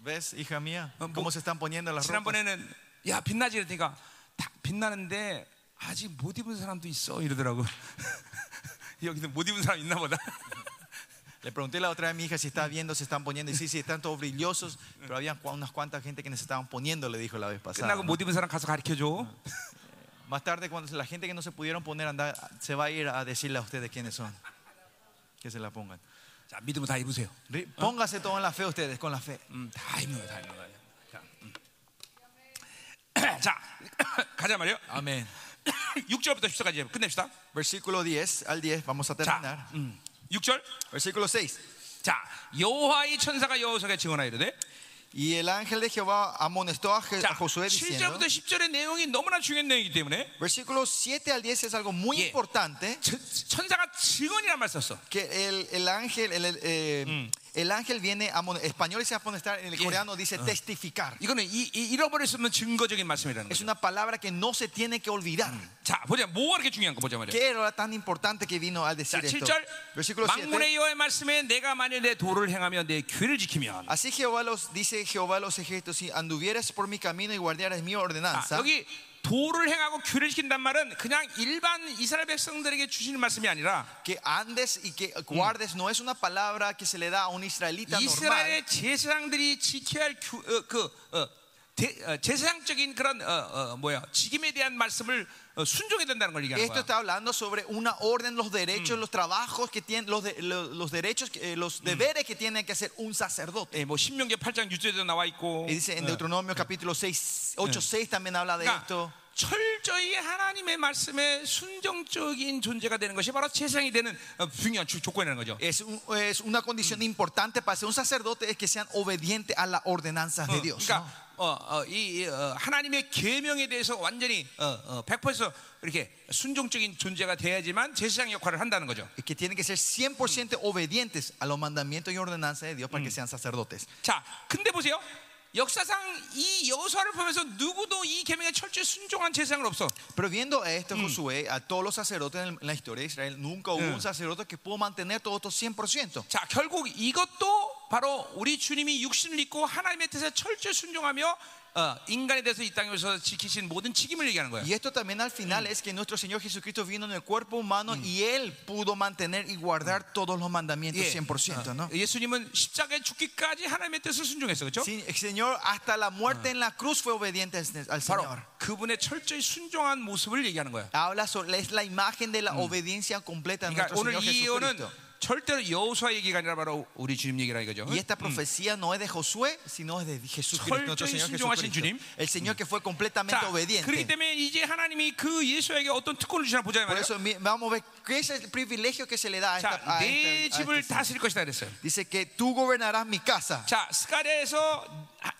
[SPEAKER 2] ¿Ves, hija mía?
[SPEAKER 1] Ah, bu-
[SPEAKER 2] Cómo se están poniendo las ropas.
[SPEAKER 1] 지난번에는 야 빛나지 그러니까 다 빛나는데 아직 못 입은 사람도 있어 이러더라고 여기서 못 입은 사람 있나 보다
[SPEAKER 2] Le pregunté la otra vez a mi hija si está viendo, se están poniendo. Y sí, sí, están todos brillosos. Pero había cua- unas cuantas gente que se estaban poniendo, le dijo la vez pasada.
[SPEAKER 1] 끝나고
[SPEAKER 2] ¿no?
[SPEAKER 1] 못 입은 사람 가서 가르쳐줘
[SPEAKER 2] Más tarde, cuando la gente que no se pudieron poner, andar, se va a ir a decirle a ustedes quiénes son. Que se la pongan.
[SPEAKER 1] 자 믿으면 다 입으세요
[SPEAKER 2] Ri- Póngase todo en la fe ustedes, con la fe.
[SPEAKER 1] 음, 다 입는 거다 입는 거야 자, 음. 자 가자 말이요 아,
[SPEAKER 2] Amén.
[SPEAKER 1] 6절부터 10절까지 끝냅시다
[SPEAKER 2] Versículo 10 al 10, vamos a terminar.
[SPEAKER 1] 자 음, 6절
[SPEAKER 2] Versículo 6.
[SPEAKER 1] 자 여호와의 천사가 여호수아에게 증언하이르되
[SPEAKER 2] Y el ángel de Jehová amonestó a, Je-
[SPEAKER 1] 자
[SPEAKER 2] a Josué diciendo.
[SPEAKER 1] 7절부터 10절의 내용이 너무나 중요한 내용이기 때문에
[SPEAKER 2] Versículo 7 al 10 es algo muy
[SPEAKER 1] Yeah.
[SPEAKER 2] importante.
[SPEAKER 1] 천- 천사가 증언이란 말 썼어
[SPEAKER 2] Que el, el ángel, el, el, eh, el ángel viene a amon- español dice amonestar, en el
[SPEAKER 1] Mm. Yeah. Ah.
[SPEAKER 2] coreano dice testificar.
[SPEAKER 1] 이거는 이, 이 잃어버릴 수 없는 증거적인 말씀이라는
[SPEAKER 2] Es
[SPEAKER 1] 거죠.
[SPEAKER 2] una palabra que no se tiene que olvidar.
[SPEAKER 1] 자, 보자. 뭐가 이렇게 중요한 거 보자 말이야.
[SPEAKER 2] ¿Qué era tan importante que vino al
[SPEAKER 1] 자,
[SPEAKER 2] decir esto?
[SPEAKER 1] 7절.
[SPEAKER 2] Versículo 7.
[SPEAKER 1] 만군의 여호와의 말씀에 내가 만일 내 도를 행하며 내 규례를 지키면
[SPEAKER 2] Así Jehová los dice Jehová a los ejércitos, si anduvieres por mi camino y guardaras mi
[SPEAKER 1] 아,
[SPEAKER 2] ordenanza.
[SPEAKER 1] 여기 도를 행하고 규례를 지킨단 말은 그냥 일반 이스라엘 백성들에게 주시는 말씀이 아니라
[SPEAKER 2] que andes y que guardes no es una palabra que se le da a un israelita 그러니까 normal,
[SPEAKER 1] 이스라엘의 제사장들이 지켜야 할 규, 어, 그 어, 대- 어, 제사장적인 그런 어, 어, 뭐야 지킴에 대한 말씀을 어, 순종해야 된다는 걸 얘기하는 거야.
[SPEAKER 2] Esto está hablando sobre una orden, los derechos, los trabajos que tienen, los, de- lo- los derechos, que- eh, los deberes que tiene que hacer un sacerdote.
[SPEAKER 1] 예, 뭐 신명기 8장 6절에도 나와 있고.
[SPEAKER 2] Y dice en
[SPEAKER 1] 어.
[SPEAKER 2] Deuteronomio capítulo 6, 8, 6 también habla de
[SPEAKER 1] 그러니까
[SPEAKER 2] esto.
[SPEAKER 1] 철저히 하나님의 말씀에 순종적인 존재가 되는 것이 바로 세상이 되는 어, 중요한 주- 조건이라는 거죠.
[SPEAKER 2] Es, un- es una condición importante para ser un sacerdote es que sean obedientes a las ordenanzas
[SPEAKER 1] Mm.
[SPEAKER 2] de Dios. ¿no?
[SPEAKER 1] 그러니까 어, 어, 이, 이, 어, 하나님의 계명에 대해서 완전히 어, 어, 100% 이렇게 순종적인 존재가 돼야지만 제사장 역할을 한다는 거죠.
[SPEAKER 2] Y que tienen que ser 100% obedientes a los mandamientos y ordenanzas de Dios para que sean sacerdotes.
[SPEAKER 1] 자, 근데 보세요. 역사상 이 여호사를 보면서 누구도 이 계명에 철저히 순종한 제사장은 없어.
[SPEAKER 2] Pero viendo a esto, Josué, a todos los sacerdotes en la historia de Israel, nunca hubo un sacerdote que pudo mantener todo esto 100%.
[SPEAKER 1] 자, 결국 이것도 바로 우리 주님이 육신을 입고 하나님의 뜻에 철저히 순종하며 어, 인간에 대해서 이 땅에서 지키신 모든 책임을 얘기하는 거예요.
[SPEAKER 2] Y esto también al final es que nuestro Señor Jesucristo vino en el cuerpo humano y Él pudo mantener y guardar todos los
[SPEAKER 1] 예,
[SPEAKER 2] mandamientos 100%,
[SPEAKER 1] Ah.
[SPEAKER 2] ¿no?
[SPEAKER 1] 어, 예수님은 십자가에 죽기까지 하나님의 뜻을 순종했어, 그렇죠?
[SPEAKER 2] Sí, el Señor hasta la muerte en la cruz fue obediente al- al
[SPEAKER 1] 바로
[SPEAKER 2] Señor.
[SPEAKER 1] 그분의 철저히 순종한 모습을 얘기하는 거야.
[SPEAKER 2] Habla sobre, es la imagen de la obediencia completa de
[SPEAKER 1] 그러니까
[SPEAKER 2] nuestro
[SPEAKER 1] 오늘
[SPEAKER 2] Señor
[SPEAKER 1] 이 예언은
[SPEAKER 2] Jesucristo.
[SPEAKER 1] 절대로 여호수아 얘기가 아니라 바로 우리 주님 얘기라 이거죠.
[SPEAKER 2] Y esta profecía no es de Josué, sino es de Jesucristo, nuestro
[SPEAKER 1] 철저히
[SPEAKER 2] Señor
[SPEAKER 1] 순종하신
[SPEAKER 2] Jesucristo.
[SPEAKER 1] 주님.
[SPEAKER 2] El Señor que fue completamente
[SPEAKER 1] 자,
[SPEAKER 2] obediente.
[SPEAKER 1] 그렇기 때문에 이제 하나님이 그 예수에게 어떤 특권을 주시나 보자 이
[SPEAKER 2] Por
[SPEAKER 1] 말이에요.
[SPEAKER 2] eso mi- vamos a ver qué es el privilegio que se le da a, esta,
[SPEAKER 1] 자,
[SPEAKER 2] a
[SPEAKER 1] 내
[SPEAKER 2] este- a
[SPEAKER 1] 집을
[SPEAKER 2] este-
[SPEAKER 1] 다스릴 것이다 그랬어요.
[SPEAKER 2] Dice que tú gobernarás mi casa.
[SPEAKER 1] 자, 스가랴에서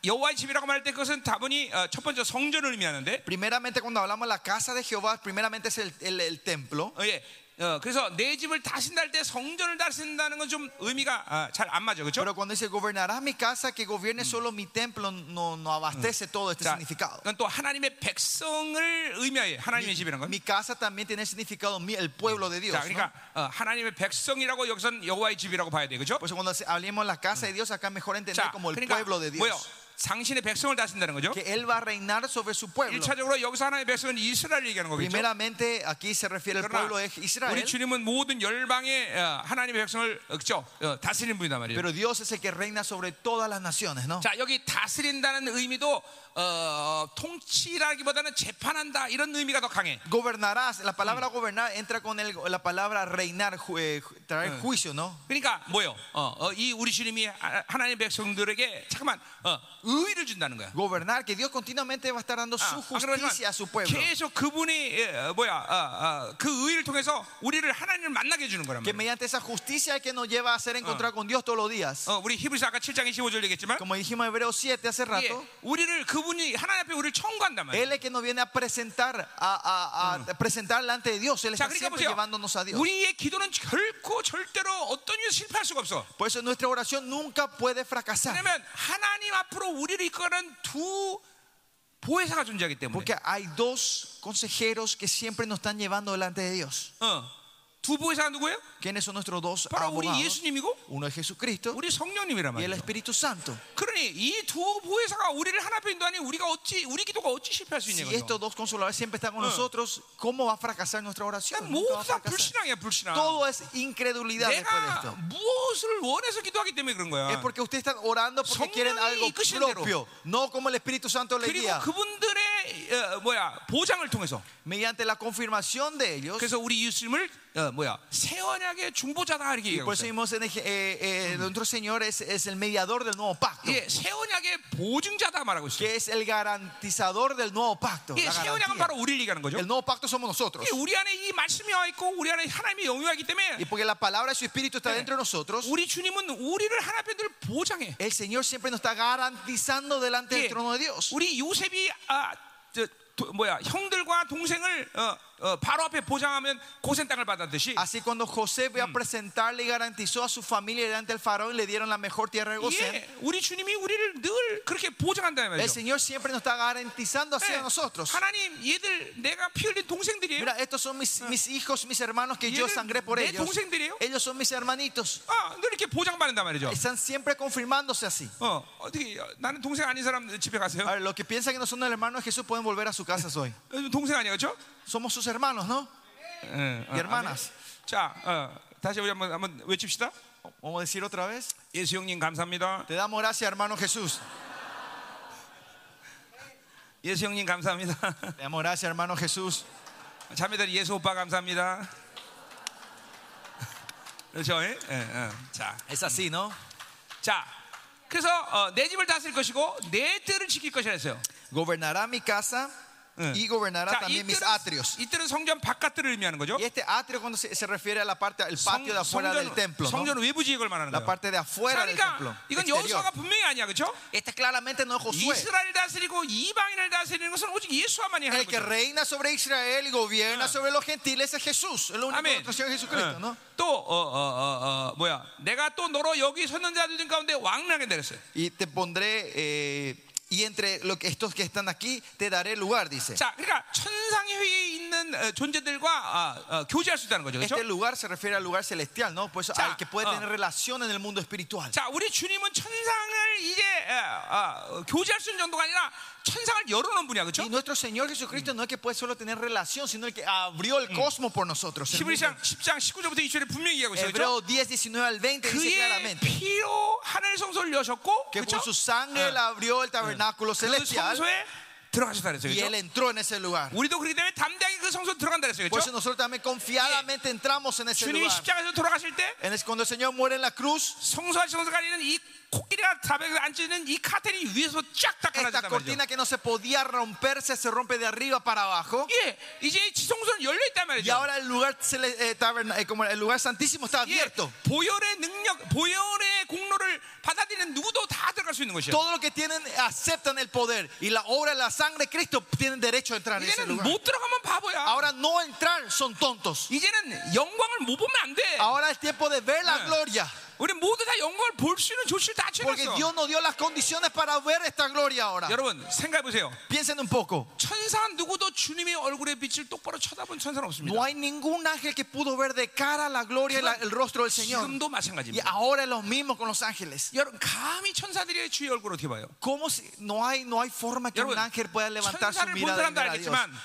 [SPEAKER 1] 여호와의 집이라고 말할 때 그것은 다분히 어, 첫 번째 성전을 의미하는데,
[SPEAKER 2] Primeramente cuando hablamos de la casa de Jehová, primeramente es el, el- el templo.
[SPEAKER 1] 어, 예, 어, 그래서 내 집을 다신다 할 때 성전을 다신다는 건 좀 의미가 잘 안 맞아, 그렇죠?
[SPEAKER 2] Pero cuando dice gobernarás mi casa, que gobierne solo mi templo, no, no abastece todo este
[SPEAKER 1] 자,
[SPEAKER 2] significado.
[SPEAKER 1] 그건 또 하나님의 백성을 의미해요. 하나님의 집이라는 건.
[SPEAKER 2] Mi casa también tiene el significado mi- el pueblo de Dios.
[SPEAKER 1] 자,
[SPEAKER 2] ¿no?
[SPEAKER 1] 그러니까 어, 하나님의 백성이라고 여기선 여호와의 집이라고 봐야 돼, 그렇죠?
[SPEAKER 2] Por eso cuando hablemos de la casa de Dios, acá mejor entender
[SPEAKER 1] 자,
[SPEAKER 2] como el
[SPEAKER 1] 그러니까
[SPEAKER 2] pueblo de
[SPEAKER 1] 뭐요?
[SPEAKER 2] Dios.
[SPEAKER 1] 당신의 백성을 다신다는 거죠.
[SPEAKER 2] Que Él va a reinar sobre su pueblo.
[SPEAKER 1] 1차적으로 여기서 하나님의 백성은 이스라엘 얘기하는 거겠죠.
[SPEAKER 2] Primeramente aquí se refiere al pueblo de
[SPEAKER 1] 우리
[SPEAKER 2] Israel.
[SPEAKER 1] 주님은 모든 열방의 어, 하나님의 백성을 어, 그죠? 어, 다스리는 분이단 말이에요.
[SPEAKER 2] Pero Dios es el que reina sobre todas las naciones, ¿no?
[SPEAKER 1] 자, 여기 다스린다는 의미도 어, 통치라기보다는 재판한다 이런 의미가 더 강해.
[SPEAKER 2] Gobernarás, la palabra gobernar entra con el- la palabra reinar, ju- eh, ju- traer juicio, ¿no?
[SPEAKER 1] 그러니까 뭐요? 어, 어, 이 우리 주님이 하- 하나님의 백성들에게 잠깐만 어, 의를 준다는 거야.
[SPEAKER 2] Gobernar, que Dios continuamente va a estar dando
[SPEAKER 1] 아,
[SPEAKER 2] su
[SPEAKER 1] 아, 그러지만
[SPEAKER 2] justicia a su pueblo.
[SPEAKER 1] 계속 그분이 예, 어, 뭐야 아, 아, 그 의를 통해서 우리를 하나님을 만나게 해주는 거란
[SPEAKER 2] Que
[SPEAKER 1] 말이야.
[SPEAKER 2] mediante esa justicia que nos lleva a ser encontrar con Dios todos los días.
[SPEAKER 1] 어, 우리 히브리서 아까 7장 25절 얘기했지만
[SPEAKER 2] Como dijimos en Hebreos 7 hace
[SPEAKER 1] 예,
[SPEAKER 2] rato,
[SPEAKER 1] 우리를 그분이 하나님 앞에 우리를 청구한단 말이야.
[SPEAKER 2] Él es que nos viene a presentar, a, a- a presentar delante de Dios. Él
[SPEAKER 1] 자,
[SPEAKER 2] está
[SPEAKER 1] 그러니까
[SPEAKER 2] siempre
[SPEAKER 1] 보세요.
[SPEAKER 2] llevándonos a Dios.
[SPEAKER 1] 우리의 기도는 결코 절대로 어떤 이유 실패할 수가 없어.
[SPEAKER 2] Por eso nuestra oración nunca puede fracasar.
[SPEAKER 1] 왜냐면 하나님 앞으로 우리를 이끄는 두 보혜사가 존재하기 때문에.
[SPEAKER 2] Porque hay dos consejeros que siempre nos están llevando delante de Dios.
[SPEAKER 1] 어, 두 보혜사가 누구예요?
[SPEAKER 2] ¿Quiénes son nuestros dos
[SPEAKER 1] 바로 우리
[SPEAKER 2] abogados?
[SPEAKER 1] 예수님이고
[SPEAKER 2] Uno es Jesucristo
[SPEAKER 1] 우리 성령님이란
[SPEAKER 2] y el
[SPEAKER 1] 말이에요.
[SPEAKER 2] Espíritu Santo.
[SPEAKER 1] 그러니 이 두 보혜사가 우리를 하나 앞에 인도하니 우리가 어찌 우리 기도가 어찌 실패할 수
[SPEAKER 2] Si
[SPEAKER 1] 있냐고요.
[SPEAKER 2] estos dos consoladores siempre están con nosotros, ¿cómo va a fracasar nuestra oración? Nunca
[SPEAKER 1] 모두
[SPEAKER 2] va a
[SPEAKER 1] 다
[SPEAKER 2] fracasar.
[SPEAKER 1] 불신앙이야 불신앙.
[SPEAKER 2] Todo es incredulidad después de
[SPEAKER 1] 내가
[SPEAKER 2] esto.
[SPEAKER 1] 무엇을 원해서 기도하기 때문에 그런
[SPEAKER 2] Es
[SPEAKER 1] 거야.
[SPEAKER 2] porque ustedes están orando porque
[SPEAKER 1] 성령이
[SPEAKER 2] quieren algo
[SPEAKER 1] 이끄시는 대로.
[SPEAKER 2] propio, no como el Espíritu Santo le
[SPEAKER 1] 그리고
[SPEAKER 2] guía,
[SPEAKER 1] 그분들의 어, 뭐야 보장을 통해서
[SPEAKER 2] mediante la confirmación de ellos.
[SPEAKER 1] 그래서 우리 예수님을 어, 뭐야 새 언약의 중보자다 이렇게 얘기하고
[SPEAKER 2] Por eso
[SPEAKER 1] 있어요.
[SPEAKER 2] vimos en Ege- eh, eh, nuestro Señor es, es el mediador del nuevo pacto,
[SPEAKER 1] 예, 새 언약의 보증자다 말하고 있어요.
[SPEAKER 2] que es el garantizador del nuevo pacto.
[SPEAKER 1] 예,
[SPEAKER 2] la
[SPEAKER 1] 새
[SPEAKER 2] garantía.
[SPEAKER 1] 언약은 바로 우리를 얘기하는 거죠.
[SPEAKER 2] El nuevo pacto somos nosotros.
[SPEAKER 1] 예, 우리 안에 이 말씀이 와 있고 우리 안에 하나님이 영유하기 때문에
[SPEAKER 2] Y porque la palabra de su Espíritu está dentro de nosotros,
[SPEAKER 1] 우리 주님은 우리를 하나 앞에 늘 보장해.
[SPEAKER 2] el Señor siempre nos está garantizando delante
[SPEAKER 1] 예,
[SPEAKER 2] del trono de Dios.
[SPEAKER 1] 우리 요셉이 아, 저, 도- 뭐야 형들과 동생을 어, 어, 바로 앞에 보장하면 고센 땅을 받았듯이
[SPEAKER 2] Así cuando José fue a presentarle y garantizó a su familia delante del faraón y le dieron la mejor tierra de Gosén,
[SPEAKER 1] 예, 우리 주님이 우리를 늘 그렇게 보장한다는
[SPEAKER 2] el
[SPEAKER 1] 말이죠.
[SPEAKER 2] Señor siempre nos está garantizando
[SPEAKER 1] 예,
[SPEAKER 2] hacia nosotros.
[SPEAKER 1] 하나님 얘들 내가 피 흘린 동생들이에요.
[SPEAKER 2] Mira, estos son mis, mis hijos, mis hermanos que yo
[SPEAKER 1] 얘들
[SPEAKER 2] sangré por
[SPEAKER 1] 내
[SPEAKER 2] ellos.
[SPEAKER 1] 동생들이에요?
[SPEAKER 2] Ellos son mis hermanitos.
[SPEAKER 1] 아, 늘 이렇게 보장받는단 말이죠.
[SPEAKER 2] Están siempre confirmándose así.
[SPEAKER 1] 어, 어떻게 어, 나는 동생 아닌 사람 집에
[SPEAKER 2] A
[SPEAKER 1] 가세요?
[SPEAKER 2] ver, los que piensan que no son el hermano de Jesús pueden volver a sus casas hoy.
[SPEAKER 1] 어, 동생 아니야, 그렇죠?
[SPEAKER 2] Somos sus hermanos, ¿no?
[SPEAKER 1] 예, 어,
[SPEAKER 2] Y hermanas.
[SPEAKER 1] 아멘. 자, 어, 다시 우리 한번 한번 외칩시다.
[SPEAKER 2] Vamos a decir otra vez.
[SPEAKER 1] 예수 형님 감사합니다.
[SPEAKER 2] Te damos gracias, hermano Jesús.
[SPEAKER 1] 예수 형님 감사합니다.
[SPEAKER 2] Te damos gracias, hermano Jesús.
[SPEAKER 1] 자매들 예수 오빠 감사합니다. 그렇죠? 예? 예, 예. 자,
[SPEAKER 2] Es así, ¿no?
[SPEAKER 1] 자, 그래서 어, 내 집을 다스릴 것이고 내 때를 지킬 것이라 했어요.
[SPEAKER 2] Gobernará mi casa. y gobernará
[SPEAKER 1] 자,
[SPEAKER 2] también mis
[SPEAKER 1] 이때는, 예,
[SPEAKER 2] atrios.
[SPEAKER 1] 이때는 성전 바깥들을 의미하는 거죠.
[SPEAKER 2] Y este atrio cuando se, se refiere a la parte, al patio de afuera del templo, ¿no?
[SPEAKER 1] 성전 외부 지역을 말하는
[SPEAKER 2] la
[SPEAKER 1] 거예요.
[SPEAKER 2] parte de afuera del templo.
[SPEAKER 1] 그러니까 이건
[SPEAKER 2] exterior.
[SPEAKER 1] 여호수아가 분명히 아니야, 그렇죠?
[SPEAKER 2] Este claramente no es Josué.
[SPEAKER 1] 이스라엘 다스리고 이방인을 다스리는 것은 오직 예수와만이 하는
[SPEAKER 2] El que
[SPEAKER 1] 거죠.
[SPEAKER 2] reina sobre Israel y gobierna sobre los gentiles es Jesús. Es lo único
[SPEAKER 1] Amén.
[SPEAKER 2] que Señor Jesucristo, ¿no?
[SPEAKER 1] 예. 또어어어 어, 어, 뭐야? 내가 또 너로 여기 서는 자들 중 가운데 왕나게 내렸어요.
[SPEAKER 2] Y te pondré, eh, y entre lo que- estos que están aquí, te daré lugar, dice.
[SPEAKER 1] 자, 그러니까 천상의 회에 있는 어, 존재들과 아, 어, 교제할 수 있다는 거죠, 그렇죠?
[SPEAKER 2] Este lugar se refiere al lugar celestial, ¿no? Pues
[SPEAKER 1] Ya.
[SPEAKER 2] al que puede
[SPEAKER 1] Ah.
[SPEAKER 2] tener relación en el mundo espiritual.
[SPEAKER 1] 자, 우리 주님은 천상을 이제 아, 아, 교제할 수 있는 정도가 아니라 천상을 열어놓은 분이야, 그렇죠?
[SPEAKER 2] Y nuestro Señor Jesucristo no es que puede solo tener relación, sino el que abrió el cosmos por nosotros. El mundo.
[SPEAKER 1] 히브리상 10장 19절부터 2절에 분명히 얘기하고 있어요, 그렇죠?
[SPEAKER 2] Hebreo 10, 19 al 20 dice
[SPEAKER 1] 그의
[SPEAKER 2] claramente
[SPEAKER 1] 피로 하늘 성소를 여셨고,
[SPEAKER 2] que
[SPEAKER 1] 그렇죠?
[SPEAKER 2] con su sangre
[SPEAKER 1] Ah.
[SPEAKER 2] él abrió el tabernáculo
[SPEAKER 1] 그
[SPEAKER 2] celestial
[SPEAKER 1] 성소에 들어가셨다 그랬어요,
[SPEAKER 2] y
[SPEAKER 1] 그렇죠?
[SPEAKER 2] él entró en ese lugar.
[SPEAKER 1] 우리도 그렇기 때문에 담대하게 그 성소 들어간다 그랬어요.
[SPEAKER 2] Por eso
[SPEAKER 1] 그렇죠?
[SPEAKER 2] nosotros también confiadamente entramos en ese
[SPEAKER 1] 주님이
[SPEAKER 2] lugar.
[SPEAKER 1] 십자가에서 돌아가실 때
[SPEAKER 2] En ese- cuando el Señor muere en la cruz,
[SPEAKER 1] 성소와 성소 가리는 이 코끼리가 담에 앉는 이 카텐이 위에서 쫙
[SPEAKER 2] esta
[SPEAKER 1] 닦아나졌단 말이죠.
[SPEAKER 2] cortina que no se podía romperse se rompe de arriba para abajo.
[SPEAKER 1] 예, 이제 지성소는 열려 있단
[SPEAKER 2] Y
[SPEAKER 1] 말이죠.
[SPEAKER 2] ahora el lugar, cele- eh, taberna- eh, como el lugar santísimo está
[SPEAKER 1] 예,
[SPEAKER 2] abierto.
[SPEAKER 1] 보혈의 능력, 보혈의 공로를 받아들이는 누구도 다 들어갈 수 있는 것이에요.
[SPEAKER 2] Todo lo que tienen aceptan el poder y la obra de la sangre de Cristo tienen derecho a entrar en ese
[SPEAKER 1] 이제는
[SPEAKER 2] lugar.
[SPEAKER 1] 못 들어가면 아, 바보야.
[SPEAKER 2] Ahora no entrar son tontos.
[SPEAKER 1] 이제는 영광을 못 보면 안 돼.
[SPEAKER 2] Ahora es tiempo de ver
[SPEAKER 1] Eh.
[SPEAKER 2] la gloria.
[SPEAKER 1] 우리 모두 다 영광을 볼 수 있는 조치를 다
[SPEAKER 2] Porque
[SPEAKER 1] 취했어.
[SPEAKER 2] Dios nos dio las condiciones para ver esta gloria ahora.
[SPEAKER 1] 여러분 생각해 보세요.
[SPEAKER 2] Piensen un poco.
[SPEAKER 1] 천사 누구도 주님의 얼굴의 빛을 똑바로 쳐다본 천사는 없습니다.
[SPEAKER 2] No hay ningún ángel que pudo ver de cara la gloria y la- el rostro del Señor.
[SPEAKER 1] 지금도
[SPEAKER 2] Y
[SPEAKER 1] 마찬가지입니다.
[SPEAKER 2] ahora es lo mismo con los ángeles.
[SPEAKER 1] 여러분 감히 천사들의 주의 얼굴을 어떻게 봐요?
[SPEAKER 2] ¿Cómo si- no, hay, no hay forma que
[SPEAKER 1] Yarabbim,
[SPEAKER 2] un ángel pueda levantar su
[SPEAKER 1] 천사를 본
[SPEAKER 2] mirada y
[SPEAKER 1] 사람도
[SPEAKER 2] ver a Dios.
[SPEAKER 1] 알겠지만,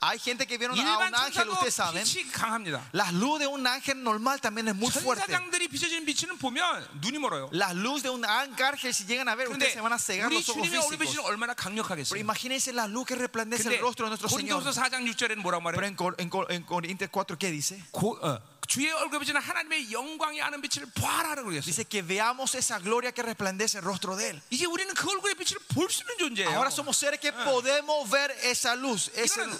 [SPEAKER 2] Hay gente que vieron a
[SPEAKER 1] 일반
[SPEAKER 2] un ángel,
[SPEAKER 1] 천사도
[SPEAKER 2] ustedes saben.
[SPEAKER 1] 빛이 강합니다.
[SPEAKER 2] La luz de un ángel normal también es muy fuerte.
[SPEAKER 1] 천사장들이 비춰지는 빛은 보면 눈이 멀어요.
[SPEAKER 2] La luz de un ángel, si llegan a ver,
[SPEAKER 1] 그런데
[SPEAKER 2] ustedes se van a cegar
[SPEAKER 1] 우리
[SPEAKER 2] los ojos
[SPEAKER 1] 주님의 얼굴의 빛은
[SPEAKER 2] físicos.
[SPEAKER 1] 얼마나
[SPEAKER 2] Pero
[SPEAKER 1] 강력하겠어요?
[SPEAKER 2] imagínense la luz que resplandece
[SPEAKER 1] 근데
[SPEAKER 2] el rostro de nuestro Señor.
[SPEAKER 1] 고린도서 4장 6절에는 뭐라고
[SPEAKER 2] Pero
[SPEAKER 1] 말해요?
[SPEAKER 2] en, Cor- en Cor- en Corintios 4, ¿qué dice?
[SPEAKER 1] 고, 어, 주의 얼굴의 빛은 하나님의 영광이 아는 빛을 보아라라고 그랬어요.
[SPEAKER 2] Dice que veamos esa gloria que resplandece el rostro de Él.
[SPEAKER 1] 이제 우리는 그 얼굴의 빛을 볼 수 있는 존재예요.
[SPEAKER 2] Ahora somos seres que podemos ver esa luz. ese-
[SPEAKER 1] 이거는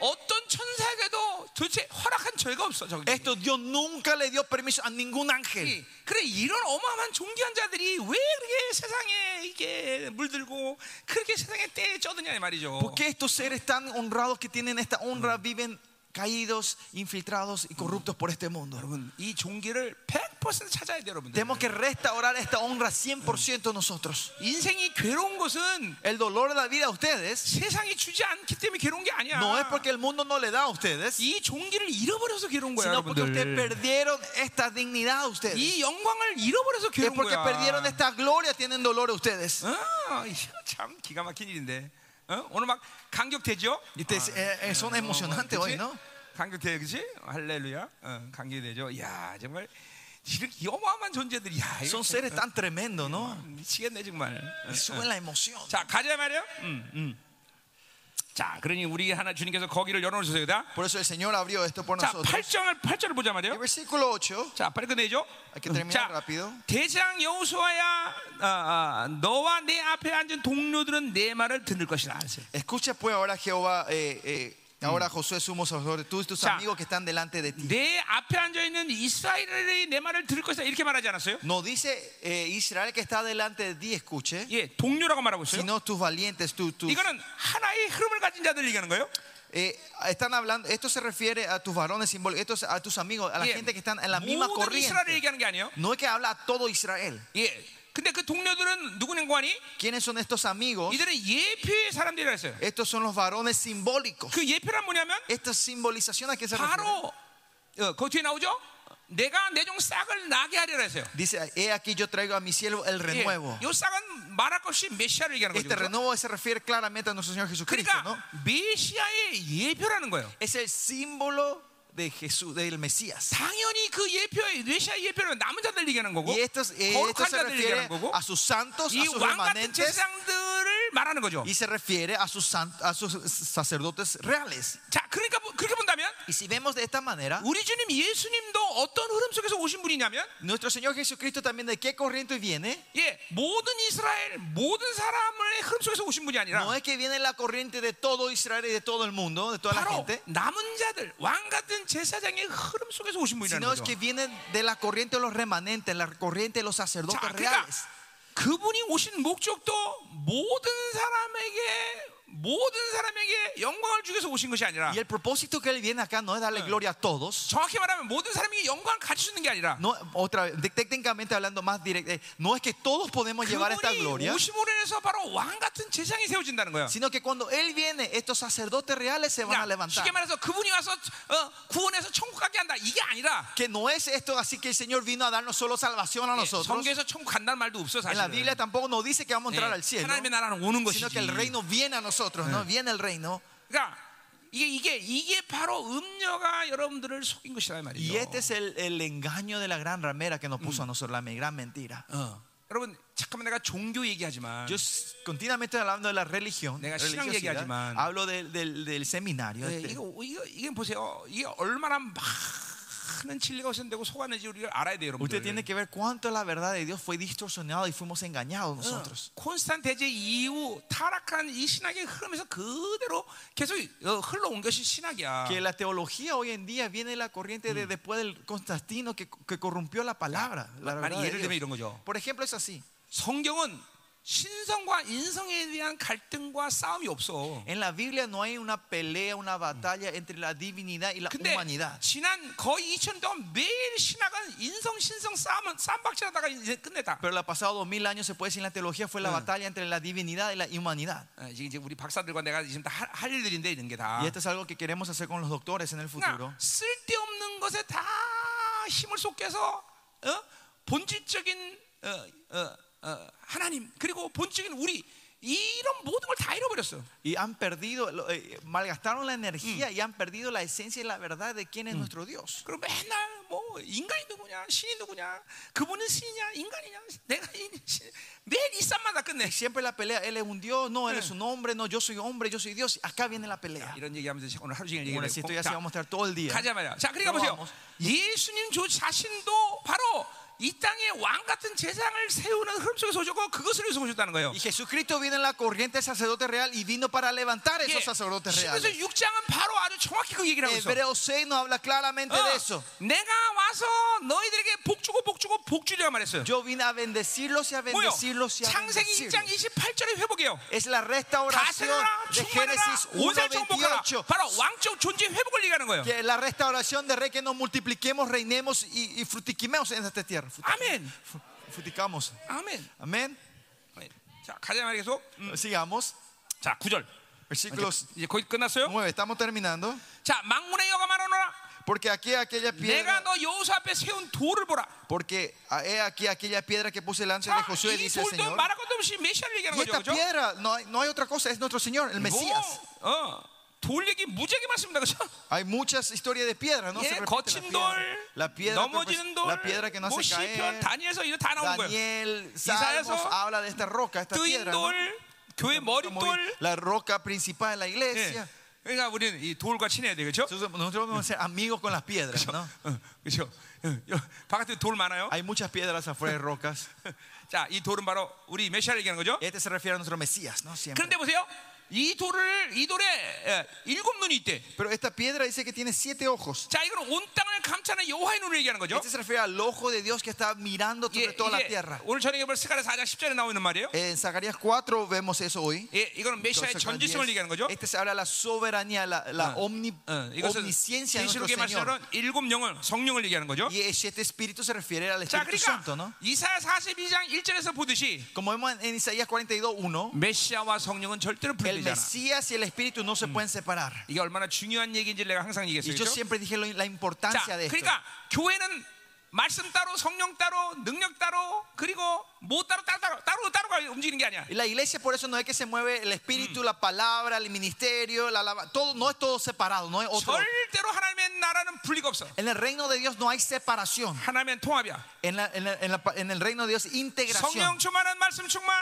[SPEAKER 1] 어떤 천사에게도 도대체 허락한 죄가 없어 저기.
[SPEAKER 2] esto Dios nunca le dio permiso a ningún ángel.
[SPEAKER 1] 이- 그래 이런 어마어마한 존귀한 자들이 왜 그렇게 세상에 이게 물들고 그렇게 세상에 때에 쩌드냐 이 말이죠.
[SPEAKER 2] ¿Por qué estos seres tan honrados que tienen esta honra viven caídos, infiltrados y corruptos por este mundo?
[SPEAKER 1] 여러분 이 종기를 100% 찾아야 돼요, 여러분들.
[SPEAKER 2] Tenemos que restaurar esta honra 100% nosotros.
[SPEAKER 1] 인생이 괴로운 것은
[SPEAKER 2] El dolor de la vida a ustedes
[SPEAKER 1] 세상이 주지 않기 때문에 괴로운 게 아니야.
[SPEAKER 2] no es porque el mundo no le da a ustedes,
[SPEAKER 1] 이 종기를 잃어버려서 괴로운 거야,
[SPEAKER 2] sino porque ustedes
[SPEAKER 1] 여러분들.
[SPEAKER 2] perdieron esta dignidad a ustedes.
[SPEAKER 1] 이 영광을 잃어버려서
[SPEAKER 2] Es
[SPEAKER 1] 괴로운
[SPEAKER 2] porque
[SPEAKER 1] 거야.
[SPEAKER 2] perdieron esta gloria, tienen dolor a ustedes.
[SPEAKER 1] 아, 이거 참 기가 막힌 일인데. 어? 오늘 막 감격되죠? 아,
[SPEAKER 2] Y te- eh, eh, son emocionantes hoy, ¿no?
[SPEAKER 1] 강격돼 그지? 할렐루야. 어, 강격되죠. 이야 정말 이렇게 어마어마한 존재들이야. 이거
[SPEAKER 2] Son seres tan tremendos, ¿no?
[SPEAKER 1] 미치겠네 정말. 어.
[SPEAKER 2] Y Suben la emoción.
[SPEAKER 1] 자 가자 말이요. 음, 음. 자 그러니 우리 하나 주님께서 거기를 열어놓으셨어요, 그다?
[SPEAKER 2] Por eso el Señor abrió esto por
[SPEAKER 1] 자
[SPEAKER 2] nosotros.
[SPEAKER 1] 8장을 8절을 보자
[SPEAKER 2] El
[SPEAKER 1] 말이요.
[SPEAKER 2] versículo 8.
[SPEAKER 1] 자 빨리 끝내죠.
[SPEAKER 2] Hay que
[SPEAKER 1] 자
[SPEAKER 2] terminar rápido.
[SPEAKER 1] 대장 여호수아야, 아, 아, 너와 내 앞에 앉은 동료들은 내 말을 들을 것이라. 하세요.
[SPEAKER 2] Escucha pues ahora Jehová, eh, eh, ahora Josué sumo sacerdote, tú y tus
[SPEAKER 1] Ya.
[SPEAKER 2] amigos que están delante de ti.
[SPEAKER 1] 내 앞에 앉아 있는 이스라엘이 내 말을 들을 것이다 이렇게 말하지 않았어요?
[SPEAKER 2] No dice eh, Israel que está delante de ti, escuche,
[SPEAKER 1] 예, 동료라고 말하고 있어요.
[SPEAKER 2] sino tus valientes, tú, tú.
[SPEAKER 1] 이거는 하나의 흐름을 가진 자들 얘기하는 거예요.
[SPEAKER 2] Eh, están hablando, esto se refiere a tus varones simbólicos, esto es a tus amigos, a la
[SPEAKER 1] 예,
[SPEAKER 2] gente que están en la misma
[SPEAKER 1] 모든 이스라엘
[SPEAKER 2] corriente.
[SPEAKER 1] 얘기하는 게 아니에요.
[SPEAKER 2] No es que habla a todo Israel.
[SPEAKER 1] 예. 근데 그 동료들은 누구는 거니?
[SPEAKER 2] ¿Quiénes son estos amigos?
[SPEAKER 1] 이들은 예표의 사람들이라 했어요.
[SPEAKER 2] Estos son los varones simbólicos.
[SPEAKER 1] 그 예표란 뭐냐면
[SPEAKER 2] Esta simbolización a qué se refiere.
[SPEAKER 1] 바로 어, 그 뒤에 나오죠. 내가 내 종 싹을 나게 하리라 했어요.
[SPEAKER 2] Dice, he aquí yo traigo a mi siervo el
[SPEAKER 1] 예.
[SPEAKER 2] renuevo.
[SPEAKER 1] 요 싹은 말할 것 없이 메시아를 얘기하는 거죠.
[SPEAKER 2] Este
[SPEAKER 1] 그렇죠?
[SPEAKER 2] renuevo se refiere claramente a nuestro Señor Jesucristo, ¿no?
[SPEAKER 1] 그러니까 메시아의 예표라는 거예요.
[SPEAKER 2] Es el símbolo de Jesús, del Mesías.
[SPEAKER 1] 당연히 그 예표의 메시아의 예표는 남은 자들 얘기하는 거고
[SPEAKER 2] Y esto, es- eh, esto
[SPEAKER 1] 거룩한
[SPEAKER 2] se
[SPEAKER 1] 자들 얘기하는
[SPEAKER 2] refiere
[SPEAKER 1] 거고
[SPEAKER 2] a sus santos, a
[SPEAKER 1] 이
[SPEAKER 2] sus
[SPEAKER 1] 왕 같은
[SPEAKER 2] remanentes,
[SPEAKER 1] 제사장들을 말하는 거죠.
[SPEAKER 2] y se refiere a sus, san- a sus sacerdotes reales.
[SPEAKER 1] 자, 그러니까 뭐- 그렇게 본다면 본다면
[SPEAKER 2] Y si vemos de esta manera,
[SPEAKER 1] 우리 주님 예수님도 어떤 흐름 속에서 오신 분이냐면
[SPEAKER 2] nuestro Señor Jesucristo también de qué corriente viene.
[SPEAKER 1] 예, 모든 이스라엘 모든 사람의 흐름 속에서 오신 분이 아니라
[SPEAKER 2] No es que viene la corriente de todo Israel y de todo el mundo, de toda la
[SPEAKER 1] 바로
[SPEAKER 2] gente,
[SPEAKER 1] 남은 자들 왕 같은 제사장의 흐름 속에서 오신 분이라는
[SPEAKER 2] sino es
[SPEAKER 1] 거죠.
[SPEAKER 2] que viene de la corriente de los remanentes, la corriente de los
[SPEAKER 1] 자,
[SPEAKER 2] sacerdotes
[SPEAKER 1] 그러니까
[SPEAKER 2] reales.
[SPEAKER 1] 그분이 오신 목적도 모든 사람에게 모든 사람에게 영광을 주기 위해서 오신 것이 아니라
[SPEAKER 2] Y el propósito que él viene acá no es darle gloria a todos.
[SPEAKER 1] 정확히 말하면 모든 사람에게 영광을 같이 주는 게 아니라
[SPEAKER 2] No, otra vez, te- técnicamente hablando más directo, eh, no es que todos podemos llevar esta
[SPEAKER 1] 그분이
[SPEAKER 2] gloria,
[SPEAKER 1] 오심으로 해서 바로 왕 같은 제사장이 세워진다는 거야.
[SPEAKER 2] sino que cuando él viene, estos sacerdotes reales se van a
[SPEAKER 1] 그러니까
[SPEAKER 2] levantar.
[SPEAKER 1] 쉽게 말해서 그분이 와서 어, 구원해서 천국 가게 한다 이게 아니라
[SPEAKER 2] Que no es esto así que el Señor vino a darnos solo salvación a
[SPEAKER 1] 예,
[SPEAKER 2] nosotros.
[SPEAKER 1] 성경에서 천국 간다는 말도 없어
[SPEAKER 2] En la
[SPEAKER 1] 사실은.
[SPEAKER 2] Biblia tampoco nos dice que vamos a entrar al
[SPEAKER 1] 예,
[SPEAKER 2] cielo,
[SPEAKER 1] 하나님의 나라는 오는
[SPEAKER 2] sino que el
[SPEAKER 1] 것이지.
[SPEAKER 2] reino viene a nosotros, ¿no? Viene el reino.
[SPEAKER 1] 그러니까 이게 이게 이게 바로 음녀가 여러분들을 속인 것이란 말이에요.
[SPEAKER 2] Y este es el, el engaño de la gran ramera que nos puso a nosotros, la me- gran mentira.
[SPEAKER 1] 어. 여러분 잠깐만 내가 종교 얘기하지만
[SPEAKER 2] Yo s- continuamente hablando de la religión,
[SPEAKER 1] 내가 신앙
[SPEAKER 2] religiosidad,
[SPEAKER 1] 얘기하지만-
[SPEAKER 2] hablo del, del- del seminario.
[SPEAKER 1] 예,
[SPEAKER 2] este.
[SPEAKER 1] 이거 이거 이게 보세요. 이게 얼마나 많은 진리가 오선되고 속았는지 우리가 알아야 돼요,
[SPEAKER 2] Usted tiene
[SPEAKER 1] 여러분들.
[SPEAKER 2] que ver cuánto la verdad de Dios fue distorsionada y fuimos engañados nosotros.
[SPEAKER 1] 어. 콘스탄테제 이후 타락한 이 신학의 흐름에서 그대로 계속 어, 흘러온 것이 신학이야.
[SPEAKER 2] Que la teología hoy en día viene de la corriente de después del Constantino que, que corrompió la palabra. la
[SPEAKER 1] 만-
[SPEAKER 2] verdad
[SPEAKER 1] 만약
[SPEAKER 2] de
[SPEAKER 1] 예를 들면
[SPEAKER 2] Dios.
[SPEAKER 1] 이런 거죠.
[SPEAKER 2] Por ejemplo, es así.
[SPEAKER 1] 성경은 신성과 인성에 대한 갈등과 싸움이 없어.
[SPEAKER 2] En la Biblia no hay una pelea, una batalla entre la divinidad y la
[SPEAKER 1] 근데
[SPEAKER 2] humanidad.
[SPEAKER 1] 지난 거의 2000년 동안 매일 신학은 인성 신성 싸움은 쌈박질하다가 이제 끝냈다.
[SPEAKER 2] Pero la pasado dos mil años se puede decir en la teología fue la
[SPEAKER 1] Ah.
[SPEAKER 2] batalla entre la divinidad y la humanidad.
[SPEAKER 1] 어, 이게 이제 우리 박사들과 내가 지금 다 할 일들인데 이런 게 다.
[SPEAKER 2] Y esto es algo que queremos hacer con los doctores en el futuro.
[SPEAKER 1] 그러니까 쓸데없는 것에 다 힘을 쏟겨서 어? 본질적인 어, 어, 어, 하나님 그리고 본질적인 우리 이런 모든 걸 다 잃어버렸어.
[SPEAKER 2] Y han perdido, lo- eh, malgastaron la energía y han perdido la esencia y la verdad de quién es nuestro Dios.
[SPEAKER 1] 그리고 맨날 뭐 인간이 누구냐 신이 누구냐 그분은 신이냐 인간이냐 내가 이 신, 매일 이 쌈마다 끝내.
[SPEAKER 2] Y siempre la pelea, él es un Dios, no, él es un hombre, no, yo soy hombre, yo soy Dios. Acá viene la pelea.
[SPEAKER 1] 이런 얘기하면서 오늘 하루 종일
[SPEAKER 2] Bueno, si esto ya se va a
[SPEAKER 1] 얘기했고
[SPEAKER 2] mostrar todo el día.
[SPEAKER 1] 가자 말이야. 자, 그러니까 보세요.
[SPEAKER 2] 넘어가고.
[SPEAKER 1] 예수님 조 자신도 바로 이 땅의 왕 같은 재상을 세우는 흐름 속에서 오셨고 그것을 위해서 오셨다는 거예요.
[SPEAKER 2] Y Jesucristo vino en la corriente del sacerdote real y vino para levantar
[SPEAKER 1] 예,
[SPEAKER 2] esos sacerdotes
[SPEAKER 1] 신에서
[SPEAKER 2] reales.
[SPEAKER 1] 6장은 바로 아주 정확히 그 얘기를 하고 있어.
[SPEAKER 2] Hebreo 6 nos habla claramente
[SPEAKER 1] 어,
[SPEAKER 2] de eso.
[SPEAKER 1] 내가 와서 너희들에게 복 주고 복 주고 복 주리라 말했어요.
[SPEAKER 2] Yo vine a bendecirlos y a
[SPEAKER 1] 뭐요?
[SPEAKER 2] bendecirlos y a
[SPEAKER 1] 창세기 1장
[SPEAKER 2] bendecirlos.
[SPEAKER 1] 28절의 회복이에요.
[SPEAKER 2] Es la
[SPEAKER 1] 다
[SPEAKER 2] restauración
[SPEAKER 1] 세워라,
[SPEAKER 2] de
[SPEAKER 1] 충만해라,
[SPEAKER 2] Génesis
[SPEAKER 1] 온살 정복하라.
[SPEAKER 2] 1:28.
[SPEAKER 1] 바로 왕적 존재 회복을 얘기하는 거예요.
[SPEAKER 2] Que la restauración de rey que nos multipliquemos, reinemos y, y frutiquemos en esta tierra. Fruti-
[SPEAKER 1] 아멘,
[SPEAKER 2] fru- Fruticamos.
[SPEAKER 1] 아멘.
[SPEAKER 2] Amén.
[SPEAKER 1] 자, 가자 말이 계속. 음,
[SPEAKER 2] Sigamos.
[SPEAKER 1] 자, 9절.
[SPEAKER 2] Versículos
[SPEAKER 1] 이제 거의 끝났어요.
[SPEAKER 2] 9. Estamos terminando.
[SPEAKER 1] 자, 망문의 여가 말하노라.
[SPEAKER 2] Porque aquí aquella
[SPEAKER 1] 내가
[SPEAKER 2] piedra.
[SPEAKER 1] 너 여호수 앞에 세운 돌을 보라.
[SPEAKER 2] Porque ah, he aquí aquella piedra que puse el ansia de
[SPEAKER 1] 자,
[SPEAKER 2] Josué,
[SPEAKER 1] 이
[SPEAKER 2] dice el
[SPEAKER 1] 돌도
[SPEAKER 2] Señor.
[SPEAKER 1] 말할 것도 없이 메시아를 얘기하는 거죠,
[SPEAKER 2] Y esta
[SPEAKER 1] 그죠?
[SPEAKER 2] piedra no hay, no hay otra cosa, es nuestro Señor, el Mesías.
[SPEAKER 1] 뭐, 어, 돌 얘기 무지하게 많습니다, 그죠?
[SPEAKER 2] Hay muchas historias de piedra, ¿no?
[SPEAKER 1] 예,
[SPEAKER 2] Se repite
[SPEAKER 1] 거친
[SPEAKER 2] la, piedra.
[SPEAKER 1] 돌,
[SPEAKER 2] La piedra,
[SPEAKER 1] 넘어지는
[SPEAKER 2] que-
[SPEAKER 1] 돌,
[SPEAKER 2] la piedra que no
[SPEAKER 1] 뭐
[SPEAKER 2] hace
[SPEAKER 1] 시편,
[SPEAKER 2] caer.
[SPEAKER 1] 다니엘서 이거 다 나온 거예요.
[SPEAKER 2] Daniel,
[SPEAKER 1] Isaías,
[SPEAKER 2] Salmos habla de esta roca, esta
[SPEAKER 1] 뜨인
[SPEAKER 2] piedra. ¿no?
[SPEAKER 1] 돌, 교회 머릿돌.
[SPEAKER 2] La roca principal de la
[SPEAKER 1] 예.
[SPEAKER 2] iglesia.
[SPEAKER 1] 그러니까 우리는 이 돌과 친해야 돼, 그죠? 어,
[SPEAKER 2] Entonces, Nosotros vamos a ser amigos con las piedras, ¿no?
[SPEAKER 1] 그죠? 바깥에 돌 많아요.
[SPEAKER 2] Hay muchas piedras afuera de rocas.
[SPEAKER 1] 자, 이 돌은 바로 우리 메시아를 얘기하는 거죠.
[SPEAKER 2] Este se refiere a nuestro Mesías, ¿no? Siempre.
[SPEAKER 1] 그런데 보세요. 이 돌을 이 돌에 예, 일곱 눈이 있대.
[SPEAKER 2] Pero esta piedra dice que tiene siete ojos.
[SPEAKER 1] 자, 이건 온 땅을 감싸는 여호와의 눈을 얘기하는 거죠.
[SPEAKER 2] Este se refiere al ojo de Dios que está mirando
[SPEAKER 1] 예,
[SPEAKER 2] sobre toda la
[SPEAKER 1] 이게
[SPEAKER 2] tierra.
[SPEAKER 1] 오늘 저녁에 볼 스가랴 4장 10절에 나오는 말이에요.
[SPEAKER 2] En Zacarías 4 vemos eso hoy.
[SPEAKER 1] 예, 이거는 메시아의
[SPEAKER 2] Zacarías.
[SPEAKER 1] 전지성을 얘기하는 거죠.
[SPEAKER 2] Este se habla de la soberanía, la, la
[SPEAKER 1] 어,
[SPEAKER 2] omni-
[SPEAKER 1] 어, 이것은
[SPEAKER 2] omnisciencia de nuestro
[SPEAKER 1] 계시록의
[SPEAKER 2] Señor.
[SPEAKER 1] 말씀은 일곱 영을 성령을 얘기하는 거죠.
[SPEAKER 2] Y este espíritu se refiere al
[SPEAKER 1] 자,
[SPEAKER 2] Espíritu
[SPEAKER 1] 예, 그러니까
[SPEAKER 2] Santo, ¿no?
[SPEAKER 1] 이사야 42장 1절에서 보듯이
[SPEAKER 2] Como vemos en Isaías 42, 1,
[SPEAKER 1] Mm, 메시아와 성령은 절대로
[SPEAKER 2] el
[SPEAKER 1] 분리되잖아.
[SPEAKER 2] Mesías y el Espíritu no se pueden separar.
[SPEAKER 1] 이게 얼마나 중요한 얘기인지 내가 항상
[SPEAKER 2] Y
[SPEAKER 1] 얘기했어요.
[SPEAKER 2] yo
[SPEAKER 1] 그렇죠?
[SPEAKER 2] siempre dije lo- la
[SPEAKER 1] 자,
[SPEAKER 2] importancia de esto.
[SPEAKER 1] 그러니까 교회는 말씀 따로, 성령 따로, 능력 따로, 그리고 뭐 따로 따로 따로 따로 따로가 움직이는 게 아니야.
[SPEAKER 2] Y La iglesia por eso no es que se mueve el espíritu, la palabra, el ministerio, la alaba- todo no es todo separado, no es
[SPEAKER 1] 뭐
[SPEAKER 2] otro.
[SPEAKER 1] 절대로 하나님의 나라는 분리가 없어.
[SPEAKER 2] En el reino de Dios no hay separación.
[SPEAKER 1] 하나님의 통합이야.
[SPEAKER 2] En, la- en la- en la- en el reino de Dios
[SPEAKER 1] 성령
[SPEAKER 2] integración.
[SPEAKER 1] 충만한 말씀 충만,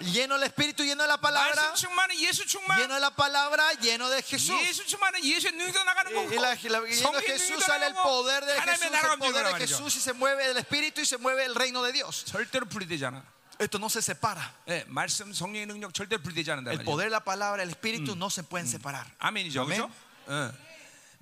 [SPEAKER 2] lleno del Espíritu, lleno de la palabra,
[SPEAKER 1] 말씀 충만은 예수 충만.
[SPEAKER 2] lleno de la palabra, lleno de Jesús.
[SPEAKER 1] 예수 충만은 예수의 능력도 나가는
[SPEAKER 2] Y la, la- lleno
[SPEAKER 1] 거고
[SPEAKER 2] de
[SPEAKER 1] 성령
[SPEAKER 2] Jesús
[SPEAKER 1] 능력도
[SPEAKER 2] sale el
[SPEAKER 1] 나가고
[SPEAKER 2] poder de
[SPEAKER 1] 하나님의
[SPEAKER 2] Jesús,
[SPEAKER 1] 나라가
[SPEAKER 2] el
[SPEAKER 1] 움직이는
[SPEAKER 2] poder de
[SPEAKER 1] 말이죠.
[SPEAKER 2] Jesús y se mueve el Espíritu y se mueve el reino de Dios.
[SPEAKER 1] 절대로 분리되지 않아.
[SPEAKER 2] Esto no se separa.
[SPEAKER 1] 예, 말씀 성령의 능력 절대로 분리되지 않는다
[SPEAKER 2] El
[SPEAKER 1] 말이죠.
[SPEAKER 2] poder de la palabra, el Espíritu no se pueden separar.
[SPEAKER 1] 아멘이죠. 그렇죠? 응.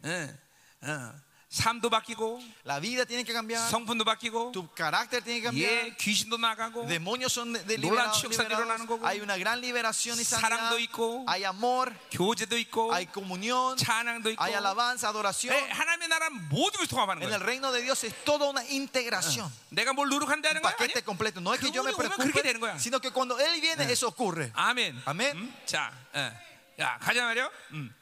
[SPEAKER 1] 응. 응. 삶도 바뀌고
[SPEAKER 2] La vida tiene que cambiar,
[SPEAKER 1] 성품도 바뀌고
[SPEAKER 2] tu carácter tiene que
[SPEAKER 1] 예,
[SPEAKER 2] cambiar.
[SPEAKER 1] 귀신도 나가고
[SPEAKER 2] Demonios son de- de
[SPEAKER 1] Normal
[SPEAKER 2] liberados,
[SPEAKER 1] 치유사도
[SPEAKER 2] liberados.
[SPEAKER 1] 일어나는 거고.
[SPEAKER 2] Hay una gran liberación y sanidad.
[SPEAKER 1] 사랑도 있고.
[SPEAKER 2] Hay amor,
[SPEAKER 1] 교제도 있고
[SPEAKER 2] hay comunión,
[SPEAKER 1] 찬양도 있고
[SPEAKER 2] hay alabanza, adoración.
[SPEAKER 1] 예, 하나님의 나라는 모든 것이 통합하는
[SPEAKER 2] En el
[SPEAKER 1] 거예요.
[SPEAKER 2] reino de Dios es toda una integración.
[SPEAKER 1] 내가 뭘 노력한다는
[SPEAKER 2] Un
[SPEAKER 1] 거야? 아니야?
[SPEAKER 2] paquete completo. No es que yo me
[SPEAKER 1] 그분이 오면 그렇게 되는
[SPEAKER 2] preocupe,
[SPEAKER 1] 거야.
[SPEAKER 2] sino que cuando Él viene, eso ocurre.
[SPEAKER 1] 아멘.
[SPEAKER 2] 아멘.
[SPEAKER 1] 음? 자, 예. 야 가자 말이요. 음.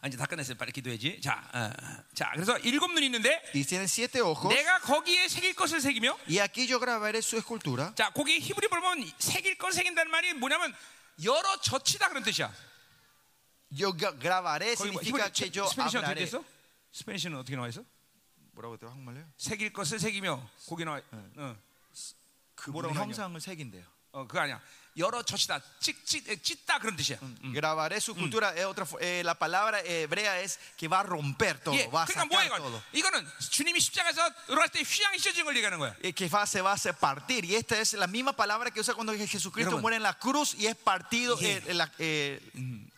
[SPEAKER 1] 아, 이제 다 끝냈어요. 빨리 기도해야지. 자, 어. 자, 그래서 일곱 눈이 있는데
[SPEAKER 2] Y tienen siete ojos.
[SPEAKER 1] 내가 거기에 새길 것을 새기며
[SPEAKER 2] Y aquí yo grabaré su escultura.
[SPEAKER 1] 자, 거기 히브리 보면 새길 걸 새긴다는 말이 뭐냐면 열어 젖히다 그런 뜻이야.
[SPEAKER 2] Yo gra- grabaré
[SPEAKER 1] 거기 뭐
[SPEAKER 2] significa
[SPEAKER 1] 히브리-
[SPEAKER 2] que yo
[SPEAKER 1] 스페니시는 어떻게
[SPEAKER 2] hablaré.
[SPEAKER 1] 됐어? 스페니시는 어떻게 나와 있어?
[SPEAKER 2] 뭐라고 대박 말해요?
[SPEAKER 1] 새길 것을 새기며 거기 나와. 어,
[SPEAKER 2] 그분의
[SPEAKER 1] 하냐?
[SPEAKER 2] 형상을 새긴대요.
[SPEAKER 1] 어 그거 아니야. 열어 젖히다, 찍찍 찢다 그런 뜻이야.
[SPEAKER 2] Grabaré su cultura. es otra, fo- eh, la palabra hebrea es que va a romper todo,
[SPEAKER 1] 예,
[SPEAKER 2] va a
[SPEAKER 1] 그러니까 뭐야
[SPEAKER 2] sacar
[SPEAKER 1] 이건?
[SPEAKER 2] todo.
[SPEAKER 1] 이거는 주님이 십자가에서 들어갈 때 휘장이 찢어진 걸 얘기하는 거야.
[SPEAKER 2] Eh, Que va, se va a hacer partir. Y esta es la misma palabra que usa cuando Jesucristo
[SPEAKER 1] 여러분.
[SPEAKER 2] muere en la cruz y es partido
[SPEAKER 1] 예.
[SPEAKER 2] eh, eh, la, eh,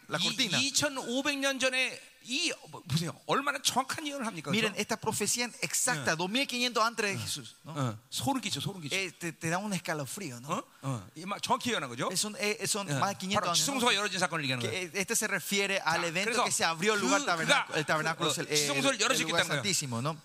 [SPEAKER 2] la cortina.
[SPEAKER 1] 2,500년 전에 이 뭐, 보세요. 얼마나 정확한 예언을 합니까?
[SPEAKER 2] Miren,
[SPEAKER 1] 그죠?
[SPEAKER 2] esta profecía exacta, 2500 antes de Jesús, ¿no?
[SPEAKER 1] 어, 소름 끼쳐, 소름 끼쳐.
[SPEAKER 2] Eh, te, te da un escalofrío, ¿no?
[SPEAKER 1] 어? 어, 이막 정확히 예언한 거죠?
[SPEAKER 2] Es un- eh, son
[SPEAKER 1] 예,
[SPEAKER 2] más de
[SPEAKER 1] 바로
[SPEAKER 2] 500 años. ¿no?
[SPEAKER 1] 지성소가 열어진 사건을 얘기하는 거예요.
[SPEAKER 2] Que, eh, este se refiere al
[SPEAKER 1] 자,
[SPEAKER 2] evento
[SPEAKER 1] 그래서
[SPEAKER 2] que se abrió el
[SPEAKER 1] 그-
[SPEAKER 2] lugar tabernáculo,
[SPEAKER 1] 그가
[SPEAKER 2] el tabernáculo, el,
[SPEAKER 1] 그- 지성소를
[SPEAKER 2] el- el
[SPEAKER 1] 열어주겠다는
[SPEAKER 2] lugar
[SPEAKER 1] 거예요.
[SPEAKER 2] santísimo, ¿no?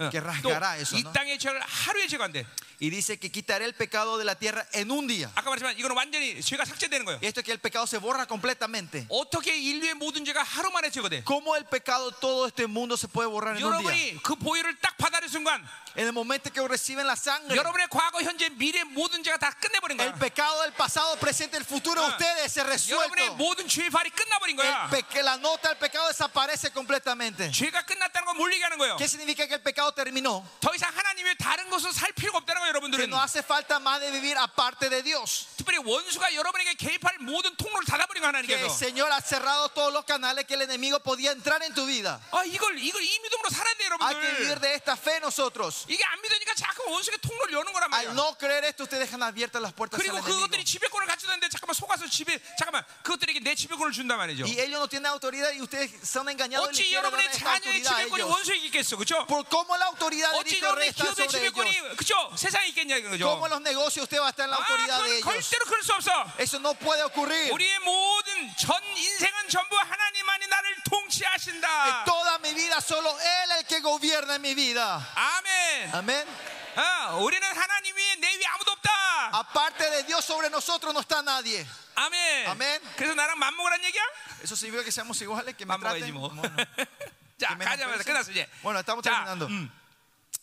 [SPEAKER 1] 어,
[SPEAKER 2] que
[SPEAKER 1] 또
[SPEAKER 2] rasgará eso,
[SPEAKER 1] 이
[SPEAKER 2] Ah. ¿no?
[SPEAKER 1] 땅의 죄를 하루에 제거한대.
[SPEAKER 2] Y dice que quitaré el pecado de la tierra en un día.
[SPEAKER 1] 아까 말했지만 이거는 완전히 죄가 삭제되는 거예요.
[SPEAKER 2] Y esto es que el pecado se borra completamente.
[SPEAKER 1] 어떻게 인류의 모든 죄가 하루 만에 제거돼?
[SPEAKER 2] ¿Cómo el pecado de todo este mundo se puede borrar en un día?
[SPEAKER 1] 여러분이 그 보혈을 딱 받아들인 순간
[SPEAKER 2] En el momento que reciben la sangre,
[SPEAKER 1] 여러분의 과거, 현재, 미래 모든 죄가 다 끝내버린
[SPEAKER 2] el
[SPEAKER 1] 거야.
[SPEAKER 2] pecado del pasado, presente, el futuro de
[SPEAKER 1] Ah.
[SPEAKER 2] ustedes se resuelto.
[SPEAKER 1] 여러분의 모든 죄의 발이 끝나버린 거야.
[SPEAKER 2] El peque- la nota del pecado desaparece completamente.
[SPEAKER 1] 죄가 끝났다는 건 뭘 얘기하는 거예요?
[SPEAKER 2] ¿Qué significa que el pecado terminó?
[SPEAKER 1] 더 이상 하나님의 다른 것을 살 필요가 없다는 거예요,
[SPEAKER 2] Que
[SPEAKER 1] 여러분들은.
[SPEAKER 2] no hace falta más de vivir aparte de Dios.
[SPEAKER 1] 특별히 원수가 여러분에게 개입할 모든 통로를 닫아버린 거
[SPEAKER 2] Que el
[SPEAKER 1] 하나님께서.
[SPEAKER 2] Señor ha cerrado todos los canales que el enemigo podía entrar en tu vida.
[SPEAKER 1] 아, 이걸 이걸 이 믿음으로 살아야 돼,
[SPEAKER 2] Hay que vivir
[SPEAKER 1] 여러분들.
[SPEAKER 2] de esta fe nosotros.
[SPEAKER 1] 이게 안 믿으니까 자꾸 원수의 통로를 여는 거란
[SPEAKER 2] Al
[SPEAKER 1] 말이야.
[SPEAKER 2] no creer esto, ustedes dejan abiertas las puertas al
[SPEAKER 1] 그리고 그것들이
[SPEAKER 2] enemigo.
[SPEAKER 1] 지배권을 가지던데 잠깐만 속아서 지배 잠깐만 그것들에게 내 지배권을 준단 말이죠.
[SPEAKER 2] Y ellos no tienen autoridad y ustedes son engañados. y les
[SPEAKER 1] 어찌
[SPEAKER 2] quieren dar
[SPEAKER 1] 여러분의
[SPEAKER 2] esta
[SPEAKER 1] 자녀의
[SPEAKER 2] autoridad a
[SPEAKER 1] 지배권이
[SPEAKER 2] ellos.
[SPEAKER 1] 원수에게 있겠어, 그렇죠?
[SPEAKER 2] Por cómo la autoridad del
[SPEAKER 1] 어찌
[SPEAKER 2] Hijo
[SPEAKER 1] 여러분의
[SPEAKER 2] resta
[SPEAKER 1] 기업의
[SPEAKER 2] sobre ellos.
[SPEAKER 1] 지배권이 그렇죠? 세상에 있겠냐 이거죠.
[SPEAKER 2] Cómo los negocios usted va a estar en la
[SPEAKER 1] 아,
[SPEAKER 2] autoridad de
[SPEAKER 1] 그건
[SPEAKER 2] ellos.
[SPEAKER 1] 절대로 그럴 수 없어.
[SPEAKER 2] Eso no puede ocurrir.
[SPEAKER 1] 우리의 모든 전 인생은 전부 하나님만이 나를 통치하신다.
[SPEAKER 2] En toda mi vida solo Él el que gobierna en mi vida.
[SPEAKER 1] 아멘.
[SPEAKER 2] Amén.
[SPEAKER 1] 어, 우리는 하나님 위에 내 위에 아무도 없다.
[SPEAKER 2] Aparte de Dios sobre nosotros no está nadie.
[SPEAKER 1] 아멘.
[SPEAKER 2] 아멘.
[SPEAKER 1] 그래서 나랑 맞먹으란 얘기야?
[SPEAKER 2] Eso significa que seamos iguales que me
[SPEAKER 1] 맞먹어야지
[SPEAKER 2] traten.
[SPEAKER 1] 뭐.
[SPEAKER 2] Bueno,
[SPEAKER 1] 자,
[SPEAKER 2] que me
[SPEAKER 1] 가자 말자.
[SPEAKER 2] desprecien.
[SPEAKER 1] 끝났어 이제.
[SPEAKER 2] Bueno, estamos
[SPEAKER 1] 자,
[SPEAKER 2] terminando.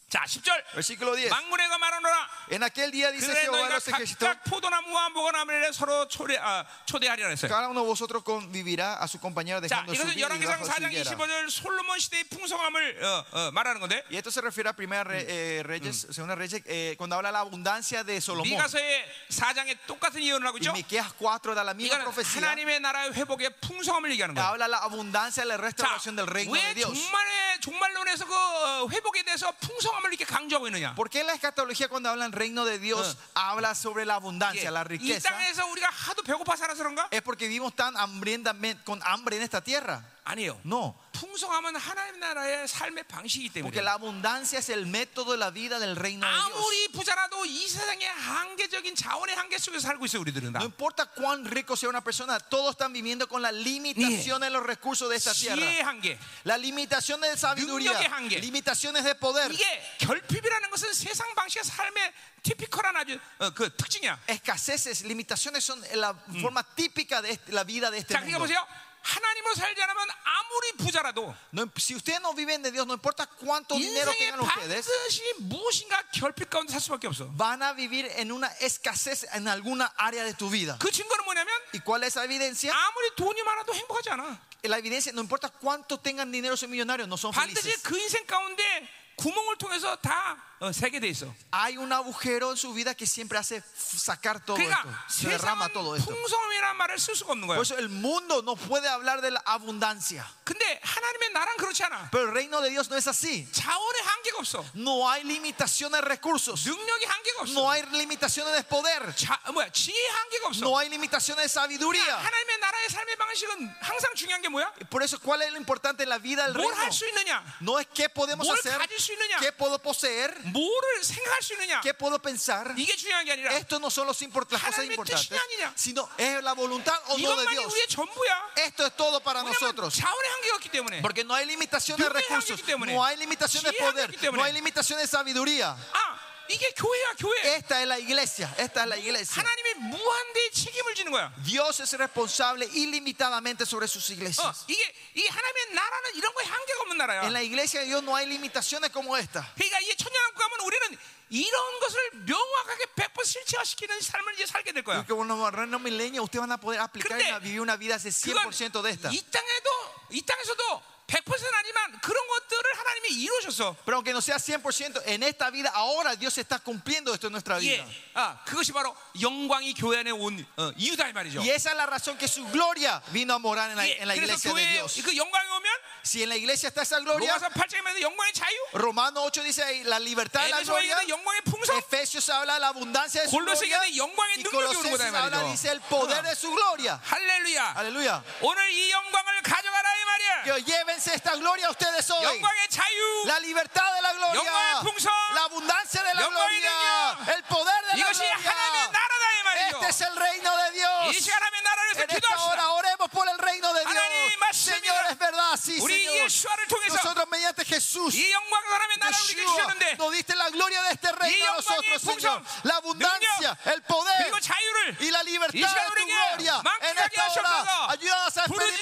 [SPEAKER 1] 자, 10절.
[SPEAKER 2] Versículo 10.
[SPEAKER 1] 만군에가 말하노라.
[SPEAKER 2] En aquel día dice
[SPEAKER 1] 그래
[SPEAKER 2] Jehová de
[SPEAKER 1] 너희가
[SPEAKER 2] los ejércitos,
[SPEAKER 1] 각각 포도나무와 무화과나무를 서로 초대, 아, 초대하리라 했어요.
[SPEAKER 2] cada uno de vosotros convivirá a su compañero
[SPEAKER 1] 자,
[SPEAKER 2] dejando su
[SPEAKER 1] 이것은
[SPEAKER 2] vida y
[SPEAKER 1] 열왕기상
[SPEAKER 2] bajo su
[SPEAKER 1] 4장
[SPEAKER 2] higuera.
[SPEAKER 1] 25절 솔로몬 시대의 풍성함을 어, 어, 말하는 건데
[SPEAKER 2] Y esto se refiere a Primera Re- eh, Reyes, Segunda Reyes, eh, cuando habla de la abundancia de Solomón.
[SPEAKER 1] 미가서의 4장에 똑같은 예언을 하고
[SPEAKER 2] Y
[SPEAKER 1] 있죠.
[SPEAKER 2] Miqueas 4 da la misma
[SPEAKER 1] 이거는
[SPEAKER 2] profecía.
[SPEAKER 1] 하나님의 나라의 회복의 풍성함을 얘기하는 거예요.
[SPEAKER 2] Habla la abundancia de la
[SPEAKER 1] 자,
[SPEAKER 2] restauración del reino de
[SPEAKER 1] 왜
[SPEAKER 2] Dios.
[SPEAKER 1] 종말의 종말론에서 그 어, 회복에 대해서 풍성함을 이렇게 강조하고 있느냐?
[SPEAKER 2] ¿Por qué la escatología cuando hablan reino de Dios habla sobre la abundancia, la
[SPEAKER 1] 예, 이
[SPEAKER 2] riqueza?
[SPEAKER 1] 땅에서 우리가 하도 배고파 살아서 그런가?
[SPEAKER 2] Es porque vivimos tan hambrientamente con hambre en esta tierra.
[SPEAKER 1] 아니에요.
[SPEAKER 2] No,
[SPEAKER 1] 풍성함은 하나님 나라의 삶의 방식이기 때문에
[SPEAKER 2] porque la abundancia es el método de la vida del reino de Dios.
[SPEAKER 1] 아무리 부자라도 이 세상의 한계적인 자원의 한계 속에서 살고 있어 우리들은 다.
[SPEAKER 2] No importa cuán rico sea una persona, todos están viviendo con la limitación de los recursos de esta
[SPEAKER 1] 지혜의
[SPEAKER 2] tierra.
[SPEAKER 1] 한계.
[SPEAKER 2] La limitación de sabiduría,
[SPEAKER 1] 능력의 한계.
[SPEAKER 2] limitaciones de poder.
[SPEAKER 1] 이게 결핍이라는 것은 세상 방식의 삶의 티피컬한 아주 어, 그 특징이야.
[SPEAKER 2] Escaseces, limitaciones son la forma típica de este- la vida de este
[SPEAKER 1] 자, 그러니까
[SPEAKER 2] mundo.
[SPEAKER 1] 보세요. 하나님으로 살지 않으면 아무리 부자라도
[SPEAKER 2] No, si ustedes no viven de Dios, no importa cuánto dinero
[SPEAKER 1] 인생에
[SPEAKER 2] tengan ustedes,
[SPEAKER 1] 반드시 무엇인가 결핍 가운데 살 수밖에 없어.
[SPEAKER 2] van a vivir en una escasez en alguna área de tu vida.
[SPEAKER 1] 그 증거는 뭐냐면
[SPEAKER 2] ¿Y cuál es la evidencia?
[SPEAKER 1] 아무리 돈이 많아도 행복하지 않아.
[SPEAKER 2] La evidencia, no importa cuánto tengan dinero, son millonarios, no son
[SPEAKER 1] 반드시
[SPEAKER 2] felices.
[SPEAKER 1] 그 인생 가운데 구멍을 통해서 다 어, 새게 돼 있어.
[SPEAKER 2] Hay un agujero en su vida que siempre hace f- sacar todo esto,
[SPEAKER 1] 그러니까
[SPEAKER 2] se derrama
[SPEAKER 1] 세상은
[SPEAKER 2] todo esto.
[SPEAKER 1] 풍성함이라는 말을 쓸 수가 없는 거야.
[SPEAKER 2] Por eso el mundo no puede hablar de la abundancia,
[SPEAKER 1] 근데 하나님의 나랑 그렇지 않아.
[SPEAKER 2] pero el reino de Dios no es así.
[SPEAKER 1] 자원의 한계가 없어.
[SPEAKER 2] No hay limitaciones de recursos,
[SPEAKER 1] 능력이 한계가 없어.
[SPEAKER 2] no hay limitaciones de poder,
[SPEAKER 1] 자, 어, 뭐야? 지혜의 한계가 없어. 그러니까
[SPEAKER 2] no hay limitaciones de sabiduría.
[SPEAKER 1] 하나님의 나라의 삶의 방식은 항상 중요한 게 뭐야?
[SPEAKER 2] Por eso, ¿cuál es lo importante en la vida del
[SPEAKER 1] 뭘
[SPEAKER 2] reino?
[SPEAKER 1] 할 수 있느냐?
[SPEAKER 2] No es qué podemos
[SPEAKER 1] 뭘
[SPEAKER 2] hacer,
[SPEAKER 1] 가질 수 있느냐?
[SPEAKER 2] qué puedo poseer,
[SPEAKER 1] 뭐를 생각할 수 있느냐?
[SPEAKER 2] qué puedo pensar.
[SPEAKER 1] 이게 중요한 게 아니라
[SPEAKER 2] Esto no son los import- las cosas
[SPEAKER 1] 하나님의 뜻이냐
[SPEAKER 2] importantes,
[SPEAKER 1] 아니냐?
[SPEAKER 2] sino es la voluntad o no de
[SPEAKER 1] 이것만이
[SPEAKER 2] Dios.
[SPEAKER 1] 우리의 전부야.
[SPEAKER 2] Esto es todo para
[SPEAKER 1] 왜냐면
[SPEAKER 2] nosotros.
[SPEAKER 1] 자원의 한계가 없기 때문에.
[SPEAKER 2] Porque no hay limitación de
[SPEAKER 1] Dios me da
[SPEAKER 2] recursos,
[SPEAKER 1] aquí, 때문에.
[SPEAKER 2] no hay limitación de
[SPEAKER 1] Sí, aquí,
[SPEAKER 2] poder,
[SPEAKER 1] 때문에.
[SPEAKER 2] no hay limitación de sabiduría.
[SPEAKER 1] 아, 이게 교회야, 교회.
[SPEAKER 2] Esta es la iglesia, esta es la iglesia.
[SPEAKER 1] 하나님이 무한대의 책임을 지는 거야.
[SPEAKER 2] Dios es responsable ilimitadamente sobre sus
[SPEAKER 1] 어,
[SPEAKER 2] iglesias.
[SPEAKER 1] 이게 이 하나님의 나라는 이런 거에 한계가 없는 나라야.
[SPEAKER 2] En la iglesia de Dios no hay limitaciones como esta.
[SPEAKER 1] 그러니까 이 천년왕국 가면 우리는 이런 것을 명확하게 100% 실체화시키는 삶을 이제 살게 될 거야.
[SPEAKER 2] Porque bueno, el reino milenio ustedes van a poder aplicar y
[SPEAKER 1] 근데
[SPEAKER 2] una- vivir una vida de 100% de esta.
[SPEAKER 1] 이 땅에도 이 땅에서도 100%는 아니지만 그런 것들을 하나님이 이루셨어.
[SPEAKER 2] Pero aunque no sea 100%, en esta vida ahora Dios está cumpliendo esto en nuestra
[SPEAKER 1] 예,
[SPEAKER 2] vida.
[SPEAKER 1] 아 그것이 바로 영광이 교회 안에 온 어, 이유다 이 말이죠.
[SPEAKER 2] Y esa es la razón que su gloria vino a morar en la,
[SPEAKER 1] 예,
[SPEAKER 2] en la
[SPEAKER 1] 그래서
[SPEAKER 2] iglesia de
[SPEAKER 1] 교회
[SPEAKER 2] Dios.
[SPEAKER 1] 그 영광이 오면
[SPEAKER 2] Si en la iglesia está esa gloria,
[SPEAKER 1] 로마서 8장에 말해서 영광의 자유,
[SPEAKER 2] Romano 8 dice ahí, la libertad de la
[SPEAKER 1] 에베소에
[SPEAKER 2] gloria.
[SPEAKER 1] 있는 영광의 풍성,
[SPEAKER 2] Efesios habla de la abundancia de su
[SPEAKER 1] 골로새에
[SPEAKER 2] gloria.
[SPEAKER 1] 있는 영광의
[SPEAKER 2] Y
[SPEAKER 1] 능력이 오는 거다 이
[SPEAKER 2] Colosenses habla, dice el poder
[SPEAKER 1] 말이죠.
[SPEAKER 2] de su gloria.
[SPEAKER 1] 할렐루야.
[SPEAKER 2] Aleluya.
[SPEAKER 1] 오늘 이 영광을 가져가라 이 아- 말이야.
[SPEAKER 2] Que llévense esta gloria ustedes hoy.
[SPEAKER 1] 영광의 자유.
[SPEAKER 2] La libertad de la gloria.
[SPEAKER 1] 영광의 풍성.
[SPEAKER 2] La abundancia de la
[SPEAKER 1] 영광의 능력.
[SPEAKER 2] gloria. El poder de la
[SPEAKER 1] 이것이 하나님의
[SPEAKER 2] gloria.
[SPEAKER 1] 나라다 이
[SPEAKER 2] Este es
[SPEAKER 1] 말이죠.
[SPEAKER 2] el reino de
[SPEAKER 1] 이
[SPEAKER 2] Dios.
[SPEAKER 1] 시간 하나님의 나라를 위해서
[SPEAKER 2] En esta
[SPEAKER 1] 기도합시다.
[SPEAKER 2] hora oremos por el reino de Dios.
[SPEAKER 1] 하나님, 맞습니다.
[SPEAKER 2] Señor, es verdad, sí,
[SPEAKER 1] 우리
[SPEAKER 2] Señor.
[SPEAKER 1] 예수와를 통해서
[SPEAKER 2] Nosotros mediante Jesús.
[SPEAKER 1] 이 영광을 하나님의 나라를 우리에게
[SPEAKER 2] Yeshua,
[SPEAKER 1] 주셨는데
[SPEAKER 2] nos diste la gloria de este
[SPEAKER 1] Y
[SPEAKER 2] reino
[SPEAKER 1] 영광의
[SPEAKER 2] a nosotros, Señor.
[SPEAKER 1] 풍성,
[SPEAKER 2] La abundancia, el poder
[SPEAKER 1] 그리고 자유를
[SPEAKER 2] y la libertad
[SPEAKER 1] 이 시간
[SPEAKER 2] de tu
[SPEAKER 1] 우리에게
[SPEAKER 2] gloria. En
[SPEAKER 1] 만끽하게
[SPEAKER 2] esta hora,
[SPEAKER 1] 하셔서
[SPEAKER 2] ayúdanos a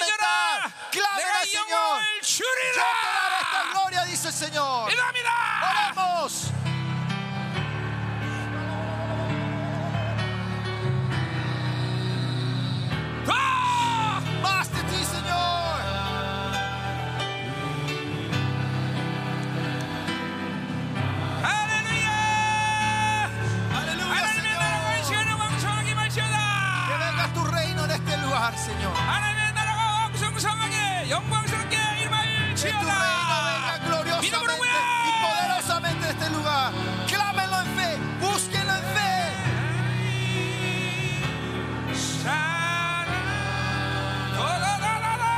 [SPEAKER 1] 부르짖어라
[SPEAKER 2] experimentar.
[SPEAKER 1] 내가
[SPEAKER 2] Clámenos,
[SPEAKER 1] 이
[SPEAKER 2] Señor.
[SPEAKER 1] 영광을
[SPEAKER 2] Yo te daré esta
[SPEAKER 1] 주리라
[SPEAKER 2] gloria, dice el Señor.
[SPEAKER 1] 기도합니다
[SPEAKER 2] ¡Oremos!
[SPEAKER 1] 아!
[SPEAKER 2] ¡Más de ti, Señor!
[SPEAKER 1] 할렐루야 하나님의
[SPEAKER 2] ¡Aleluya,
[SPEAKER 1] 나라가 이
[SPEAKER 2] Señor!
[SPEAKER 1] 시간에 왕성하게
[SPEAKER 2] Que
[SPEAKER 1] 말시하다
[SPEAKER 2] venga tu reino en este lugar, Señor.
[SPEAKER 1] 하나님의 나라가 왕성성하게 영광스럽게
[SPEAKER 2] Que tu reino venga
[SPEAKER 1] 일말지어다 믿음으로
[SPEAKER 2] gloriosamente y
[SPEAKER 1] 구해
[SPEAKER 2] poderosamente en este lugar. Clámenlo en fe, búsquenlo en fe.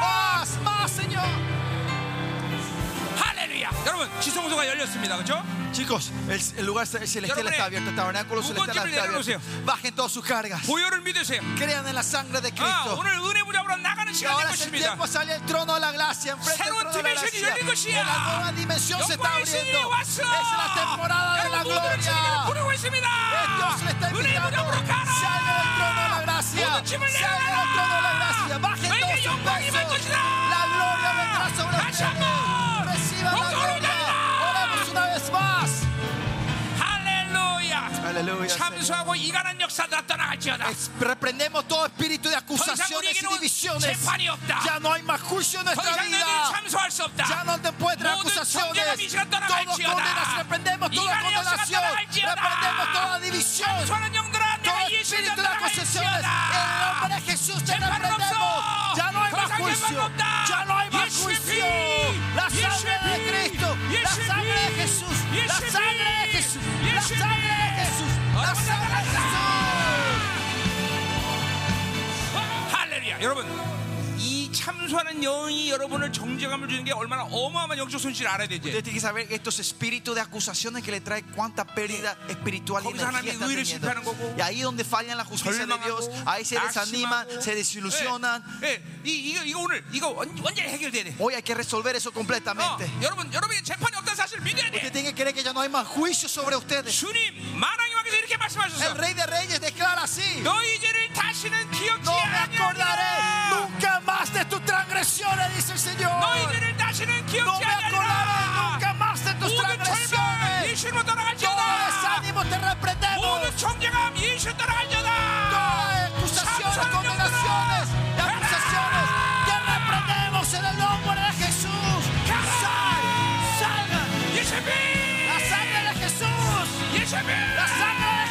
[SPEAKER 2] Más, más, Señor.
[SPEAKER 1] 할렐루야 여러분 지성소가 열렸습니다 그렇죠?
[SPEAKER 2] Chicos, el, el lugar celestial
[SPEAKER 1] Yorobre,
[SPEAKER 2] está abierto, el tabernáculo celestial
[SPEAKER 1] 무거운 짐을
[SPEAKER 2] está abierto. Bajen todas sus cargas.
[SPEAKER 1] 보혈을 믿으세요
[SPEAKER 2] Crean en la sangre de
[SPEAKER 1] 아,
[SPEAKER 2] Cristo.
[SPEAKER 1] 오늘 은혜 부잡으로 나가는
[SPEAKER 2] Y
[SPEAKER 1] 시간 될
[SPEAKER 2] ahora es el
[SPEAKER 1] 것입니다
[SPEAKER 2] tiempo sale el trono de la gracia. Enfrente del
[SPEAKER 1] 새로운
[SPEAKER 2] trono de la
[SPEAKER 1] dimension이 열린
[SPEAKER 2] gracia.
[SPEAKER 1] 것이야.
[SPEAKER 2] La nueva dimensión se está
[SPEAKER 1] 영광의 신이
[SPEAKER 2] abriendo. Es
[SPEAKER 1] 왔어
[SPEAKER 2] la temporada de la
[SPEAKER 1] 여러분 모두를 주님을
[SPEAKER 2] gloria. Eh,
[SPEAKER 1] 부르고 있습니다
[SPEAKER 2] Dios le está
[SPEAKER 1] 은혜
[SPEAKER 2] invitando.
[SPEAKER 1] 부잡으로
[SPEAKER 2] Salga del trono de la
[SPEAKER 1] 가라
[SPEAKER 2] gracia.
[SPEAKER 1] 모든 짐을
[SPEAKER 2] Salga del trono de la
[SPEAKER 1] 내려라
[SPEAKER 2] gracia. Bajen todos
[SPEAKER 1] 너에게
[SPEAKER 2] sus
[SPEAKER 1] 영광이 만
[SPEAKER 2] pesos.
[SPEAKER 1] 것이다
[SPEAKER 2] La gloria vendrá sobre
[SPEAKER 1] 다시 한번
[SPEAKER 2] ustedes. Reciban la
[SPEAKER 1] 목소리
[SPEAKER 2] gloria.
[SPEAKER 1] 내리라
[SPEAKER 2] Oremos una vez más.
[SPEAKER 1] 할렐루야
[SPEAKER 2] Aleluya. Señor.
[SPEAKER 1] 참수하고 이간한 역사다 떠나갈지어다
[SPEAKER 2] Es- Reprendemos todo espíritu de acusaciones y divisiones.
[SPEAKER 1] 재판이 없다.
[SPEAKER 2] Ya no hay más juicio en
[SPEAKER 1] 더
[SPEAKER 2] nuestra
[SPEAKER 1] 이상 너희들이
[SPEAKER 2] vida.
[SPEAKER 1] 참수할 수 없다
[SPEAKER 2] Ya no te pueden traer
[SPEAKER 1] 모든 정죄가 이
[SPEAKER 2] acusaciones.
[SPEAKER 1] 시간
[SPEAKER 2] Todo condenas,
[SPEAKER 1] 떠나갈지어다
[SPEAKER 2] reprendemos toda
[SPEAKER 1] 이간의 역사가
[SPEAKER 2] condenación. Reprendemos toda
[SPEAKER 1] 떠나갈지어다
[SPEAKER 2] división.
[SPEAKER 1] 참수하는 영들아
[SPEAKER 2] Todo
[SPEAKER 1] 내가 예수를
[SPEAKER 2] espíritu de acusaciones. En el nombre
[SPEAKER 1] 떠나갈지어다
[SPEAKER 2] de Jesús te
[SPEAKER 1] 재판은
[SPEAKER 2] reprendemos.
[SPEAKER 1] 없어
[SPEAKER 2] Ya no hay
[SPEAKER 1] 더
[SPEAKER 2] más
[SPEAKER 1] 이상 재판
[SPEAKER 2] juicio.
[SPEAKER 1] 없다
[SPEAKER 2] Ya no hay más
[SPEAKER 1] 예수의 피
[SPEAKER 2] juicio. La sangre
[SPEAKER 1] 예수의
[SPEAKER 2] de
[SPEAKER 1] 피
[SPEAKER 2] Cristo. La sangre de Jesús. La
[SPEAKER 1] 예수의
[SPEAKER 2] sangre de
[SPEAKER 1] 피
[SPEAKER 2] Jesús.
[SPEAKER 1] 예수의 피
[SPEAKER 2] La sangre de Jesús. La sangre de Jesús.
[SPEAKER 1] 할렐루야 여러분 이 참수하는 영이 여러분을 정죄감을 주는 게 얼마나 어마어마한 영적 손실을 알아야 되지
[SPEAKER 2] Usted tiene que saber que estos espíritus de acusaciones que le trae cuánta pérdida espiritual y
[SPEAKER 1] 거기서 하나님의
[SPEAKER 2] energía están
[SPEAKER 1] 의를
[SPEAKER 2] teniendo.
[SPEAKER 1] 실패하는 거고,
[SPEAKER 2] Y ahí donde fallan la justicia de Dios, ahí se desaniman, se desilusionan.
[SPEAKER 1] 예, 이, 이거, 이거 오늘 이거 완- 완전히 해결돼야 돼
[SPEAKER 2] Hoy hay que resolver eso
[SPEAKER 1] 어,
[SPEAKER 2] completamente.
[SPEAKER 1] 여러분 여러분이 재판이 없다는 사실을 믿어야
[SPEAKER 2] Usted
[SPEAKER 1] 돼
[SPEAKER 2] tiene que creer que ya no hay más juicio sobre ustedes.
[SPEAKER 1] 주님 만왕의 왕께서 이렇게
[SPEAKER 2] El
[SPEAKER 1] 말씀하셨어
[SPEAKER 2] Rey de Reyes declara así:
[SPEAKER 1] 너희 죄를 다시는 기억지
[SPEAKER 2] No me acordaré
[SPEAKER 1] 아니하리라
[SPEAKER 2] nunca más de tus transgresiones, dice el
[SPEAKER 1] 너희
[SPEAKER 2] Señor.
[SPEAKER 1] 죄를 다시는
[SPEAKER 2] No
[SPEAKER 1] 기억지
[SPEAKER 2] me acordaré
[SPEAKER 1] 아니하리라
[SPEAKER 2] nunca más de tus
[SPEAKER 1] 모든 철벽
[SPEAKER 2] transgresiones.
[SPEAKER 1] 예수로
[SPEAKER 2] Todo
[SPEAKER 1] 돌아갈지어다
[SPEAKER 2] desánimo te reprendemos.
[SPEAKER 1] 모든 정죄감 예수
[SPEAKER 2] todas
[SPEAKER 1] 따라갈려다
[SPEAKER 2] acusaciones,
[SPEAKER 1] 참사랑
[SPEAKER 2] condenaciones y
[SPEAKER 1] 영들아
[SPEAKER 2] acusaciones que reprendemos en el nombre de Jesús. Sal, salgan.
[SPEAKER 1] 예수의 피 예수님
[SPEAKER 3] La sangre de Jesús.
[SPEAKER 1] 예수님
[SPEAKER 3] La sangre de Jesús.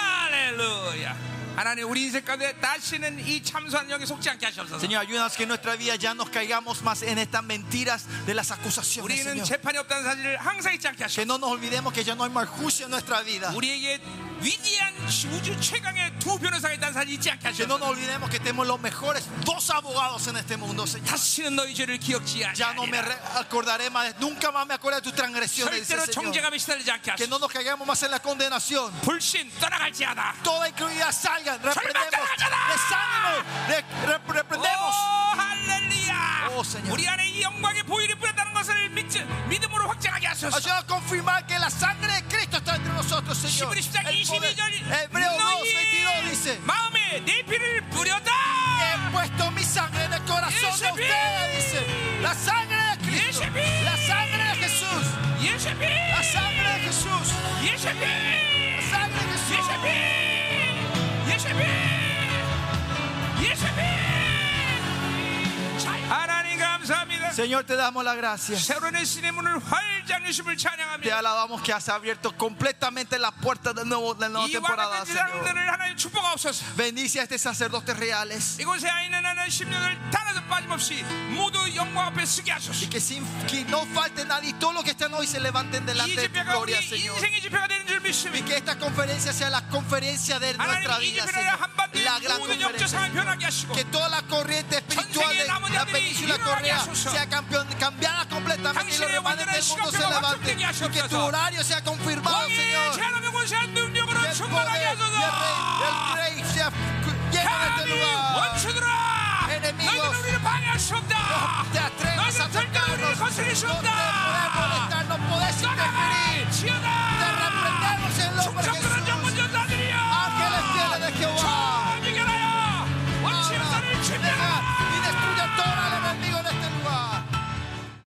[SPEAKER 1] 할렐루야 하나님 우리 인생 가운데 다시는 이 참소한 영에 속지 않게 하시옵소서
[SPEAKER 2] Señor, ayúdanos que en nuestra vida ya nos caigamos más en estas mentiras de las acusaciones.
[SPEAKER 1] 우리는
[SPEAKER 2] Señor.
[SPEAKER 1] 재판이 없다는 사실을 항상 잊지 않게
[SPEAKER 2] Que
[SPEAKER 1] 하시옵소서
[SPEAKER 2] no nos olvidemos que ya no hay más juicio en nuestra vida.
[SPEAKER 1] 우리에게 위대한 우주 최강의 두 변호사가 있다는 사실을 잊지 않게
[SPEAKER 2] Que no nos
[SPEAKER 1] 하시옵소서
[SPEAKER 2] olvidemos que tenemos los mejores dos abogados en este mundo, Señor.
[SPEAKER 1] 다시는 너희 죄를 기억지
[SPEAKER 2] Ya no me
[SPEAKER 1] 아니하리라
[SPEAKER 2] re- acordaré más, nunca más me acordaré de tus transgresiones, dice
[SPEAKER 1] 절대로
[SPEAKER 2] el Señor.
[SPEAKER 1] 정죄감에 시달리지 않게
[SPEAKER 2] Que
[SPEAKER 1] 하소서
[SPEAKER 2] no nos caigamos más en la condenación.
[SPEAKER 1] 불신 떠나갈지하다
[SPEAKER 2] Toda incluida salgan, reprendemos, desánimo, re- re-
[SPEAKER 1] 오
[SPEAKER 2] reprendemos.
[SPEAKER 1] 할렐루야
[SPEAKER 2] 오, 세뇨.
[SPEAKER 1] 우리 안에 이 영광의 보일이 뿌렸다는 것을 믿, 믿음으로 확장하게 하소서
[SPEAKER 2] Ayuda a confirmar que la sangre de Cristo está entre nosotros, Señor.
[SPEAKER 1] 히브리 10장
[SPEAKER 2] El poder.
[SPEAKER 1] 22절
[SPEAKER 2] Hebreo 2, 22 dice:
[SPEAKER 1] 너희 마음에 내 피를 뿌렸다 예.
[SPEAKER 2] He puesto mi sangre en el corazón de ustedes, dice. La sangre de Cristo, la sangre de Jesús,
[SPEAKER 1] 예수님
[SPEAKER 2] la sangre de Jesús,
[SPEAKER 1] 예수님
[SPEAKER 2] la sangre de Jesús.
[SPEAKER 1] 예수님 예수님 예수님 하나님 감사합니다
[SPEAKER 2] Señor, te damos la gracia.
[SPEAKER 1] 새로운 신의 문을 활짝 주심을
[SPEAKER 2] Te
[SPEAKER 1] 찬양합니다
[SPEAKER 2] alabamos que has abierto completamente la puerta del nuevo, de la nueva
[SPEAKER 1] 이와
[SPEAKER 2] temporada,
[SPEAKER 1] 같은
[SPEAKER 2] Señor.
[SPEAKER 1] 제자들을 하나님 축복하옵소서
[SPEAKER 2] Bendice a estos sacerdotes reales
[SPEAKER 1] 이곳에 있는 하나님 심령을 따라서 빠짐없이 모두 영광 앞에 서게
[SPEAKER 2] y
[SPEAKER 1] 하소서
[SPEAKER 2] que, sin, que no falte nadie. Y todos los que están hoy se levanten
[SPEAKER 1] 이
[SPEAKER 2] delante de tu
[SPEAKER 1] 집회가 우리
[SPEAKER 2] gloria, Señor.
[SPEAKER 1] 인생의 집회가 되는 줄
[SPEAKER 2] Y
[SPEAKER 1] 믿습니다
[SPEAKER 2] que esta conferencia sea la conferencia de nuestra
[SPEAKER 1] 하나님 이
[SPEAKER 2] vida,
[SPEAKER 1] 집회를
[SPEAKER 2] Señor.
[SPEAKER 1] 한반도의 예,
[SPEAKER 2] La gran
[SPEAKER 1] 모든 영적
[SPEAKER 2] conferencia.
[SPEAKER 1] 상황 변하게 하시고
[SPEAKER 2] Que toda la corriente espiritual de la península coreana sea campeón, cambiada completamente y los remanentes del mundo se levanten. Y que tu horario sea
[SPEAKER 1] 예,
[SPEAKER 2] confirmado,
[SPEAKER 1] 왕의
[SPEAKER 2] Señor.
[SPEAKER 1] 제한없는 권세한
[SPEAKER 2] Que
[SPEAKER 1] 능력으로
[SPEAKER 2] el
[SPEAKER 1] 충만하게
[SPEAKER 2] poder
[SPEAKER 1] 하소서
[SPEAKER 2] y el rey, el rey sea
[SPEAKER 1] 예,
[SPEAKER 2] lleno de este
[SPEAKER 1] 하나님
[SPEAKER 2] lugar.
[SPEAKER 1] 원수들아
[SPEAKER 2] Enemigos.
[SPEAKER 1] 너희는 우리를 방해할 수 없다
[SPEAKER 2] Te atreves a
[SPEAKER 1] 너희는 절대
[SPEAKER 2] atacarnos.
[SPEAKER 1] 우리를
[SPEAKER 2] No
[SPEAKER 1] 거스릴
[SPEAKER 2] te
[SPEAKER 1] 수
[SPEAKER 2] podés
[SPEAKER 1] 없다
[SPEAKER 2] molestar, no podés interferir.
[SPEAKER 1] 아,
[SPEAKER 2] Ah, este